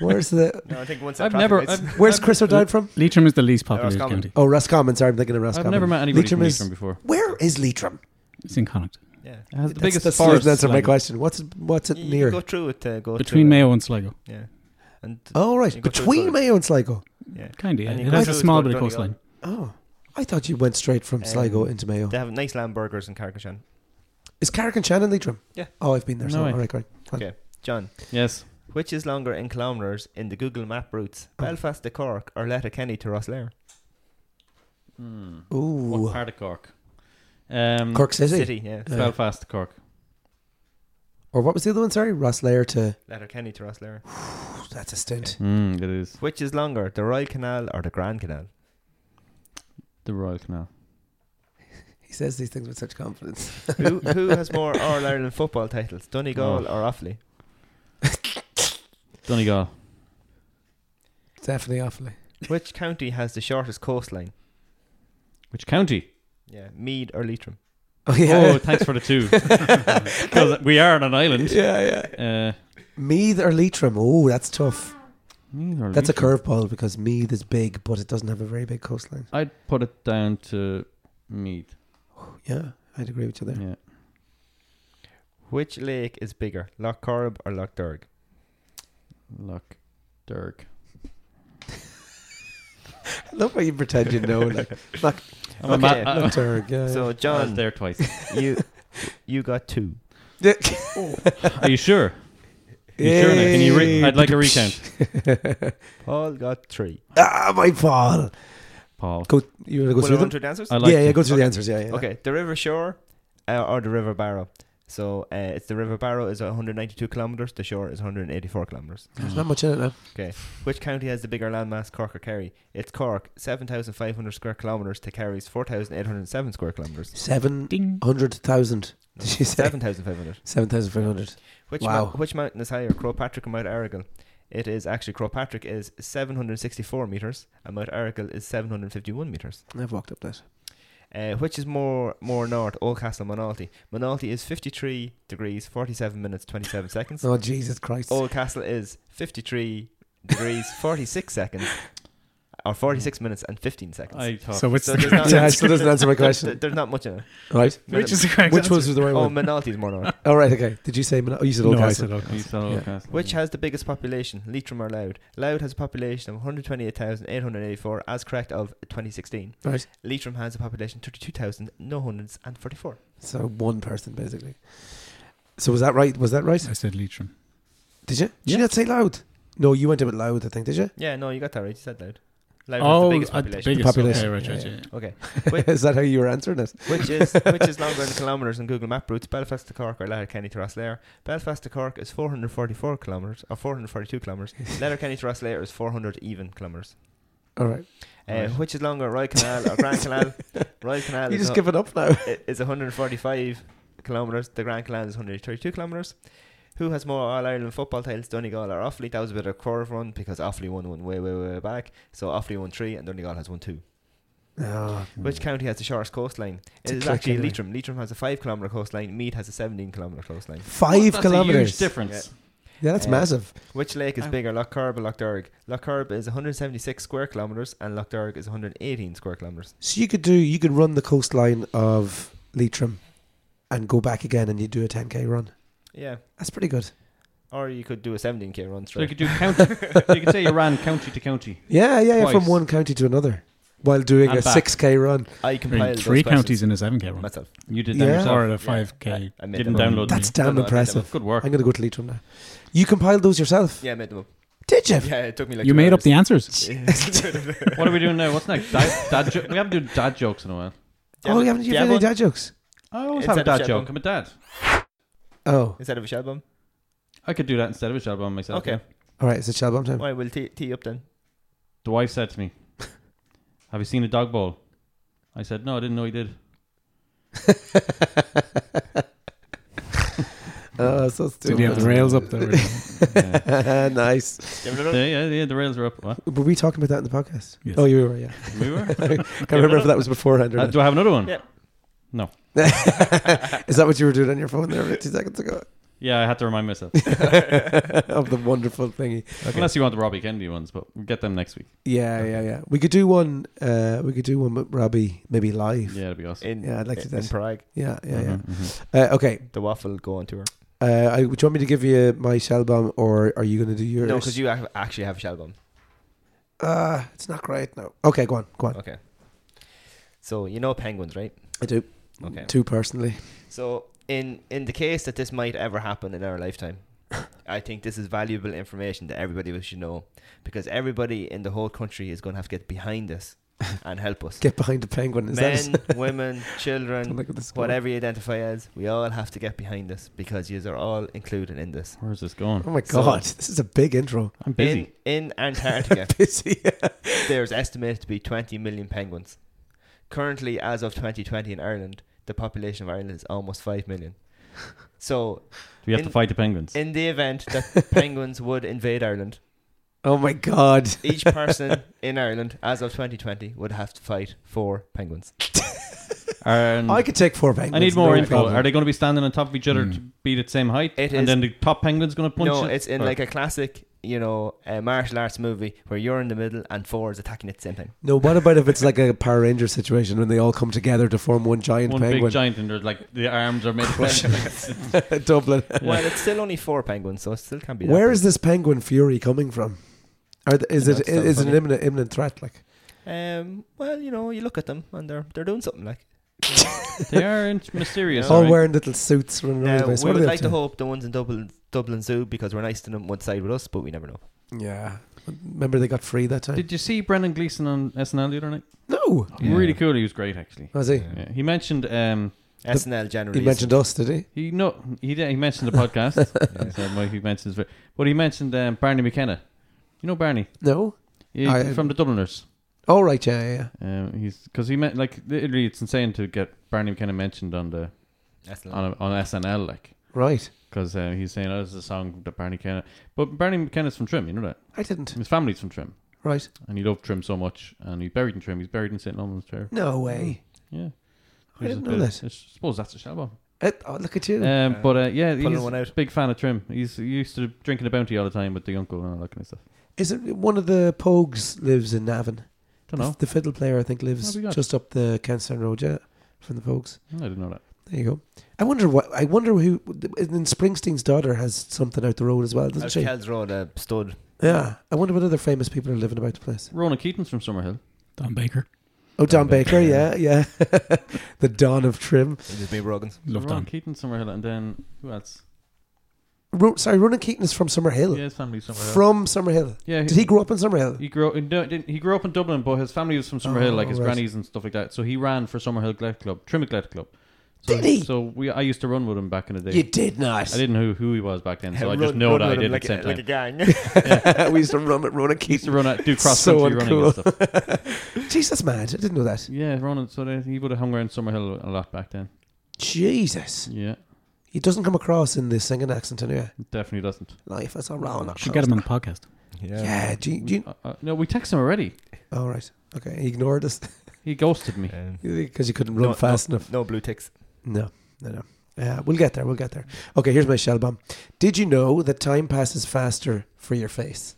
Speaker 2: Where's the
Speaker 6: No, I think once
Speaker 3: I've never, I've,
Speaker 2: Where's Chris O'Dowd from?
Speaker 4: Leitrim is the least populated
Speaker 6: Roscommon.
Speaker 4: county.
Speaker 2: Oh, Roscommon. Sorry, I'm thinking of
Speaker 3: I've
Speaker 2: Roscommon.
Speaker 3: never met anybody from
Speaker 2: is-
Speaker 3: Leitrim before.
Speaker 2: Where is Leitrim?
Speaker 4: It's in Connacht,
Speaker 6: yeah.
Speaker 3: It has the
Speaker 2: That's-
Speaker 3: biggest
Speaker 2: that's the
Speaker 3: forest.
Speaker 2: answer to my
Speaker 3: like,
Speaker 2: question. What's it, what's it
Speaker 6: You- you
Speaker 2: near?
Speaker 6: go through it. Uh, go
Speaker 4: between
Speaker 6: through,
Speaker 4: Mayo and Sligo.
Speaker 6: It. Yeah. And
Speaker 2: oh, right.
Speaker 6: you go through
Speaker 2: Between
Speaker 6: Connacht.
Speaker 2: Mayo and Sligo.
Speaker 6: yeah.
Speaker 4: Kinda. Yeah.
Speaker 6: And you
Speaker 4: It
Speaker 6: go
Speaker 4: has a
Speaker 6: through
Speaker 4: small
Speaker 6: to
Speaker 4: bit of
Speaker 6: Donegal.
Speaker 4: coastline.
Speaker 2: Oh. I thought you went straight
Speaker 6: Um,
Speaker 2: from Sligo into Mayo.
Speaker 6: They have nice lamb burgers in Carcashan.
Speaker 2: Is Carrick and Shannon Leitrim?
Speaker 6: Yeah.
Speaker 2: Oh, I've been there.
Speaker 3: No
Speaker 2: so,
Speaker 3: way.
Speaker 2: all right, great. Fine.
Speaker 6: Okay. John,
Speaker 3: Yes,
Speaker 6: which is longer in kilometres in the Google Map routes,
Speaker 4: Oh.
Speaker 6: Belfast to Cork or Letterkenny to Rosslare?
Speaker 2: Ooh.
Speaker 3: what part of Cork? Um,
Speaker 2: Cork City.
Speaker 6: City, yeah.
Speaker 3: it's Belfast to Cork.
Speaker 2: Or what was the other one? Sorry, Rosslare to.
Speaker 6: Letterkenny to Rosslare.
Speaker 2: That's a stint.
Speaker 3: Mm, it is
Speaker 6: Which is longer, the Royal Canal or the Grand Canal?
Speaker 3: the Royal Canal.
Speaker 2: He says these things with such confidence.
Speaker 6: who, who has more All Ireland football titles, Donegal or Offaly?
Speaker 3: Donegal.
Speaker 2: Definitely awfully.
Speaker 6: Which county has the shortest coastline?
Speaker 3: Which county?
Speaker 6: Yeah, Mead or Leitrim?
Speaker 2: Oh, yeah.
Speaker 3: Oh, thanks for the two. Because we are on an island.
Speaker 2: Yeah, yeah.
Speaker 3: Uh,
Speaker 2: Meath or Leitrim? Oh, that's tough.
Speaker 3: neither of
Speaker 2: That's a
Speaker 3: these.
Speaker 2: curveball because Meath is big, but it doesn't have a very big coastline.
Speaker 3: I'd put it down to Mead.
Speaker 2: Yeah, I'd agree with you there.
Speaker 3: Yeah.
Speaker 6: Which lake is bigger, Loch Corrib or Loch Derg?
Speaker 3: Look, Dirk.
Speaker 2: I love how you pretend you know. Like, like
Speaker 3: I'm a ma-
Speaker 6: Okay.
Speaker 3: I-
Speaker 2: Turg, yeah.
Speaker 6: So
Speaker 3: I was
Speaker 6: John,
Speaker 3: there twice.
Speaker 6: you you got two.
Speaker 2: yeah.
Speaker 3: Are you sure? You sure? Nick? Can you re- I'd like a recount.
Speaker 6: Paul got three.
Speaker 2: ah, my Paul.
Speaker 3: Paul.
Speaker 2: Go, you want to
Speaker 6: Will
Speaker 2: go
Speaker 6: I
Speaker 2: through
Speaker 6: run
Speaker 2: them?
Speaker 6: through the answers?
Speaker 3: I like
Speaker 2: yeah, yeah,
Speaker 3: to-
Speaker 2: go through
Speaker 6: Okay.
Speaker 2: the answers. Yeah, yeah.
Speaker 6: Okay, the River Shore uh, or the River Barrow. So uh, it's the River Barrow is 192 kilometers. The shore is 184 kilometers.
Speaker 2: There's not much in it now.
Speaker 6: Okay, which county has the bigger landmass, Cork or Kerry? It's Cork, 7,500 square kilometers to Kerry's 4,807 square kilometers.
Speaker 2: 700,000. Did you say?
Speaker 6: 7,500.
Speaker 2: 7,500.
Speaker 6: Which
Speaker 2: Wow.
Speaker 6: mou- which mountain is higher, Crowpatrick or Mount Aragal? It is actually Crowpatrick is 764 meters and Mount Aragal is 751 meters.
Speaker 2: I've walked up that.
Speaker 6: Uh, which is more more north, Oldcastle Monalty. Monalty is 53 degrees 47 minutes 27 seconds.
Speaker 2: Oh, Jesus Christ.
Speaker 6: Oldcastle is 53 degrees 46 seconds or 46 minutes and 15 seconds.
Speaker 3: I thought.
Speaker 4: So it's
Speaker 6: Oh, So
Speaker 4: the
Speaker 6: there's not-
Speaker 4: correct
Speaker 2: yeah, it
Speaker 4: answer.
Speaker 2: still doesn't answer my
Speaker 6: There's-
Speaker 2: question.
Speaker 6: there's not much in it.
Speaker 2: Right?
Speaker 4: Which is the correct
Speaker 2: Which
Speaker 4: answer.
Speaker 2: was the right
Speaker 6: Oh,
Speaker 2: one?
Speaker 6: Monalty is more north.
Speaker 2: All right, okay. Did you say Mon- Oh, you said Old
Speaker 4: no, I
Speaker 2: Castle.
Speaker 4: said okay.
Speaker 3: You said Old
Speaker 2: Yeah.
Speaker 3: Castle,
Speaker 6: Which
Speaker 3: yeah.
Speaker 6: has the biggest population, Leitrim or Loud? Loud has a population of 128,884, as correct of 2016.
Speaker 2: Right.
Speaker 6: Leitrim has a population 32,944.
Speaker 2: So one person basically. So was that right? Was that right?
Speaker 4: I said Leitrim.
Speaker 2: Did you? Did
Speaker 4: Yeah.
Speaker 2: you not say loud? No, you went a bit loud. I think did you?
Speaker 6: Yeah, no, you got that right. You said Loud. Loud has the
Speaker 4: Oh,
Speaker 6: biggest
Speaker 4: uh,
Speaker 6: population.
Speaker 4: biggest.
Speaker 2: Population.
Speaker 4: Okay, right, right,
Speaker 2: Yeah,
Speaker 4: yeah, yeah.
Speaker 6: Okay.
Speaker 2: Is that how you were answering it?
Speaker 6: Which is which is longer in kilometres than Google Map routes, Belfast to Cork or Letterkenny to Rosslare? Belfast to Cork is 444 kilometres, or 442 kilometres. Letterkenny to Rosslare is 400 even kilometres.
Speaker 2: All right.
Speaker 6: Uh,
Speaker 3: Right.
Speaker 6: Which is longer, Royal Canal or Grand Canal? Royal Canal
Speaker 2: You
Speaker 6: is
Speaker 2: just
Speaker 6: a-
Speaker 2: give it up now.
Speaker 6: i- is 145 kilometres. The Grand Canal is 132 kilometres. Who has more All Ireland football titles, Donegal or Offaly? That was a bit of a curve run because Offaly won one way, way, way back. So Offaly won three and Donegal has won two.
Speaker 2: Oh,
Speaker 4: Hmm.
Speaker 6: Which county has the shortest coastline? It's
Speaker 2: It's a click
Speaker 6: actually
Speaker 2: anyway.
Speaker 6: Leitrim. Leitrim has a five kilometre coastline. Meath has a 17 kilometre coastline.
Speaker 2: five
Speaker 3: That's a huge
Speaker 2: kilometers.
Speaker 3: difference.
Speaker 2: Yeah, that's
Speaker 6: Uh,
Speaker 2: massive.
Speaker 6: Which lake is
Speaker 3: I-
Speaker 6: bigger, Loch Corrib or Loch Derg? Loch Corrib is 176 square kilometers and Loch Derg is 118 square kilometers.
Speaker 2: So you could do you could run the coastline of Leitrim and go back again and you do a 10k run.
Speaker 6: Yeah.
Speaker 2: That's pretty good.
Speaker 6: Or you could do a 17k run
Speaker 3: So
Speaker 6: straight.
Speaker 3: you could do county. you could say you ran county to county.
Speaker 2: Yeah, yeah, yeah from
Speaker 3: Twice.
Speaker 2: one county to another while doing
Speaker 3: And
Speaker 2: a
Speaker 3: back.
Speaker 2: 6k run.
Speaker 6: I compiled those
Speaker 4: three counties
Speaker 6: questions
Speaker 4: in a 7K run.
Speaker 6: myself.
Speaker 3: You did
Speaker 2: that
Speaker 3: that
Speaker 2: Yeah.
Speaker 3: yourself.
Speaker 4: Or a 5K.
Speaker 6: I made
Speaker 3: Didn't
Speaker 6: them
Speaker 3: download
Speaker 6: up.
Speaker 3: them.
Speaker 2: That's damn
Speaker 6: No, no, I made them up.
Speaker 2: impressive.
Speaker 3: Good work.
Speaker 2: I'm going to go to Leitrim now. You compiled those yourself?
Speaker 6: Yeah, I made them up.
Speaker 2: Did you?
Speaker 6: Yeah, it took me like
Speaker 4: you
Speaker 6: two
Speaker 4: made up
Speaker 6: hours.
Speaker 4: the answers.
Speaker 3: What are we doing now? What's next? Dad, dad jo- we haven't done dad jokes in a while.
Speaker 6: Do you
Speaker 2: oh,
Speaker 6: have-
Speaker 2: you haven't
Speaker 6: do
Speaker 2: you
Speaker 6: you
Speaker 2: have
Speaker 6: have
Speaker 2: any
Speaker 6: one?
Speaker 2: dad jokes?
Speaker 3: I always
Speaker 6: Instead
Speaker 3: have a
Speaker 6: of
Speaker 3: dad
Speaker 6: Shabam.
Speaker 3: joke. I'm a dad.
Speaker 2: Oh,
Speaker 6: Instead of a shell bomb?
Speaker 3: I could do that instead of a shell bomb myself.
Speaker 6: Okay.
Speaker 3: yeah.
Speaker 2: all right. Is it Shell Bomb time?
Speaker 6: Why, we'll tee, tee up then.
Speaker 3: The wife said to me, "Have you seen a dog bowl?" I said, "No, I didn't know he did."
Speaker 2: Oh, so
Speaker 4: Did
Speaker 2: stupid.
Speaker 4: you have the rails up there?
Speaker 3: Yeah,
Speaker 2: nice.
Speaker 6: Do you have another?
Speaker 3: yeah, yeah, yeah, the rails are up. What?
Speaker 2: Were we talking about that in the podcast?
Speaker 4: Yes.
Speaker 2: Oh, you were, yeah.
Speaker 3: We were.
Speaker 2: Can't remember if that was beforehand or
Speaker 3: Uh,
Speaker 2: not.
Speaker 3: do I have another one?
Speaker 6: Yeah.
Speaker 2: Is that what you were doing on your phone there about two seconds ago?
Speaker 3: Yeah, I had to remind myself.
Speaker 2: of the wonderful thingy.
Speaker 3: Unless you want the Robbie Kennedy ones, but we'll get them next week.
Speaker 6: Uh-huh.
Speaker 2: Yeah, yeah, yeah. We could do one. Uh, we could do one with Robbie, maybe live.
Speaker 3: Yeah, it'd be awesome.
Speaker 6: In,
Speaker 2: Yeah, I'd like to do
Speaker 6: In
Speaker 2: that.
Speaker 6: Prague,
Speaker 2: yeah, yeah.
Speaker 6: Uh-huh.
Speaker 2: yeah.
Speaker 3: Mhm, mhm.
Speaker 2: Uh, okay.
Speaker 6: the waffle go on tour.
Speaker 2: Uh, I, do you want me to give you my shell bomb, or are you going to do yours?
Speaker 6: No, because you ac- actually have a shell bomb.
Speaker 2: Uh, it's not great. No. Okay, go on, go on.
Speaker 6: Okay. So, you know penguins, right?
Speaker 2: I do
Speaker 6: Okay.
Speaker 2: two personally.
Speaker 6: So, in in the case that this might ever happen in our lifetime, I think this is valuable information that everybody should know because everybody in the whole country is going to have to get behind this and help us.
Speaker 2: Get behind the penguin. Is
Speaker 6: Men,
Speaker 2: that
Speaker 6: women,
Speaker 2: Don't
Speaker 6: children,
Speaker 2: look at the score.
Speaker 6: whatever you identify as, we all have to get behind this because you are all included in this.
Speaker 3: Where's this going?
Speaker 2: Oh my
Speaker 6: So-
Speaker 2: god, this is a big intro.
Speaker 3: I'm busy.
Speaker 6: In, in Antarctica,
Speaker 2: Busy.
Speaker 6: there's estimated to be 20 million penguins. Currently, as of 2020 in Ireland, the population of Ireland is almost 5 million. So,
Speaker 3: Do we have to
Speaker 6: in-
Speaker 3: fight the penguins?
Speaker 6: in the event that penguins would invade Ireland,
Speaker 2: oh my god.
Speaker 6: each person in Ireland, as of 2020, would have to fight four penguins.
Speaker 3: And
Speaker 2: I could take four
Speaker 3: I
Speaker 2: penguins.
Speaker 3: need more
Speaker 2: no
Speaker 3: info.
Speaker 2: problem.
Speaker 3: Are they going to be standing on top of each other to be the same height?
Speaker 6: Hmm. It
Speaker 3: and
Speaker 6: is-
Speaker 3: then the top penguin's going to punch
Speaker 6: No,
Speaker 3: it?
Speaker 6: it's in
Speaker 3: Or-
Speaker 6: like a classic, you know, uh, martial arts movie where you're in the middle and four is attacking at the same time.
Speaker 2: No, what about if it's like a Power Ranger situation when they all come together to form one giant
Speaker 3: one
Speaker 2: penguin?
Speaker 3: big giant, and there's like the arms are made of penguins.
Speaker 2: Dublin.
Speaker 6: Well, it's still only four penguins, so it still can be. that
Speaker 2: Where
Speaker 6: big.
Speaker 2: is this penguin fury coming from? Are th- is
Speaker 6: That's
Speaker 2: it
Speaker 6: so
Speaker 2: is it an
Speaker 6: funny.
Speaker 2: imminent, imminent threat? Like
Speaker 6: Um, well, you know, you look at them and they're they're doing something like.
Speaker 3: they are int- mysterious.
Speaker 6: No.
Speaker 2: all
Speaker 3: all right.
Speaker 2: wearing little suits running around.
Speaker 6: Uh,
Speaker 2: the place.
Speaker 6: we
Speaker 2: What are
Speaker 6: would
Speaker 2: they
Speaker 6: like
Speaker 2: up
Speaker 6: to hope the ones in Dublin Dublin Zoo because we're nice to them would side with us, but we never know.
Speaker 2: Yeah, remember they got free that time.
Speaker 3: Did you see Brendan Gleeson on SNL the other night?
Speaker 2: no,
Speaker 3: Really cool. He was great,
Speaker 6: Uh,
Speaker 3: actually.
Speaker 2: was he?
Speaker 3: Yeah. He mentioned um,
Speaker 6: SNL generally.
Speaker 2: He mentioned us, did he?
Speaker 3: He no, he did, he mentioned the podcast. So Mike, he mentions, it. but he mentioned um, Barney McKenna. You know Barney
Speaker 2: No.
Speaker 3: He-
Speaker 2: I-
Speaker 3: from the Dubliners.
Speaker 2: Oh right, yeah, yeah, yeah.
Speaker 3: Um, he's because he meant like literally, it's insane to get Barney McKenna mentioned on the on, a, on SNL like
Speaker 2: right.
Speaker 3: because uh, he's saying oh, this is a song that Barney McKenna. But Barney McKenna's from Trim, you know that.
Speaker 2: I didn't.
Speaker 3: His family's from Trim,
Speaker 2: Right.
Speaker 3: and he loved Trim so much, and he's buried in Trim. He's buried in St. Norman's Fair.
Speaker 2: No way.
Speaker 3: Yeah.
Speaker 2: I didn't know
Speaker 3: Which is a bit-
Speaker 2: that.
Speaker 3: I suppose that's a shell bomb.
Speaker 2: It- oh, look at you.
Speaker 3: Um, but uh, Hmm. yeah,
Speaker 6: pulling
Speaker 3: he's
Speaker 6: one
Speaker 3: a
Speaker 6: out.
Speaker 3: big fan of Trim. He's he used to drinking a bounty all the time with the uncle and all that kind of stuff.
Speaker 2: is it one of the Pogues lives in Navan?
Speaker 3: Don't know.
Speaker 2: The fiddle player, I think,
Speaker 3: Oh,
Speaker 2: lives
Speaker 3: we got-
Speaker 2: just up the Kenstone Road, yeah, from the Pogues.
Speaker 3: I didn't know that.
Speaker 2: There you go. I wonder what. I wonder who. And then Springsteen's daughter has something out the road as well, doesn't she?
Speaker 6: Kells Road uh, stud.
Speaker 2: Yeah. I wonder what other famous people are living about the place.
Speaker 3: Rona Keaton's from Summerhill.
Speaker 4: Don Baker.
Speaker 2: Oh,
Speaker 6: Don
Speaker 2: Don, Baker,
Speaker 6: Baker,
Speaker 2: Yeah, yeah. the Don of Trim.
Speaker 6: It just been Rogan's.
Speaker 4: Love
Speaker 3: Rona
Speaker 4: Don.
Speaker 3: Keaton's Summerhill, and then who else?
Speaker 2: Ro- sorry, Ronan Keaton is from Summerhill.
Speaker 3: Yeah, his family's Summerhill.
Speaker 2: From Summerhill.
Speaker 3: yeah,
Speaker 2: Did he grow up in Summerhill?
Speaker 3: He grew up in, no, didn't- he grew up in Dublin, but his family was from Summerhill,
Speaker 2: Oh,
Speaker 3: like his
Speaker 2: right.
Speaker 3: grannies and stuff like that. So he ran for Summerhill Glet Club, Trimmick Glet Club. So,
Speaker 2: Did he?
Speaker 3: So we, I used to run with him back in the day.
Speaker 2: You did not.
Speaker 3: I didn't know who he was back then, so I just know that I did
Speaker 6: like,
Speaker 3: at the same
Speaker 6: a,
Speaker 3: time.
Speaker 6: like a gang.
Speaker 2: we used to run at Ronan
Speaker 3: He used to
Speaker 2: Keaton.
Speaker 3: run out, do cross
Speaker 2: So
Speaker 3: country running and stuff.
Speaker 2: Jeez, that's mad. I didn't know that.
Speaker 3: Yeah, Ronan. So then he would have hung around Summerhill a lot back then.
Speaker 2: Jesus.
Speaker 3: Yeah,
Speaker 2: He doesn't come across in the singing accent anyway.
Speaker 3: definitely doesn't.
Speaker 2: Life is a round.
Speaker 4: Should get him on the podcast.
Speaker 2: Yeah, do you, do you,
Speaker 3: Uh, uh, no, we texted him already.
Speaker 6: Oh.
Speaker 2: all right. Okay, he ignored us
Speaker 3: He ghosted me.
Speaker 6: Um,
Speaker 2: because you couldn't run
Speaker 6: no-
Speaker 2: fast
Speaker 6: no,
Speaker 2: enough.
Speaker 6: No blue ticks.
Speaker 2: No, no, no. Uh, we'll get there. We'll get there. Okay, here's my shell bomb. Did you know that time passes faster for your face?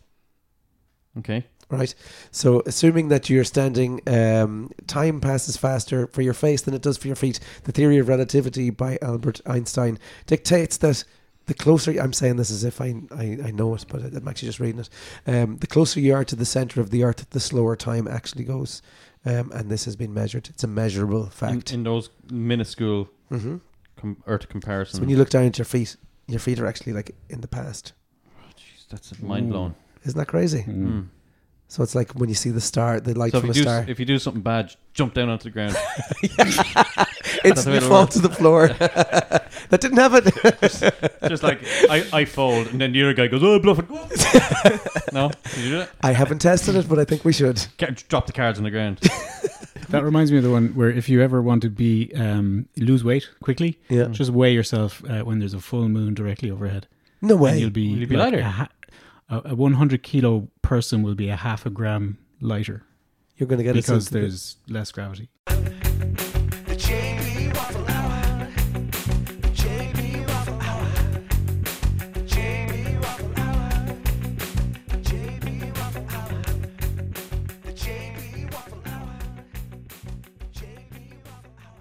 Speaker 3: Okay.
Speaker 2: Right. So, assuming that you're standing, um, time passes faster for your face than it does for your feet. The theory of relativity by Albert Einstein dictates that the closer I'm saying this as if I I, I know it, but I'm actually just reading it. Um, the closer you are to the center of the Earth, the slower time actually goes. Um, and this has been measured. It's a measurable
Speaker 3: In,
Speaker 2: fact.
Speaker 3: in those minuscule
Speaker 2: hmm
Speaker 3: com- Earth comparisons.
Speaker 2: So when you look down at your feet, your feet are actually like in the past.
Speaker 3: Jeez, that's mind blown.
Speaker 2: Isn't that crazy?
Speaker 3: Mm.
Speaker 2: So it's like when you see the star, the light
Speaker 3: So if
Speaker 2: from
Speaker 3: you,
Speaker 2: a
Speaker 3: do,
Speaker 2: star,
Speaker 3: s- if you do something bad, j- jump down onto the ground. that's the way
Speaker 2: instantly
Speaker 3: it'll
Speaker 2: fall
Speaker 3: work.
Speaker 2: to the floor. that didn't happen.
Speaker 3: Just like I, I fold, and then the other guy goes, "Oh, bluff it!" no, did you do that?
Speaker 2: I haven't tested it, but I think we should.
Speaker 3: Ca- Drop the cards on the ground.
Speaker 11: That reminds me of the one where if you ever want to be um, lose weight quickly,
Speaker 2: Yeah.
Speaker 11: just weigh yourself uh, when there's a full moon directly overhead.
Speaker 2: No
Speaker 11: And
Speaker 2: way.
Speaker 11: you'll be,
Speaker 3: Will you be
Speaker 11: like
Speaker 3: lighter?
Speaker 11: A, ha- a a 100 kilo person will be a half a gram lighter
Speaker 2: You're going to get
Speaker 11: because
Speaker 2: a sense of it.
Speaker 11: there's less gravity.
Speaker 4: The JB Waffle Hour. JB Waffle Hour. JB Waffle Hour. JB Waffle Hour. The JB Waffle Hour. JB Waffle Hour.